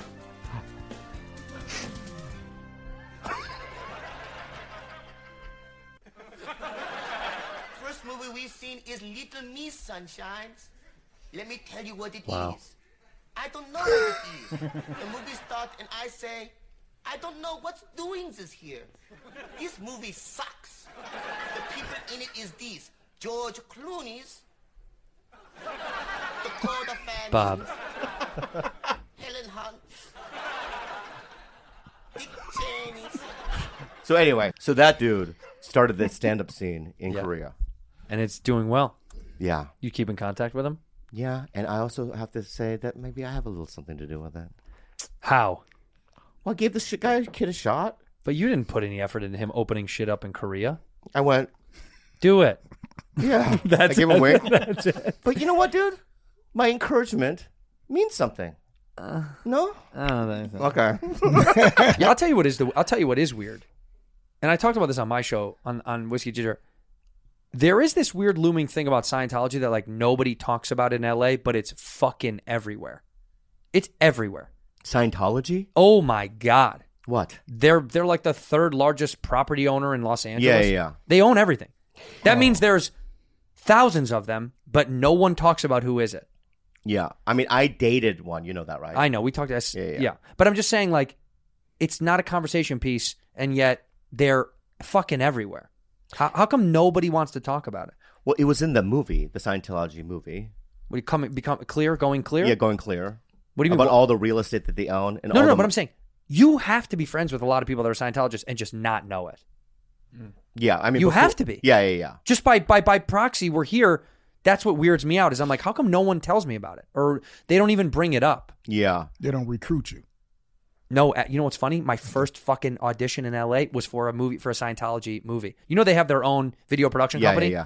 Speaker 10: First movie we've seen is Little Miss Sunshines. Let me tell you what it is.
Speaker 1: Wow.
Speaker 10: I don't know what it is. the movie starts and I say, I don't know what's doing this here. This movie sucks. The people in it is these. George Clooney's. Dakota Fanning.
Speaker 1: Bob.
Speaker 10: Helen Hunt. Dick Cheney's.
Speaker 6: So anyway, so that dude started the stand up scene in Korea.
Speaker 1: And it's doing well.
Speaker 6: Yeah.
Speaker 1: You keep in contact with him?
Speaker 6: Yeah, and I also have to say that maybe I have a little something to do with it.
Speaker 1: How?
Speaker 6: Well, I gave this sh- guy kid a shot.
Speaker 1: But you didn't put any effort into him opening shit up in Korea.
Speaker 6: I went.
Speaker 1: Do it.
Speaker 6: Yeah,
Speaker 1: [laughs] That's
Speaker 6: I gave him a wink.
Speaker 1: that's it.
Speaker 6: But you know what, dude? My encouragement means something. no. Okay. [laughs]
Speaker 1: yeah, I'll tell you what is the I'll tell you what is weird. And I talked about this on my show on on Whiskey Ginger. There is this weird looming thing about Scientology that like nobody talks about in LA, but it's fucking everywhere. It's everywhere.
Speaker 6: Scientology?
Speaker 1: Oh my god.
Speaker 6: What?
Speaker 1: They're they're like the third largest property owner in Los Angeles.
Speaker 6: Yeah, yeah, yeah. Oh.
Speaker 1: They own everything. That means there's thousands of them, but no one talks about who is it.
Speaker 6: Yeah, I mean, I dated one. You know that, right?
Speaker 1: I know we talked. Yeah,
Speaker 6: yeah.
Speaker 1: yeah, But I'm just saying, like, it's not a conversation piece, and yet they're fucking everywhere. How, how come nobody wants to talk about it?
Speaker 6: Well, it was in the movie, the Scientology movie.
Speaker 1: We come become clear, going clear.
Speaker 6: Yeah, going clear.
Speaker 1: What do you mean?
Speaker 6: about
Speaker 1: What-
Speaker 6: all the real estate that they own? And
Speaker 1: no,
Speaker 6: all
Speaker 1: no,
Speaker 6: the-
Speaker 1: no. But I'm saying you have to be friends with a lot of people that are Scientologists and just not know it.
Speaker 6: yeah, I mean,
Speaker 1: you
Speaker 6: before-
Speaker 1: have to be.
Speaker 6: Yeah, yeah, yeah.
Speaker 1: Just by by by proxy, we're here. That's what weirds me out. Is I'm like, how come no one tells me about it, or they don't even bring it up?
Speaker 6: Yeah.
Speaker 9: They don't recruit you.
Speaker 1: No, uh, you know what's funny? My first fucking audition in LA was for a movie for a Scientology movie. You know they have their own video production
Speaker 6: Yeah,
Speaker 1: company.
Speaker 6: yeah,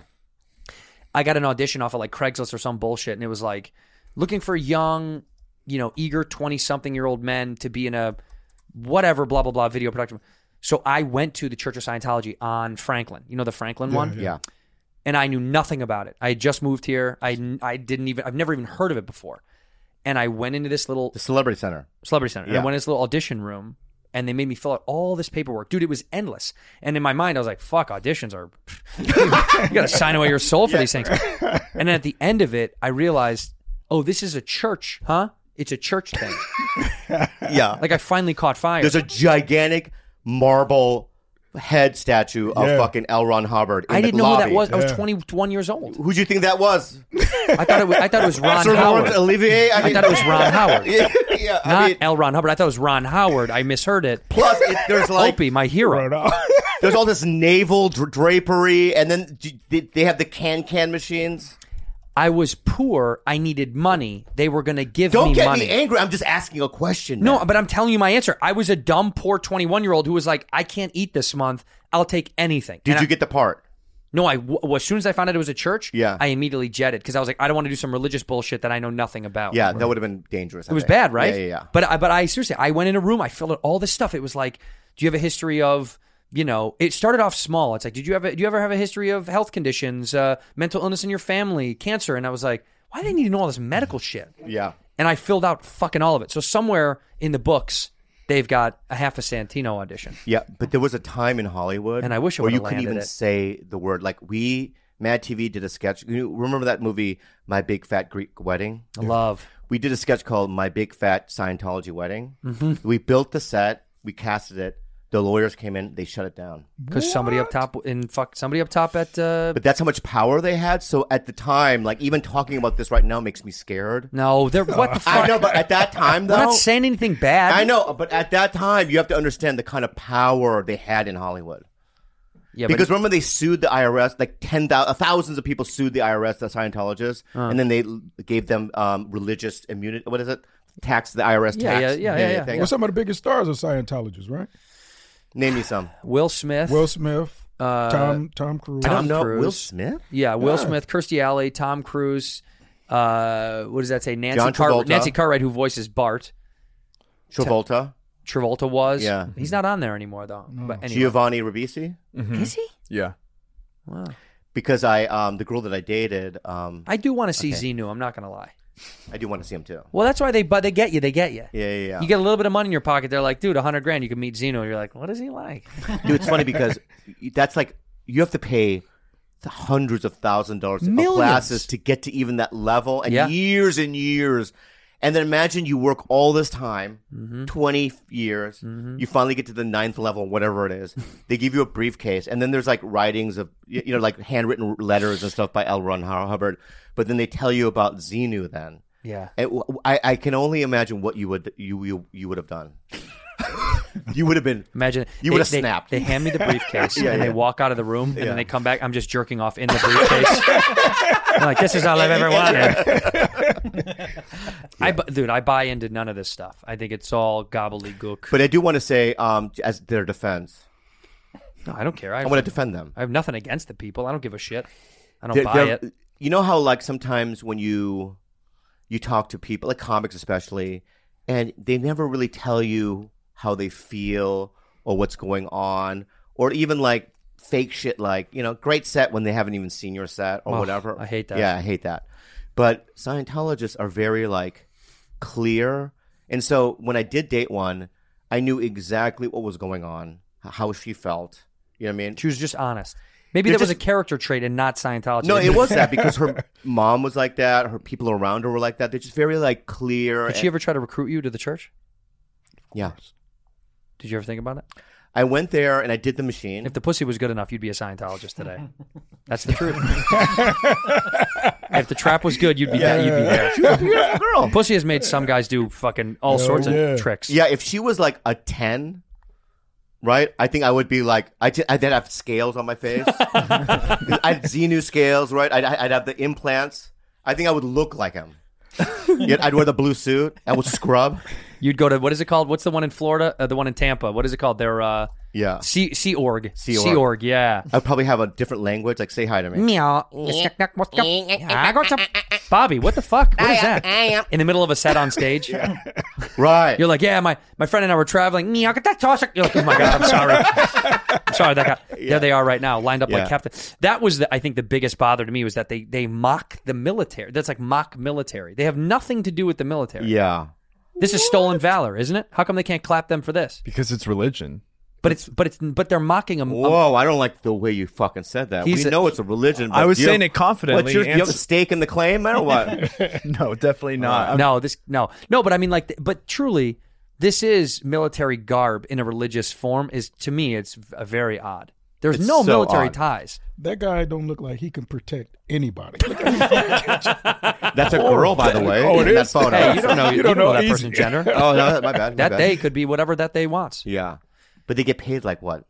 Speaker 6: yeah.
Speaker 1: I got an audition off of like Craigslist or some bullshit, and it was like looking for young, you know, eager twenty something year old men to be in a whatever blah blah blah video production. So I went to the Church of Scientology on Franklin. You know the Franklin one,
Speaker 6: Yeah.
Speaker 1: and I knew nothing about it. I had just moved here. I I didn't even I've never even heard of it before, and I went into this little
Speaker 6: The Celebrity Center.
Speaker 1: Celebrity Center. And
Speaker 6: Yeah.
Speaker 1: I went in this little audition room and they made me fill out all this paperwork. Dude, it was endless. And in my mind, I was like, fuck, auditions are, [laughs] you got to sign away your soul for these things. And then at the end of it, I realized, oh, this is a church, huh? It's a church thing.
Speaker 6: Yeah.
Speaker 1: like I finally caught fire.
Speaker 6: There's a gigantic marble head statue of
Speaker 9: Yeah.
Speaker 6: fucking L. Ron Hubbard. In
Speaker 1: I
Speaker 6: the
Speaker 1: didn't know who
Speaker 6: lobby.
Speaker 1: that was. I was
Speaker 9: Yeah.
Speaker 1: 21 years old.
Speaker 6: Who'd you think that was?
Speaker 1: I thought it was, I thought it was Ron
Speaker 6: Sir
Speaker 1: Howard.
Speaker 6: Laurence Olivier. I,
Speaker 1: I
Speaker 6: mean,
Speaker 1: thought it was
Speaker 6: [laughs]
Speaker 1: Ron Howard.
Speaker 6: yeah, yeah, I
Speaker 1: Not
Speaker 6: mean,
Speaker 1: L. Ron Hubbard. I thought it was Ron Howard. I misheard it.
Speaker 6: plus it,
Speaker 1: [laughs]
Speaker 6: there's like
Speaker 1: Opie, my hero.
Speaker 9: Right off.
Speaker 6: there's all this naval dra- drapery, and then d- they- they have the can can machines.
Speaker 1: I was poor. I needed money. They were going to give
Speaker 6: Don't
Speaker 1: me
Speaker 6: get
Speaker 1: money.
Speaker 6: me angry. I'm just asking a question. man.
Speaker 1: No, but I'm telling you my answer. I was a dumb, poor 21 year old who was like, I can't eat this month. I'll take anything.
Speaker 6: did
Speaker 1: And
Speaker 6: you
Speaker 1: I,
Speaker 6: get the part?
Speaker 1: No, I w- well, as soon as I found out it was a church,
Speaker 6: Yeah.
Speaker 1: I immediately jetted because I was like, I don't want to do some religious bullshit that I know nothing about.
Speaker 6: Yeah, that would have been dangerous. I
Speaker 1: It was
Speaker 6: think.
Speaker 1: bad, right?
Speaker 6: Yeah, yeah. yeah.
Speaker 1: But I, but I seriously, I went in a room. I filled out all this stuff. It was like, do you have a history of, you know, it started off small. It's like, did you ever, do you ever have a history of health conditions, uh, mental illness in your family, cancer? And I was like, why do they need to know all this medical shit?
Speaker 6: Yeah.
Speaker 1: And I filled out fucking all of it. So somewhere in the books, they've got a half a Santino audition.
Speaker 6: Yeah, but there was a time in Hollywood,
Speaker 1: And I wish I
Speaker 6: where you
Speaker 1: would've
Speaker 6: couldn't
Speaker 1: landed
Speaker 6: even
Speaker 1: it.
Speaker 6: say the word. Like we, Mad TV did a sketch. You remember that movie, My Big Fat Greek Wedding?
Speaker 1: Love.
Speaker 6: We did a sketch called My Big Fat Scientology Wedding.
Speaker 1: Mm-hmm.
Speaker 6: We built the set, we casted it. The lawyers came in, they shut it down.
Speaker 1: Because somebody up top in fuck somebody up top at uh,
Speaker 6: But that's how much power they had. So at the time, like even talking about this right now makes me scared.
Speaker 1: no,
Speaker 6: [laughs]
Speaker 1: they're what the fuck?
Speaker 6: I know, but at
Speaker 1: [laughs]
Speaker 6: that time though,
Speaker 1: We're not saying anything bad.
Speaker 6: I know, but at that time, you have to understand the kind of power they had in Hollywood.
Speaker 1: Yeah,
Speaker 6: because
Speaker 1: but
Speaker 6: remember they sued the IRS, like ten thousand, thousands of people sued the IRS, the Scientologists,
Speaker 1: Uh.
Speaker 6: and then they l- gave them um, religious immunity. What is it? Tax the IRS
Speaker 1: Yeah,
Speaker 6: tax.
Speaker 1: yeah, yeah, yeah, yeah.
Speaker 6: thing.
Speaker 9: Well, some of the biggest stars are Scientologists, right?
Speaker 6: Name me some.
Speaker 1: Will Smith.
Speaker 9: Will Smith, Tom Tom Cruise.
Speaker 1: Uh, Tom
Speaker 6: No, Will
Speaker 1: Cruise.
Speaker 6: Smith.
Speaker 1: Yeah, Will Smith, Kirstie Alley, Tom Cruise. Uh, what does that say? Nancy
Speaker 6: John
Speaker 1: Cartwright.
Speaker 6: Travolta.
Speaker 1: Nancy Cartwright, who voices Bart.
Speaker 6: Travolta,
Speaker 1: Travolta was.
Speaker 6: Yeah.
Speaker 1: he's not on there anymore though. But anyway,
Speaker 6: Giovanni Ribisi.
Speaker 1: is he?
Speaker 7: [laughs] Yeah.
Speaker 1: Wow.
Speaker 6: Because I, um, the girl that I dated, um,
Speaker 1: I do want to see Xenu. I'm not gonna lie.
Speaker 6: I do want to see him too.
Speaker 1: Well, that's why they but they get you. They get you.
Speaker 6: Yeah, yeah, yeah.
Speaker 1: You get a little bit of money in your pocket. They're like, dude, a hundred grand, you can meet Zeno. You're like, what is he like?
Speaker 6: Dude, it's funny because that's like you have to pay the hundreds of thousand dollars of
Speaker 1: Millions.
Speaker 6: classes to get to even that level, and
Speaker 1: Yeah.
Speaker 6: years and years. And then imagine you work all this time,
Speaker 1: Mm-hmm.
Speaker 6: twenty years. You finally get to the ninth level, whatever it
Speaker 1: [laughs]
Speaker 6: is. they give you a briefcase, and then there's like writings of you you know like handwritten letters and stuff by L. Ron Hu- Hubbard. But then they tell you about Xenu. Then
Speaker 1: Yeah. [laughs]
Speaker 6: It- I, I can only imagine what you would you you, you would have done. You would have been.
Speaker 1: Imagine they-
Speaker 6: You would have
Speaker 1: they-
Speaker 6: snapped.
Speaker 1: They hand me
Speaker 6: [laughs]
Speaker 1: the briefcase
Speaker 6: Yeah,
Speaker 1: and they
Speaker 6: yeah.
Speaker 1: walk out of the room and
Speaker 6: Yeah.
Speaker 1: then they come back. I'm just jerking off in the briefcase.
Speaker 6: [laughs]
Speaker 1: I'm like this is all I've ever wanted. I bu- dude, I buy into none of this stuff. I think it's all gobbledygook.
Speaker 6: But I do want to say, um, as their defense,
Speaker 1: No, I don't care. I,
Speaker 6: I want to defend them.
Speaker 1: I have nothing against the people. I don't give a shit. I don't
Speaker 6: They're-
Speaker 1: buy
Speaker 6: they're-
Speaker 1: it.
Speaker 6: You know how like sometimes when you you talk to people, like comics especially, and they never really tell you how they feel or what's going on, or even like fake shit like, you know, great set when they haven't even seen your set or
Speaker 1: Oh,
Speaker 6: whatever.
Speaker 1: I hate that.
Speaker 6: Yeah, I hate that. But Scientologists are very like clear. And so when I did date one, I knew exactly what was going on, h- how she felt. You know what I mean?
Speaker 1: She was just honest. Maybe
Speaker 6: They're
Speaker 1: that was a
Speaker 6: just-
Speaker 1: character trait and not Scientology. [laughs]
Speaker 6: No, it was that because her mom was like that. Her people around her were like that. They're just very like clear.
Speaker 1: Did she ever try to recruit you to the church?
Speaker 6: Yeah,
Speaker 1: Did you ever think about it?
Speaker 6: I went there and I did the machine.
Speaker 1: If the pussy was good enough, you'd be a Scientologist
Speaker 6: [laughs]
Speaker 1: today. That's the truth. if the trap was good, you'd be
Speaker 6: Yeah.
Speaker 1: you'd be there.
Speaker 6: She was a beautiful girl. Oh,
Speaker 1: Pussy has made some guys do fucking all sorts of tricks.
Speaker 6: Yeah, if she was like a ten, right? I think I would be like I did. I'd have scales on
Speaker 1: [laughs]
Speaker 6: my face. I'd Xenu scales, right? I'd, I'd have the implants. I think I would look
Speaker 1: [laughs]
Speaker 6: like him. Yet I'd wear the blue suit. I would scrub.
Speaker 1: You'd go to what is it called? What's the one in Florida? Uh, the one in Tampa? What is it called? Their uh,
Speaker 6: Yeah.
Speaker 1: Sea Sea Org.
Speaker 6: Sea Org.
Speaker 1: Sea Org. Yeah.
Speaker 6: I'd probably have a different language. Like say hi to
Speaker 1: [laughs]
Speaker 6: me.
Speaker 1: Meow. Knuck, knuck, what's up? Yeah, I got some- Bobby, what the fuck? What is that? In the middle of a set on stage?
Speaker 6: Right.
Speaker 1: You're like, yeah, my, my friend and I were traveling. Meow, get that toss. You're like, oh my God, I'm sorry.
Speaker 6: [laughs]
Speaker 1: I'm sorry, that guy. There they are right now, lined up
Speaker 6: Yeah.
Speaker 1: like captain. That was, the, I think, the biggest bother to me was that they, they mock the military. That's like mock military. They have nothing to do with the military.
Speaker 6: Yeah.
Speaker 1: This is stolen valor, isn't it? How come they can't clap them for this?
Speaker 7: because it's religion.
Speaker 1: But it's but it's but they're mocking a, a
Speaker 6: Whoa, I don't like the way you fucking said that.
Speaker 1: He's
Speaker 6: we
Speaker 1: a-
Speaker 6: know it's a religion. But
Speaker 7: I was
Speaker 6: you-
Speaker 7: saying it confidently.
Speaker 6: What's your, you have a
Speaker 7: Answer-
Speaker 6: stake in the claim or
Speaker 1: [laughs]
Speaker 6: what?
Speaker 7: [laughs] no, definitely not. I'm-
Speaker 1: no, this no, no. But I mean, like, th- but truly, this is military garb in a religious form. Is to me, it's v- uh, very odd. There's
Speaker 6: It's
Speaker 1: no
Speaker 6: so
Speaker 1: military
Speaker 6: odd.
Speaker 1: ties.
Speaker 9: That guy don't look like he can protect anybody.
Speaker 1: [laughs]
Speaker 6: That's a girl, by the way.
Speaker 9: Oh, it
Speaker 6: in that
Speaker 9: is?
Speaker 6: photo.
Speaker 1: Hey, you don't know, [laughs] you don't know, that
Speaker 9: he's-
Speaker 1: person's [laughs] gender.
Speaker 6: oh, no, my bad. my
Speaker 1: that
Speaker 6: bad.
Speaker 1: day could be whatever that day wants.
Speaker 6: Yeah, but they get paid like what,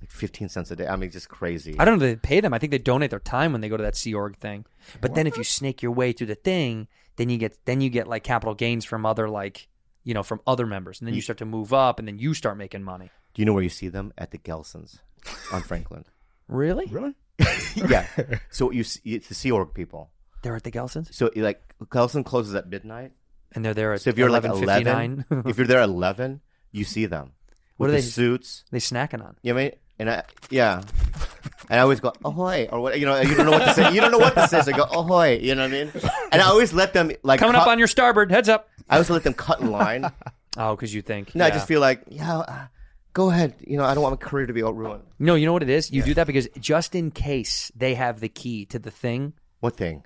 Speaker 6: like fifteen cents a day. I mean, just crazy.
Speaker 1: I don't know. if They pay them. I think they donate their time when they go to that Sea Org thing. But then if you snake your way through the thing, then you get then you get like capital gains from other like you know from other members, and then you start to move up, and then you start making money.
Speaker 6: Do you know where you see them at the Gelsons
Speaker 1: [laughs]
Speaker 6: on Franklin?
Speaker 1: Really?
Speaker 9: Really?
Speaker 6: yeah. So you see, it's the Sea Org people.
Speaker 1: They're at the Gelsons,
Speaker 6: So like Gelson closes at midnight.
Speaker 1: and they're there at
Speaker 6: So if you're like
Speaker 1: 11:59.
Speaker 6: eleven, if you're there at eleven, you see them
Speaker 1: What
Speaker 6: with
Speaker 1: are
Speaker 6: the
Speaker 1: they-
Speaker 6: suits.
Speaker 1: [laughs] they snacking [laughs] on.
Speaker 6: You know what I mean? And I, yeah. And I always go, ahoy, or what, you know, you don't know what to say. You don't know what to say. So I go, ahoy, you know what I mean? And I always let them, like,
Speaker 1: Coming up
Speaker 6: cut-
Speaker 1: on your starboard, heads up.
Speaker 6: I always let them cut in line.
Speaker 1: Oh, because you think.
Speaker 6: No, I
Speaker 1: yeah.
Speaker 6: just feel like, yeah, uh, go ahead. You know, I don't want my career to be all ruined.
Speaker 1: No, you know what it is? You do that because just in case they have the key to the thing,
Speaker 6: What thing?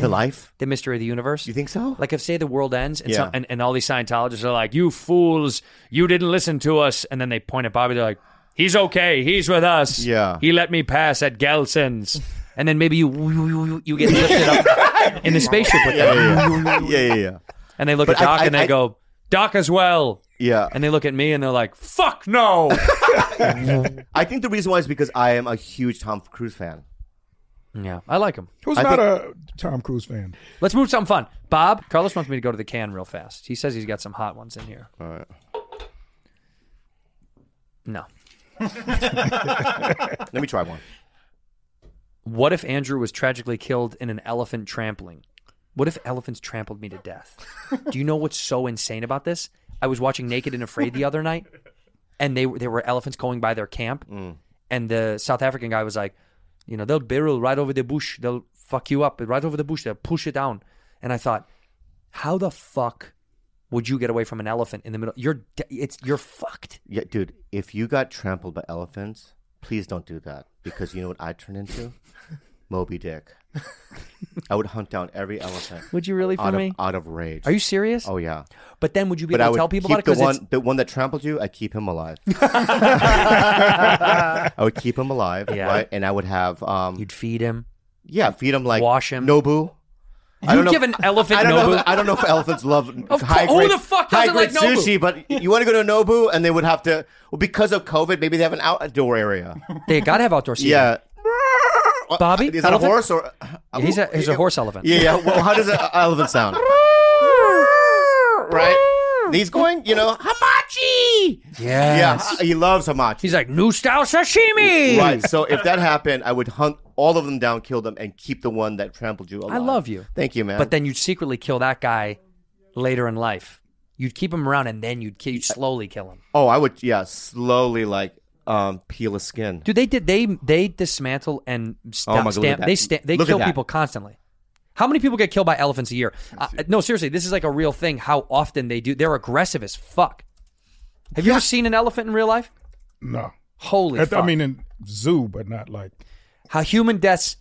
Speaker 6: To life?
Speaker 1: the mystery of the universe.
Speaker 6: You think so?
Speaker 1: Like if say the world ends and, so-
Speaker 6: Yeah.
Speaker 1: and and all these Scientologists are like, "You fools, you didn't listen to us," and then they point at Bobby. They're like, "He's okay. He's with us.
Speaker 6: Yeah.
Speaker 1: he let me pass at Gelson's." And then maybe you you, you- you get lifted up in the spaceship with them,
Speaker 6: yeah, yeah, yeah, yeah.
Speaker 1: and they look
Speaker 6: But
Speaker 1: at
Speaker 6: I-
Speaker 1: Doc
Speaker 6: I-
Speaker 1: and they
Speaker 6: I-
Speaker 1: go, "Doc as well."
Speaker 6: [laughs] Yeah.
Speaker 1: And they look at me and they're like, "Fuck no."
Speaker 6: I think the reason why is because I am a huge Tom Cruise fan.
Speaker 1: yeah, I like him.
Speaker 9: Who's
Speaker 6: I
Speaker 9: not a Tom Cruise fan?
Speaker 1: Let's move to something fun. Bob, Carlos wants me to go to the can real fast. He says he's got some hot ones in here. All right. No.
Speaker 6: Let me try one.
Speaker 1: What if Andrew was tragically killed in an elephant trampling? What if elephants trampled me to death? Do you know what's so insane about this? I was watching Naked and Afraid the other night, and they there were elephants going by their camp,
Speaker 6: Mm.
Speaker 1: and the South African guy was like, you know, they'll barrel right over the bush, they'll fuck you up right over the bush, they'll push it down, and I thought, how the fuck would you get away from an elephant in the middle? You're de- it's you're fucked.
Speaker 6: Yeah, dude, if you got trampled by elephants, please don't do that because you know what I turn
Speaker 1: [laughs]
Speaker 6: into? Moby Dick. I would hunt down every elephant.
Speaker 1: Would you really for
Speaker 6: out of,
Speaker 1: me?
Speaker 6: Out of rage.
Speaker 1: Are you serious?
Speaker 6: Oh yeah.
Speaker 1: But then would you be
Speaker 6: But I
Speaker 1: able
Speaker 6: would
Speaker 1: to tell people
Speaker 6: keep
Speaker 1: about it?
Speaker 6: the
Speaker 1: Because
Speaker 6: one, the one that trampled you, I keep
Speaker 1: [laughs]
Speaker 6: him alive. I would keep him alive,
Speaker 1: Yeah.
Speaker 6: right? And I would have, um,
Speaker 1: you'd feed him.
Speaker 6: yeah, feed him like
Speaker 1: Wash him.
Speaker 6: Nobu, I don't
Speaker 1: You
Speaker 6: know
Speaker 1: give
Speaker 6: if-
Speaker 1: an elephant
Speaker 6: I don't Know
Speaker 1: Nobu-
Speaker 6: if, I don't know if elephants love
Speaker 1: [laughs] Of
Speaker 6: high
Speaker 1: course- who
Speaker 6: grade,
Speaker 1: the fuck
Speaker 6: high
Speaker 1: doesn't like
Speaker 6: grade sushi,
Speaker 1: Nobu?
Speaker 6: but you want to go to Nobu and they would have to well because of COVID, maybe they have an outdoor area.
Speaker 1: They gotta have outdoor seating.
Speaker 6: Yeah.
Speaker 1: [laughs] Bobby,
Speaker 6: Is that a
Speaker 1: elephant?
Speaker 6: horse or
Speaker 1: Yeah, he's a he's a horse elephant.
Speaker 6: Yeah, yeah. Well, how
Speaker 1: [laughs]
Speaker 6: does an elephant sound? right? He's going, you know, hamachi.
Speaker 1: Yes.
Speaker 6: Yeah, he loves hamachi. He's
Speaker 1: like new style sashimi.
Speaker 6: Right. So if that happened, I would hunt all of them down, kill them, and keep the one that trampled you alive.
Speaker 1: I love you.
Speaker 6: Thank you, man.
Speaker 1: But then you'd secretly kill that guy later in life. You'd keep him around and then you'd, ki- you'd slowly kill him.
Speaker 6: oh, I would, yeah, slowly like um peel a skin.
Speaker 1: Dude, they did they they dismantle and sta-
Speaker 6: Oh my God, look at
Speaker 1: stamp.
Speaker 6: that.
Speaker 1: They sta- they
Speaker 6: Look at
Speaker 1: kill
Speaker 6: that.
Speaker 1: people constantly. How many people get killed by elephants a year? Uh, no, seriously, this is like a real thing. How often they do? They're aggressive as fuck. Have you ever seen an elephant in real life?
Speaker 9: No.
Speaker 1: Holy,
Speaker 9: At-
Speaker 1: fuck.
Speaker 9: I mean, in zoo, but not like
Speaker 1: how human deaths?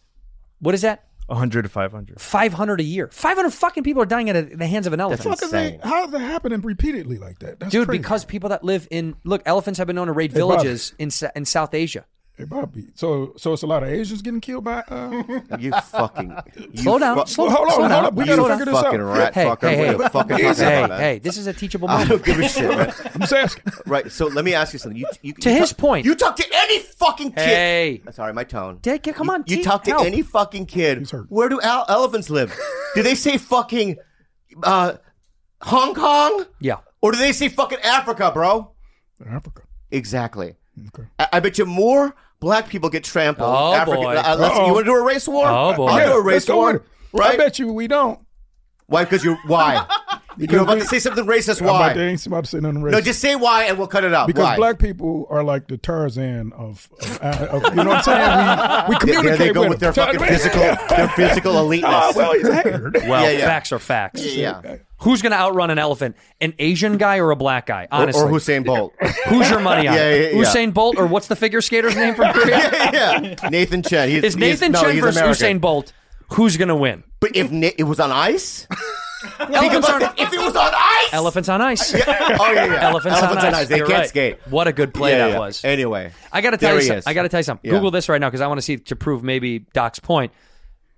Speaker 1: What is that?
Speaker 7: 100 to [laughs] 500.
Speaker 1: Five hundred a year. Five hundred fucking people are dying at a, the hands of an elephant.
Speaker 9: fuck is they, how is that happening repeatedly like that? That's
Speaker 1: Dude,
Speaker 9: crazy.
Speaker 1: because people that live in look, elephants have been known to raid
Speaker 9: Hey, Bobby.
Speaker 1: villages in in in South Asia.
Speaker 9: Hey, Bobby. So, so it's a lot of Asians getting killed by.
Speaker 6: [laughs]
Speaker 9: Uh...
Speaker 6: You
Speaker 1: [laughs]
Speaker 6: fucking. you
Speaker 1: Slow down,
Speaker 6: fu-
Speaker 1: slow-
Speaker 9: hold on,
Speaker 1: slow
Speaker 9: hold
Speaker 1: down.
Speaker 9: on. We
Speaker 1: You
Speaker 9: gotta
Speaker 1: slow down.
Speaker 9: figure this
Speaker 6: fucking
Speaker 9: out.
Speaker 6: rat
Speaker 1: hey,
Speaker 6: fucker.
Speaker 1: Hey,
Speaker 6: What
Speaker 1: hey,
Speaker 6: the fuck am I
Speaker 1: hey,
Speaker 6: talking
Speaker 1: hey,
Speaker 6: about?
Speaker 1: hey, this is a teachable
Speaker 6: I
Speaker 1: moment.
Speaker 6: don't give a shit, man.
Speaker 9: I'm saying.
Speaker 6: Right. So let me ask you something. You, you
Speaker 1: To
Speaker 6: you
Speaker 1: his
Speaker 6: talk-
Speaker 1: point.
Speaker 6: you talk to any fucking kid. Uh,
Speaker 1: Hey.
Speaker 6: sorry, my tone.
Speaker 1: Dick, come
Speaker 6: You-
Speaker 1: on,
Speaker 6: You
Speaker 1: T,
Speaker 6: talk to
Speaker 1: help.
Speaker 6: any fucking kid. Where do al-
Speaker 1: [laughs]
Speaker 6: elephants live? do they say fucking uh, Hong Kong
Speaker 1: Yeah.
Speaker 6: or do they say fucking Africa, bro?
Speaker 9: Africa.
Speaker 6: Exactly. I-, I bet you more black people get trampled.
Speaker 1: Oh,
Speaker 6: African-
Speaker 1: boy.
Speaker 6: uh, let's-
Speaker 9: Uh-oh.
Speaker 6: you want to do a race war?
Speaker 1: Oh, boy.
Speaker 6: I'll do
Speaker 9: Yeah,
Speaker 6: a
Speaker 9: let's
Speaker 6: race
Speaker 9: go
Speaker 6: war.
Speaker 9: with it. I
Speaker 6: Right?
Speaker 9: bet you we don't.
Speaker 6: Why? Because you're why? [laughs] you're about to say something racist.
Speaker 9: I'm about,
Speaker 6: Why?
Speaker 9: they ain't about to say nothing racist.
Speaker 6: No, just say why and we'll cut it out.
Speaker 9: because
Speaker 6: why?
Speaker 9: black people are like the Tarzan of, of, of you know what I'm saying? We, we
Speaker 6: There-
Speaker 9: communicate
Speaker 6: there they go with their
Speaker 9: them.
Speaker 6: fucking physical,
Speaker 9: [laughs]
Speaker 6: their physical eliteness.
Speaker 9: Oh, well, he's a hater.
Speaker 1: Well,
Speaker 6: Yeah, yeah.
Speaker 1: facts are facts.
Speaker 9: [laughs]
Speaker 6: Yeah, yeah.
Speaker 1: Who's going to outrun an elephant? An Asian guy or a black guy?
Speaker 6: Or-
Speaker 1: Honestly.
Speaker 6: or Hussein Bolt. [laughs]
Speaker 1: Who's your money on?
Speaker 6: Yeah, yeah, yeah.
Speaker 1: Usain Bolt or what's the figure skater's name from Korea?
Speaker 6: [laughs] yeah, yeah. Nathan Chen. He's,
Speaker 1: Is Nathan
Speaker 6: he's, no,
Speaker 1: Chen
Speaker 6: he's
Speaker 1: versus
Speaker 6: American.
Speaker 1: Usain Bolt? Who's going to win?
Speaker 6: But if Na- it was on ice, think
Speaker 1: Elephants
Speaker 6: about
Speaker 1: on,
Speaker 6: it. [laughs] If it was on ice,
Speaker 1: elephants on ice.
Speaker 6: oh [laughs] yeah, yeah.
Speaker 1: Elephants, on ice.
Speaker 6: They
Speaker 1: You're
Speaker 6: can't
Speaker 1: right.
Speaker 6: skate.
Speaker 1: What a good play
Speaker 6: Yeah,
Speaker 1: that
Speaker 6: yeah.
Speaker 1: was.
Speaker 6: Anyway,
Speaker 1: I got to tell
Speaker 6: there
Speaker 1: you.
Speaker 6: he
Speaker 1: Some,
Speaker 6: is.
Speaker 1: I got to tell you something.
Speaker 6: Yeah.
Speaker 1: Google this right now because I want to see to prove maybe Doc's point.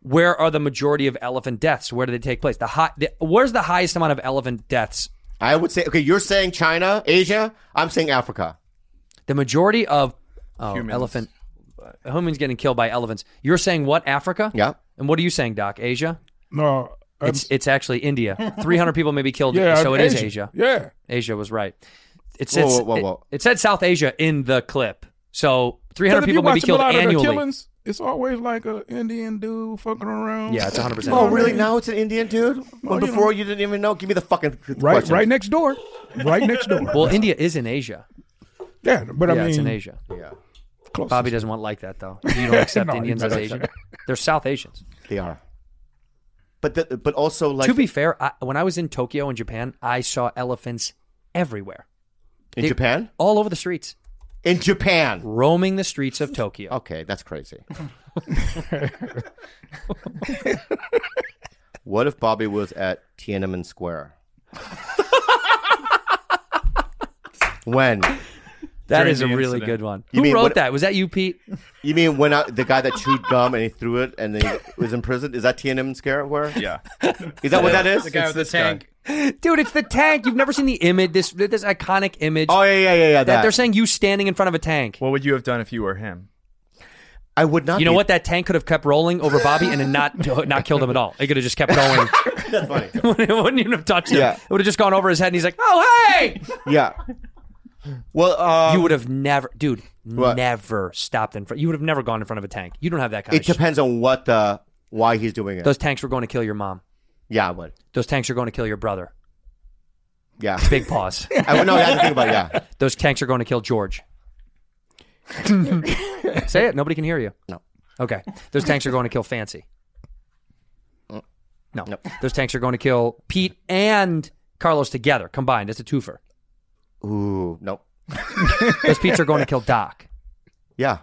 Speaker 1: Where are the majority of elephant deaths? Where do they take place? The high. The, where's the highest amount of elephant deaths?
Speaker 6: I would say okay. You're saying China, Asia. I'm saying Africa.
Speaker 1: The majority of oh, elephant humans getting killed by elephants. You're saying what? Africa?
Speaker 6: Yeah. Um,
Speaker 1: And what are you saying, Doc? Asia?
Speaker 9: No, I'm-
Speaker 1: It's it's actually India. Three hundred people maybe
Speaker 6: [laughs]
Speaker 1: killed.
Speaker 9: Yeah,
Speaker 1: so it is
Speaker 9: Asia.
Speaker 1: Asia.
Speaker 9: Yeah.
Speaker 1: Asia was right. It says
Speaker 6: Whoa, whoa, whoa, whoa.
Speaker 1: It, it said South Asia in the clip. So three
Speaker 9: Because
Speaker 1: hundred
Speaker 9: if you
Speaker 1: people maybe
Speaker 9: watch a
Speaker 1: killed
Speaker 9: lot of the
Speaker 1: annually.
Speaker 9: killings, it's always like an Indian dude fucking around.
Speaker 1: Yeah, it's 100%.
Speaker 6: Oh, really? Now it's an Indian dude. Well,
Speaker 9: you
Speaker 6: before you didn't even know. Give me the fucking
Speaker 9: Right,
Speaker 6: question.
Speaker 9: right next door. Right next door.
Speaker 1: Well, India is in Asia.
Speaker 9: yeah, but I
Speaker 1: yeah,
Speaker 9: mean,
Speaker 1: it's in Asia.
Speaker 6: Yeah,
Speaker 9: close.
Speaker 1: Bobby doesn't want like that [laughs] though. You don't accept
Speaker 9: No, he
Speaker 1: Indians as
Speaker 9: doesn't.
Speaker 1: Asian. They're South Asians.
Speaker 6: they are. But the, but also like
Speaker 1: to be fair, I, when I was in Tokyo in Japan, I saw elephants everywhere,
Speaker 6: in
Speaker 1: they-
Speaker 6: Japan.
Speaker 1: all over the streets,
Speaker 6: In Japan.
Speaker 1: roaming the streets of Tokyo.
Speaker 6: Okay, that's crazy. what if Bobby was at Tiananmen Square? when?
Speaker 1: that
Speaker 7: During
Speaker 1: is a
Speaker 7: the
Speaker 1: really
Speaker 7: incident.
Speaker 1: good one.
Speaker 6: You
Speaker 1: Who
Speaker 6: mean
Speaker 1: wrote
Speaker 6: what-
Speaker 1: that? Was that you, Pete?
Speaker 6: You mean when I, the guy that chewed gum and he threw it and then he was in prison? Is that Tiananmen Square? Where?
Speaker 7: Yeah.
Speaker 6: Is that what that is?
Speaker 8: The guy with the tank.
Speaker 1: [laughs] Dude, it's the tank. You've never seen the image. This this iconic image.
Speaker 6: Oh yeah, yeah, yeah, yeah.
Speaker 1: that, they're saying you standing in front of a tank.
Speaker 7: What would you have done if you were him?
Speaker 6: I would not.
Speaker 1: You know
Speaker 6: be-
Speaker 1: what? That tank could have kept rolling over Bobby and then not [laughs] not killed him at all. It could have just kept going. [laughs]
Speaker 6: That's funny.
Speaker 1: it wouldn't even have touched him.
Speaker 6: Yeah.
Speaker 1: It would have just gone over his head, and he's like, "Oh hey!"
Speaker 6: Yeah. Well, um,
Speaker 1: you would have never, dude,
Speaker 6: What?
Speaker 1: never stopped in front. You would have never gone in front of a tank. You don't have that kind
Speaker 6: It
Speaker 1: of. Shit.
Speaker 6: depends on what the why he's doing it.
Speaker 1: Those tanks were going to kill your mom.
Speaker 6: yeah, I would.
Speaker 1: Those tanks are going to kill your brother.
Speaker 6: [laughs] Yeah,
Speaker 1: Big pause.
Speaker 6: I would. No, I have to think about. It, yeah.
Speaker 1: Those tanks are going to kill
Speaker 6: [laughs]
Speaker 1: George. Say it. Nobody can hear you.
Speaker 6: No.
Speaker 1: Okay. Those tanks are going to kill Fancy.
Speaker 6: Mm.
Speaker 1: No. Those tanks are going to kill Pete and Carlos together combined. It's a twofer.
Speaker 6: Ooh, no.
Speaker 1: Those Pete's are going to kill Doc.
Speaker 6: Yeah.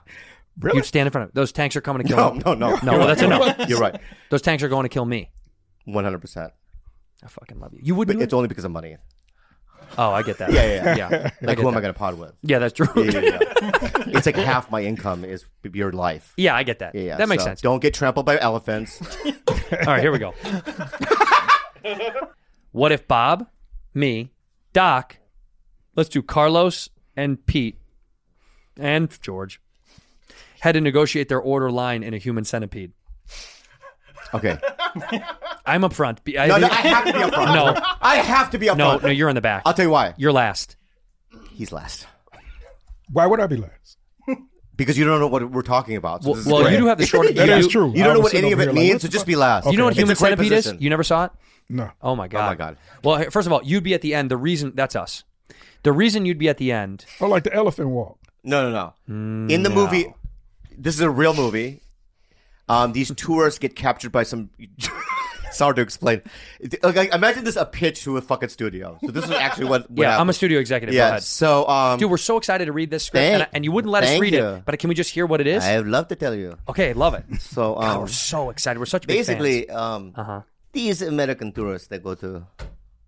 Speaker 9: really?
Speaker 1: You'd stand in front of those tanks are coming to kill
Speaker 6: No,
Speaker 1: me.
Speaker 6: no, no,
Speaker 1: No, well, that's a no.
Speaker 6: You're right.
Speaker 1: Those tanks are going to kill me.
Speaker 6: One hundred percent.
Speaker 1: I fucking love you. You wouldn't.
Speaker 6: But
Speaker 1: do
Speaker 6: it's
Speaker 1: it?
Speaker 6: only because of money.
Speaker 1: oh, I get that.
Speaker 6: Yeah, yeah,
Speaker 1: yeah.
Speaker 6: Like, who am I going to pod with?
Speaker 1: Yeah, that's true.
Speaker 6: Yeah, yeah, yeah. it's like half my income is your life.
Speaker 1: [laughs] Yeah, I get that.
Speaker 6: Yeah, yeah.
Speaker 1: That makes
Speaker 6: So
Speaker 1: sense.
Speaker 6: Don't get trampled by elephants. All
Speaker 1: right, here we
Speaker 6: [laughs]
Speaker 1: go. What if Bob, me, Doc, let's do Carlos and Pete and George had to negotiate their order line in a human centipede? [laughs]
Speaker 6: Okay.
Speaker 1: I'm up front. Be- [laughs]
Speaker 6: No, no, I have to be up front.
Speaker 1: No.
Speaker 6: I have to be up
Speaker 1: no,
Speaker 6: front.
Speaker 1: No, you're in the back.
Speaker 6: I'll tell you why.
Speaker 1: You're last.
Speaker 6: He's last.
Speaker 9: Why would I be last?
Speaker 6: Because you don't know what we're talking about. so
Speaker 1: Well,
Speaker 6: this is
Speaker 1: well,
Speaker 6: great.
Speaker 1: you do have the short.
Speaker 6: That
Speaker 1: you
Speaker 6: is
Speaker 1: do-
Speaker 6: You don't know what any of it means, so just be last.
Speaker 1: You know what
Speaker 6: It's a
Speaker 1: human
Speaker 6: great
Speaker 1: centipede
Speaker 6: position.
Speaker 1: is? You never saw it?
Speaker 9: No.
Speaker 1: Oh my god. Oh my god. Well, here- first of all, you'd be at the end. The reason that's us. The reason you'd be at the end.
Speaker 9: Oh, like the elephant walk.
Speaker 6: No, no, no.
Speaker 1: Mm,
Speaker 6: In the movie, this is a real movie. Um, these tourists get captured by some. [laughs] it's hard to explain. Like, imagine this a pitch to a fucking studio. So this is actually what. what
Speaker 1: yeah, I'm a
Speaker 6: happened.
Speaker 1: studio executive. Go
Speaker 6: Yeah.
Speaker 1: ahead.
Speaker 6: So, um,
Speaker 1: dude, we're so excited to read this script,
Speaker 6: thank-
Speaker 1: and, and you wouldn't let us
Speaker 6: thank
Speaker 1: read
Speaker 6: you.
Speaker 1: it. But can we just hear what it is?
Speaker 6: I'd love to tell you.
Speaker 1: Okay, love it.
Speaker 6: So um,
Speaker 1: God, we're so excited. We're such big
Speaker 6: basically,
Speaker 1: fans. Uh-huh.
Speaker 6: um, these American tourists that go to.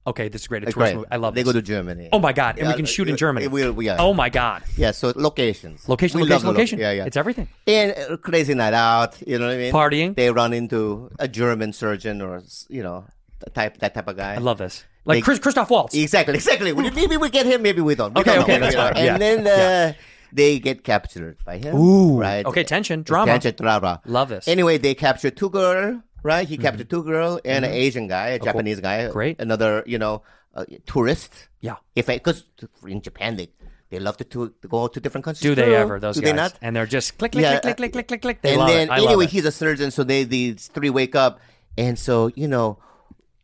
Speaker 1: Okay, this is great. A
Speaker 6: Uh,
Speaker 1: tourist
Speaker 6: great.
Speaker 1: movie. I love.
Speaker 6: They
Speaker 1: this.
Speaker 6: go to Germany.
Speaker 1: Oh my god, and
Speaker 6: Yeah,
Speaker 1: we can shoot in
Speaker 6: uh,
Speaker 1: Germany.
Speaker 6: uh, we- we are.
Speaker 1: Oh my god.
Speaker 6: Yeah, so locations.
Speaker 1: Location,
Speaker 6: We love
Speaker 1: location,
Speaker 6: the lo-
Speaker 1: location.
Speaker 6: yeah, yeah.
Speaker 1: It's everything.
Speaker 6: And uh, crazy night out, you know what I mean?
Speaker 1: Partying.
Speaker 6: They run into a German surgeon or you know the type that type of guy.
Speaker 1: I love this. Like Chris, Christoph Waltz.
Speaker 6: Exactly, exactly. We- Maybe we get him, maybe we don't. We
Speaker 1: Okay,
Speaker 6: don't
Speaker 1: okay,
Speaker 6: know,
Speaker 1: that's
Speaker 6: you know.
Speaker 1: fine. Yeah.
Speaker 6: And then uh, they get captured by him.
Speaker 1: Ooh.
Speaker 6: right.
Speaker 1: Okay, tension, drama.
Speaker 6: tension, drama.
Speaker 1: Love this.
Speaker 6: Anyway, they capture two girl, right? He captured two girl and an
Speaker 1: Mhm.
Speaker 6: Asian guy, a
Speaker 1: cool.
Speaker 6: Japanese guy,
Speaker 1: Great.
Speaker 6: Another, you know, uh, tourist.
Speaker 1: Yeah.
Speaker 6: If because in Japan they they love to, to go to different countries.
Speaker 1: Do they
Speaker 6: too.
Speaker 1: ever those
Speaker 6: Do
Speaker 1: guys?
Speaker 6: they not?
Speaker 1: And they're just click click
Speaker 6: Yeah,
Speaker 1: click click click click click click. They
Speaker 6: and
Speaker 1: love
Speaker 6: then
Speaker 1: it. I love
Speaker 6: anyway,
Speaker 1: it.
Speaker 6: he's a surgeon, so they these three wake up, and so you know,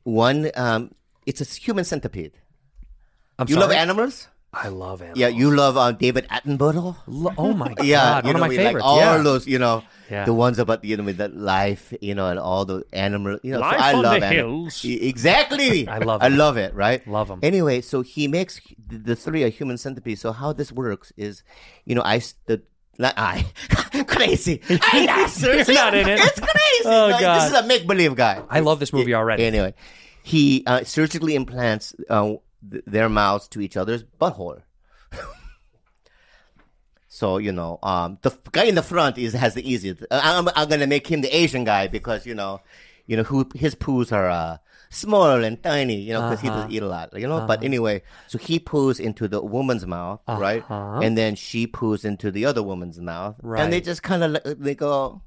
Speaker 6: one um, it's a human centipede.
Speaker 1: I'm
Speaker 6: you love
Speaker 1: sorry?
Speaker 6: animals?
Speaker 1: I love animals.
Speaker 6: Yeah, you love uh, David Attenborough.
Speaker 1: oh my god.
Speaker 6: [laughs] yeah, you
Speaker 1: one
Speaker 6: know,
Speaker 1: of my
Speaker 6: we
Speaker 1: favorites.
Speaker 6: Like all
Speaker 1: yeah.
Speaker 6: those, you know,
Speaker 1: Yeah.
Speaker 6: the ones about you know with that life, you know, and all the animal. You know, so
Speaker 1: Life
Speaker 6: I
Speaker 1: on
Speaker 6: love
Speaker 1: the
Speaker 6: animals.
Speaker 1: hills.
Speaker 6: E-
Speaker 1: [laughs]
Speaker 6: Exactly.
Speaker 1: I love
Speaker 6: I
Speaker 1: it.
Speaker 6: love it. Right.
Speaker 1: Love 'em.
Speaker 6: Anyway, so he makes h- the three a human centipede. So how this works is, you know, I s- the. Not I, [laughs]
Speaker 1: [laughs]
Speaker 6: crazy. I not, seriously.
Speaker 1: not
Speaker 6: [laughs]
Speaker 1: in it.
Speaker 6: It's crazy.
Speaker 1: Oh,
Speaker 6: Like,
Speaker 1: God.
Speaker 6: This is a make believe guy.
Speaker 1: I love this movie already.
Speaker 6: Anyway, he uh, surgically implants uh, th- their mouths to each other's butthole. so you know, um, the f- guy in the front is has the easiest. Uh, I'm, I'm gonna make him the Asian guy because you know, you know who his poos are uh, small and tiny. You know, because he
Speaker 1: Uh-huh.
Speaker 6: doesn't eat a lot. You know, but anyway, so he poos into the woman's mouth, right?
Speaker 1: Uh-huh.
Speaker 6: And then she poos into the other woman's mouth, and they
Speaker 1: Right.
Speaker 6: just kind of they go.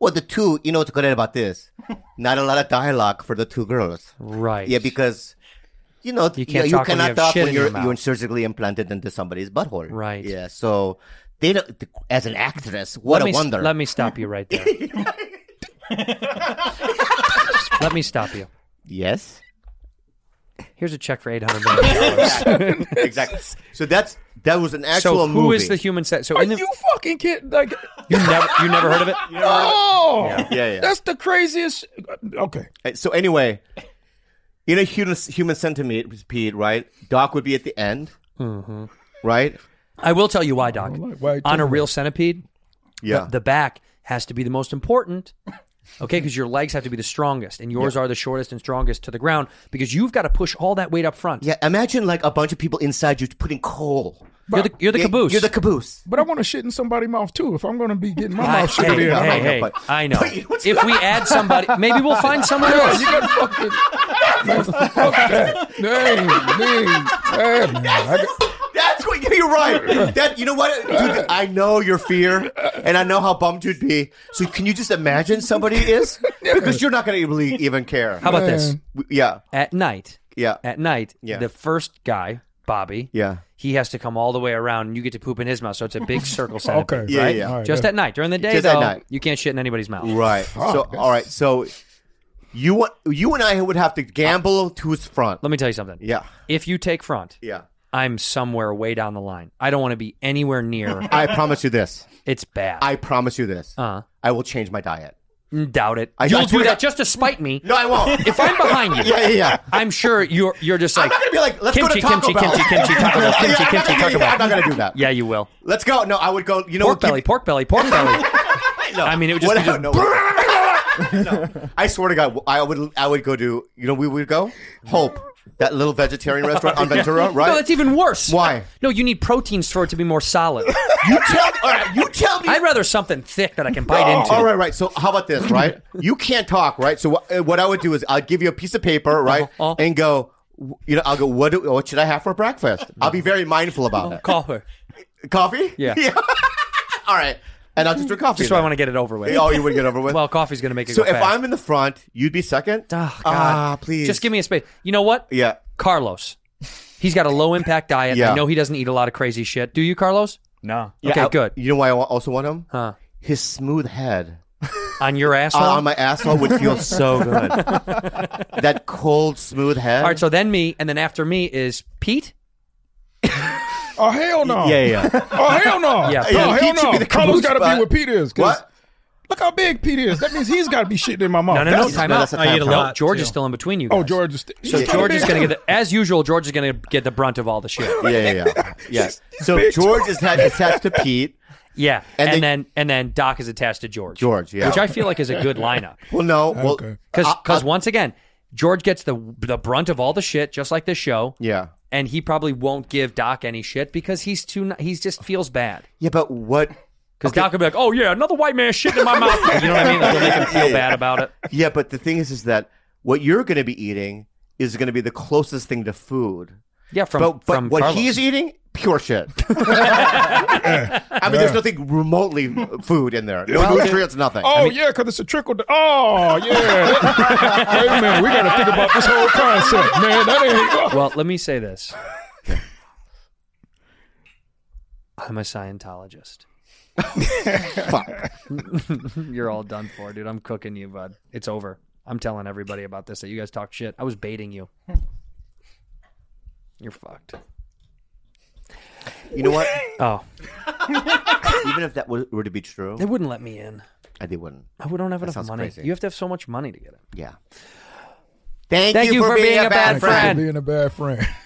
Speaker 6: Well, the two, you know what's great about
Speaker 1: [laughs]
Speaker 6: this? Not a lot of dialogue for the two girls.
Speaker 1: Right.
Speaker 6: Yeah, because you know
Speaker 1: You
Speaker 6: you,
Speaker 1: can't
Speaker 6: you
Speaker 1: talk when you
Speaker 6: cannot
Speaker 1: have
Speaker 6: talk
Speaker 1: shit
Speaker 6: when
Speaker 1: in
Speaker 6: you're
Speaker 1: your mouth.
Speaker 6: you're surgically implanted into somebody's butthole.
Speaker 1: Right.
Speaker 6: Yeah. So they don't, as an actress,
Speaker 1: let
Speaker 6: what a
Speaker 1: me, s-
Speaker 6: wonder.
Speaker 1: Let me stop you right
Speaker 6: [laughs]
Speaker 1: there. let me stop you. [laughs]
Speaker 6: Yes.
Speaker 1: Here's a check for eight hundred million dollars.
Speaker 6: exactly. So that's that was an [laughs] actual
Speaker 1: so who is
Speaker 6: movie.
Speaker 1: the human set? So
Speaker 9: Are
Speaker 1: in the,
Speaker 9: you fucking kidding? Like,
Speaker 1: you never you never heard of it?
Speaker 9: oh,
Speaker 6: Yeah, yeah.
Speaker 9: that's the craziest. Okay,
Speaker 6: Uh, So anyway, in a human human centipede, right? Doc would be at the end,
Speaker 1: Mhm.
Speaker 6: right?
Speaker 1: I will tell you why, Doc.
Speaker 9: why are you
Speaker 1: On
Speaker 9: talking
Speaker 1: a real centipede,
Speaker 6: Yeah.
Speaker 1: the, the back has to be the most important. Okay, because your legs have to be the strongest, and yours are the shortest and strongest to the ground because you've got to push all that weight up front.
Speaker 6: Yeah, imagine like a bunch of people inside you putting coal.
Speaker 1: You're the, you're the
Speaker 6: Yeah,
Speaker 1: caboose.
Speaker 6: You're the caboose.
Speaker 9: but I want to shit in somebody's mouth too. If I'm going to be getting my
Speaker 1: I-
Speaker 9: mouth shit in,
Speaker 1: hey, hey,
Speaker 9: I'm not gonna
Speaker 1: hey,
Speaker 9: play-
Speaker 1: I
Speaker 6: [laughs]
Speaker 1: know. if we add somebody, maybe we'll find someone
Speaker 9: Yeah,
Speaker 1: else.
Speaker 9: you got fucking. Fuck that. Dang, dang, yeah, man. I got-
Speaker 6: That's what you're right. That you know what, dude. I know your fear, and I know how bummed you'd be. So can you just imagine somebody is because you're not gonna really even care.
Speaker 1: How about this?
Speaker 6: W- Yeah,
Speaker 1: At night,
Speaker 6: yeah,
Speaker 1: at night,
Speaker 6: Yeah.
Speaker 1: the first guy, Bobby,
Speaker 6: yeah,
Speaker 1: he has to come all the way around, and you get to poop in his mouth. So it's a
Speaker 6: [laughs]
Speaker 1: big circle centipede.
Speaker 9: Okay.
Speaker 6: Yeah,
Speaker 1: right?
Speaker 6: yeah. All
Speaker 9: right,
Speaker 1: Just
Speaker 9: yeah.
Speaker 1: at night. During the day,
Speaker 6: Just at
Speaker 1: though,
Speaker 6: night.
Speaker 1: you can't shit in anybody's mouth.
Speaker 6: right. So all right, so you want you and I would have to gamble to who's front.
Speaker 1: Let me tell you something.
Speaker 6: Yeah,
Speaker 1: If you take front,
Speaker 6: yeah.
Speaker 1: I'm somewhere way down the line. I don't want to be anywhere
Speaker 6: [laughs]
Speaker 1: near.
Speaker 6: I promise you this.
Speaker 1: it's bad.
Speaker 6: I promise you this.
Speaker 1: uh,
Speaker 6: I will change my diet.
Speaker 1: doubt it.
Speaker 6: I- I
Speaker 1: You'll
Speaker 6: swear
Speaker 1: do
Speaker 6: to
Speaker 1: that
Speaker 6: God-
Speaker 1: just to spite me.
Speaker 6: [laughs] No, I
Speaker 1: [laughs]
Speaker 6: won't.
Speaker 1: If I'm behind you,
Speaker 6: [laughs] yeah, yeah, yeah.
Speaker 1: I'm sure you're you're just
Speaker 6: I'm
Speaker 1: like
Speaker 6: not gonna be like, let's
Speaker 1: kimchi,
Speaker 6: go to Taco
Speaker 1: kimchi,
Speaker 6: Bell.
Speaker 1: kimchi, kimchi,
Speaker 6: [laughs]
Speaker 1: Taco Bell, kimchi,
Speaker 6: Yeah, I'm not
Speaker 1: kimchi,
Speaker 6: gonna
Speaker 1: Taco
Speaker 6: do that. I'm not
Speaker 1: Bell.
Speaker 6: gonna do that.
Speaker 1: Yeah, you will.
Speaker 6: Let's go. No, I would go. You know,
Speaker 1: Pork
Speaker 6: we'll
Speaker 1: belly,
Speaker 6: keep-
Speaker 1: pork belly, pork belly.
Speaker 6: [laughs] No,
Speaker 1: I mean, it would just
Speaker 6: What-
Speaker 1: be just-
Speaker 6: no, [laughs] no. I swear to God, I would. I would go to. You know, we would go Hope. That little vegetarian restaurant on Ventura, right?
Speaker 1: No, that's even worse.
Speaker 6: Why?
Speaker 1: No, you need proteins for it to be more solid.
Speaker 6: you tell me. All right, you tell me.
Speaker 1: I'd rather something thick that I can bite
Speaker 6: [laughs] Oh,
Speaker 1: into.
Speaker 6: All right, right. So how about this,
Speaker 1: [laughs]
Speaker 6: right? you can't talk, right? So what, uh, what I would do is I'd give you a piece of
Speaker 1: Uh-huh,
Speaker 6: paper, right, and go, w- you know, I'll go, what, do, what should I have for breakfast?
Speaker 1: Uh-huh.
Speaker 6: I'll be very mindful about it.
Speaker 1: Coffee.
Speaker 6: Coffee? [laughs]
Speaker 1: Yeah.
Speaker 6: all right. And I'll just drink coffee.
Speaker 1: Just so I
Speaker 6: then.
Speaker 1: want to get it over with.
Speaker 6: Oh, you would get over
Speaker 1: [laughs]
Speaker 6: with.
Speaker 1: Well, coffee's going to make it
Speaker 6: So
Speaker 1: go
Speaker 6: if
Speaker 1: fast.
Speaker 6: I'm in the front, you'd be second.
Speaker 1: Oh, God.
Speaker 6: Ah, please.
Speaker 1: Just give me a space. You know what?
Speaker 6: Yeah.
Speaker 1: Carlos. He's got a low impact diet.
Speaker 6: Yeah.
Speaker 1: I know he doesn't eat a lot of crazy shit. Do you, Carlos?
Speaker 7: No.
Speaker 6: Yeah,
Speaker 1: okay,
Speaker 6: I-
Speaker 1: good.
Speaker 6: You know why I wa- also want him?
Speaker 1: Huh.
Speaker 6: His smooth head
Speaker 1: On your asshole?
Speaker 6: on my asshole would feel so [laughs] good. that cold, smooth head.
Speaker 1: All right, so then me, and then after me is Pete.
Speaker 9: Oh hell no!
Speaker 6: yeah, yeah. yeah.
Speaker 9: Oh hell no!
Speaker 1: Yeah,
Speaker 9: oh
Speaker 6: Pete
Speaker 9: hell
Speaker 6: should be
Speaker 9: no!
Speaker 6: the
Speaker 9: Carlos
Speaker 6: caboose,
Speaker 9: got to
Speaker 6: but-
Speaker 9: be what Pete is.
Speaker 6: [laughs]
Speaker 9: 'cause
Speaker 6: What?
Speaker 9: Look how big Pete is. That means he's got to be shitting in my mouth.
Speaker 1: No, no, no,
Speaker 9: That's-
Speaker 1: time
Speaker 6: no,
Speaker 1: out.
Speaker 6: that's a time
Speaker 8: a
Speaker 6: out.
Speaker 1: No,
Speaker 8: lot,
Speaker 1: George
Speaker 8: too.
Speaker 1: is still in between you guys.
Speaker 9: Oh, George is.
Speaker 1: So
Speaker 6: [laughs]
Speaker 9: he's
Speaker 1: George
Speaker 9: big.
Speaker 1: is going to get the, as usual, George is going to get the brunt of all the shit.
Speaker 6: Yeah, yeah, yeah. [laughs] yeah. So
Speaker 9: big.
Speaker 6: George is had attached to Pete.
Speaker 1: Yeah.
Speaker 6: And
Speaker 1: And,
Speaker 6: they-
Speaker 1: then and then Doc is attached to George.
Speaker 6: George, yeah. Uh,
Speaker 1: Which I feel like is a good
Speaker 6: [laughs]
Speaker 1: lineup.
Speaker 6: Well, no, well,
Speaker 9: Okay.
Speaker 1: Cuz
Speaker 6: I- I-
Speaker 1: once again, George gets the the brunt of all the shit just like this show.
Speaker 6: yeah,
Speaker 1: And he probably won't give Doc any shit because he's too n- he's just feels bad.
Speaker 6: yeah, but what?
Speaker 1: Cuz Doc would be like, "Oh yeah, another white man shitting in my
Speaker 6: [laughs]
Speaker 1: mouth." You know what I mean? Like, it'll make him feel bad about it.
Speaker 6: Yeah, but the thing is, is that what you're going to be eating is going to be the closest thing to food.
Speaker 1: Yeah, from
Speaker 6: but but
Speaker 1: from
Speaker 6: what
Speaker 1: Carlos.
Speaker 6: he's eating, pure [laughs] shit. I mean, there's nothing remotely food in there. No nutrients, nothing.
Speaker 9: Oh yeah, because it's a trickle. d- Oh yeah. [laughs] Wait a minute, we got to think about this whole concept, man. That ain't.
Speaker 1: Well, let me say this.
Speaker 6: [laughs]
Speaker 1: I'm a Scientologist. Fuck. You're all done for, dude. I'm cooking you, bud. It's over. I'm telling everybody about this that you guys talk shit. I was baiting you. You're fucked.
Speaker 6: You know what?
Speaker 1: Oh,
Speaker 6: Even if that were, were to be true,
Speaker 1: they wouldn't let me in.
Speaker 6: I they wouldn't.
Speaker 1: I would- don't have enough
Speaker 6: sounds
Speaker 1: money.
Speaker 6: crazy.
Speaker 1: You have to have so much money to get in.
Speaker 6: Yeah. Thank,
Speaker 1: Thank you for being a bad friend.
Speaker 9: Being a bad friend. [laughs]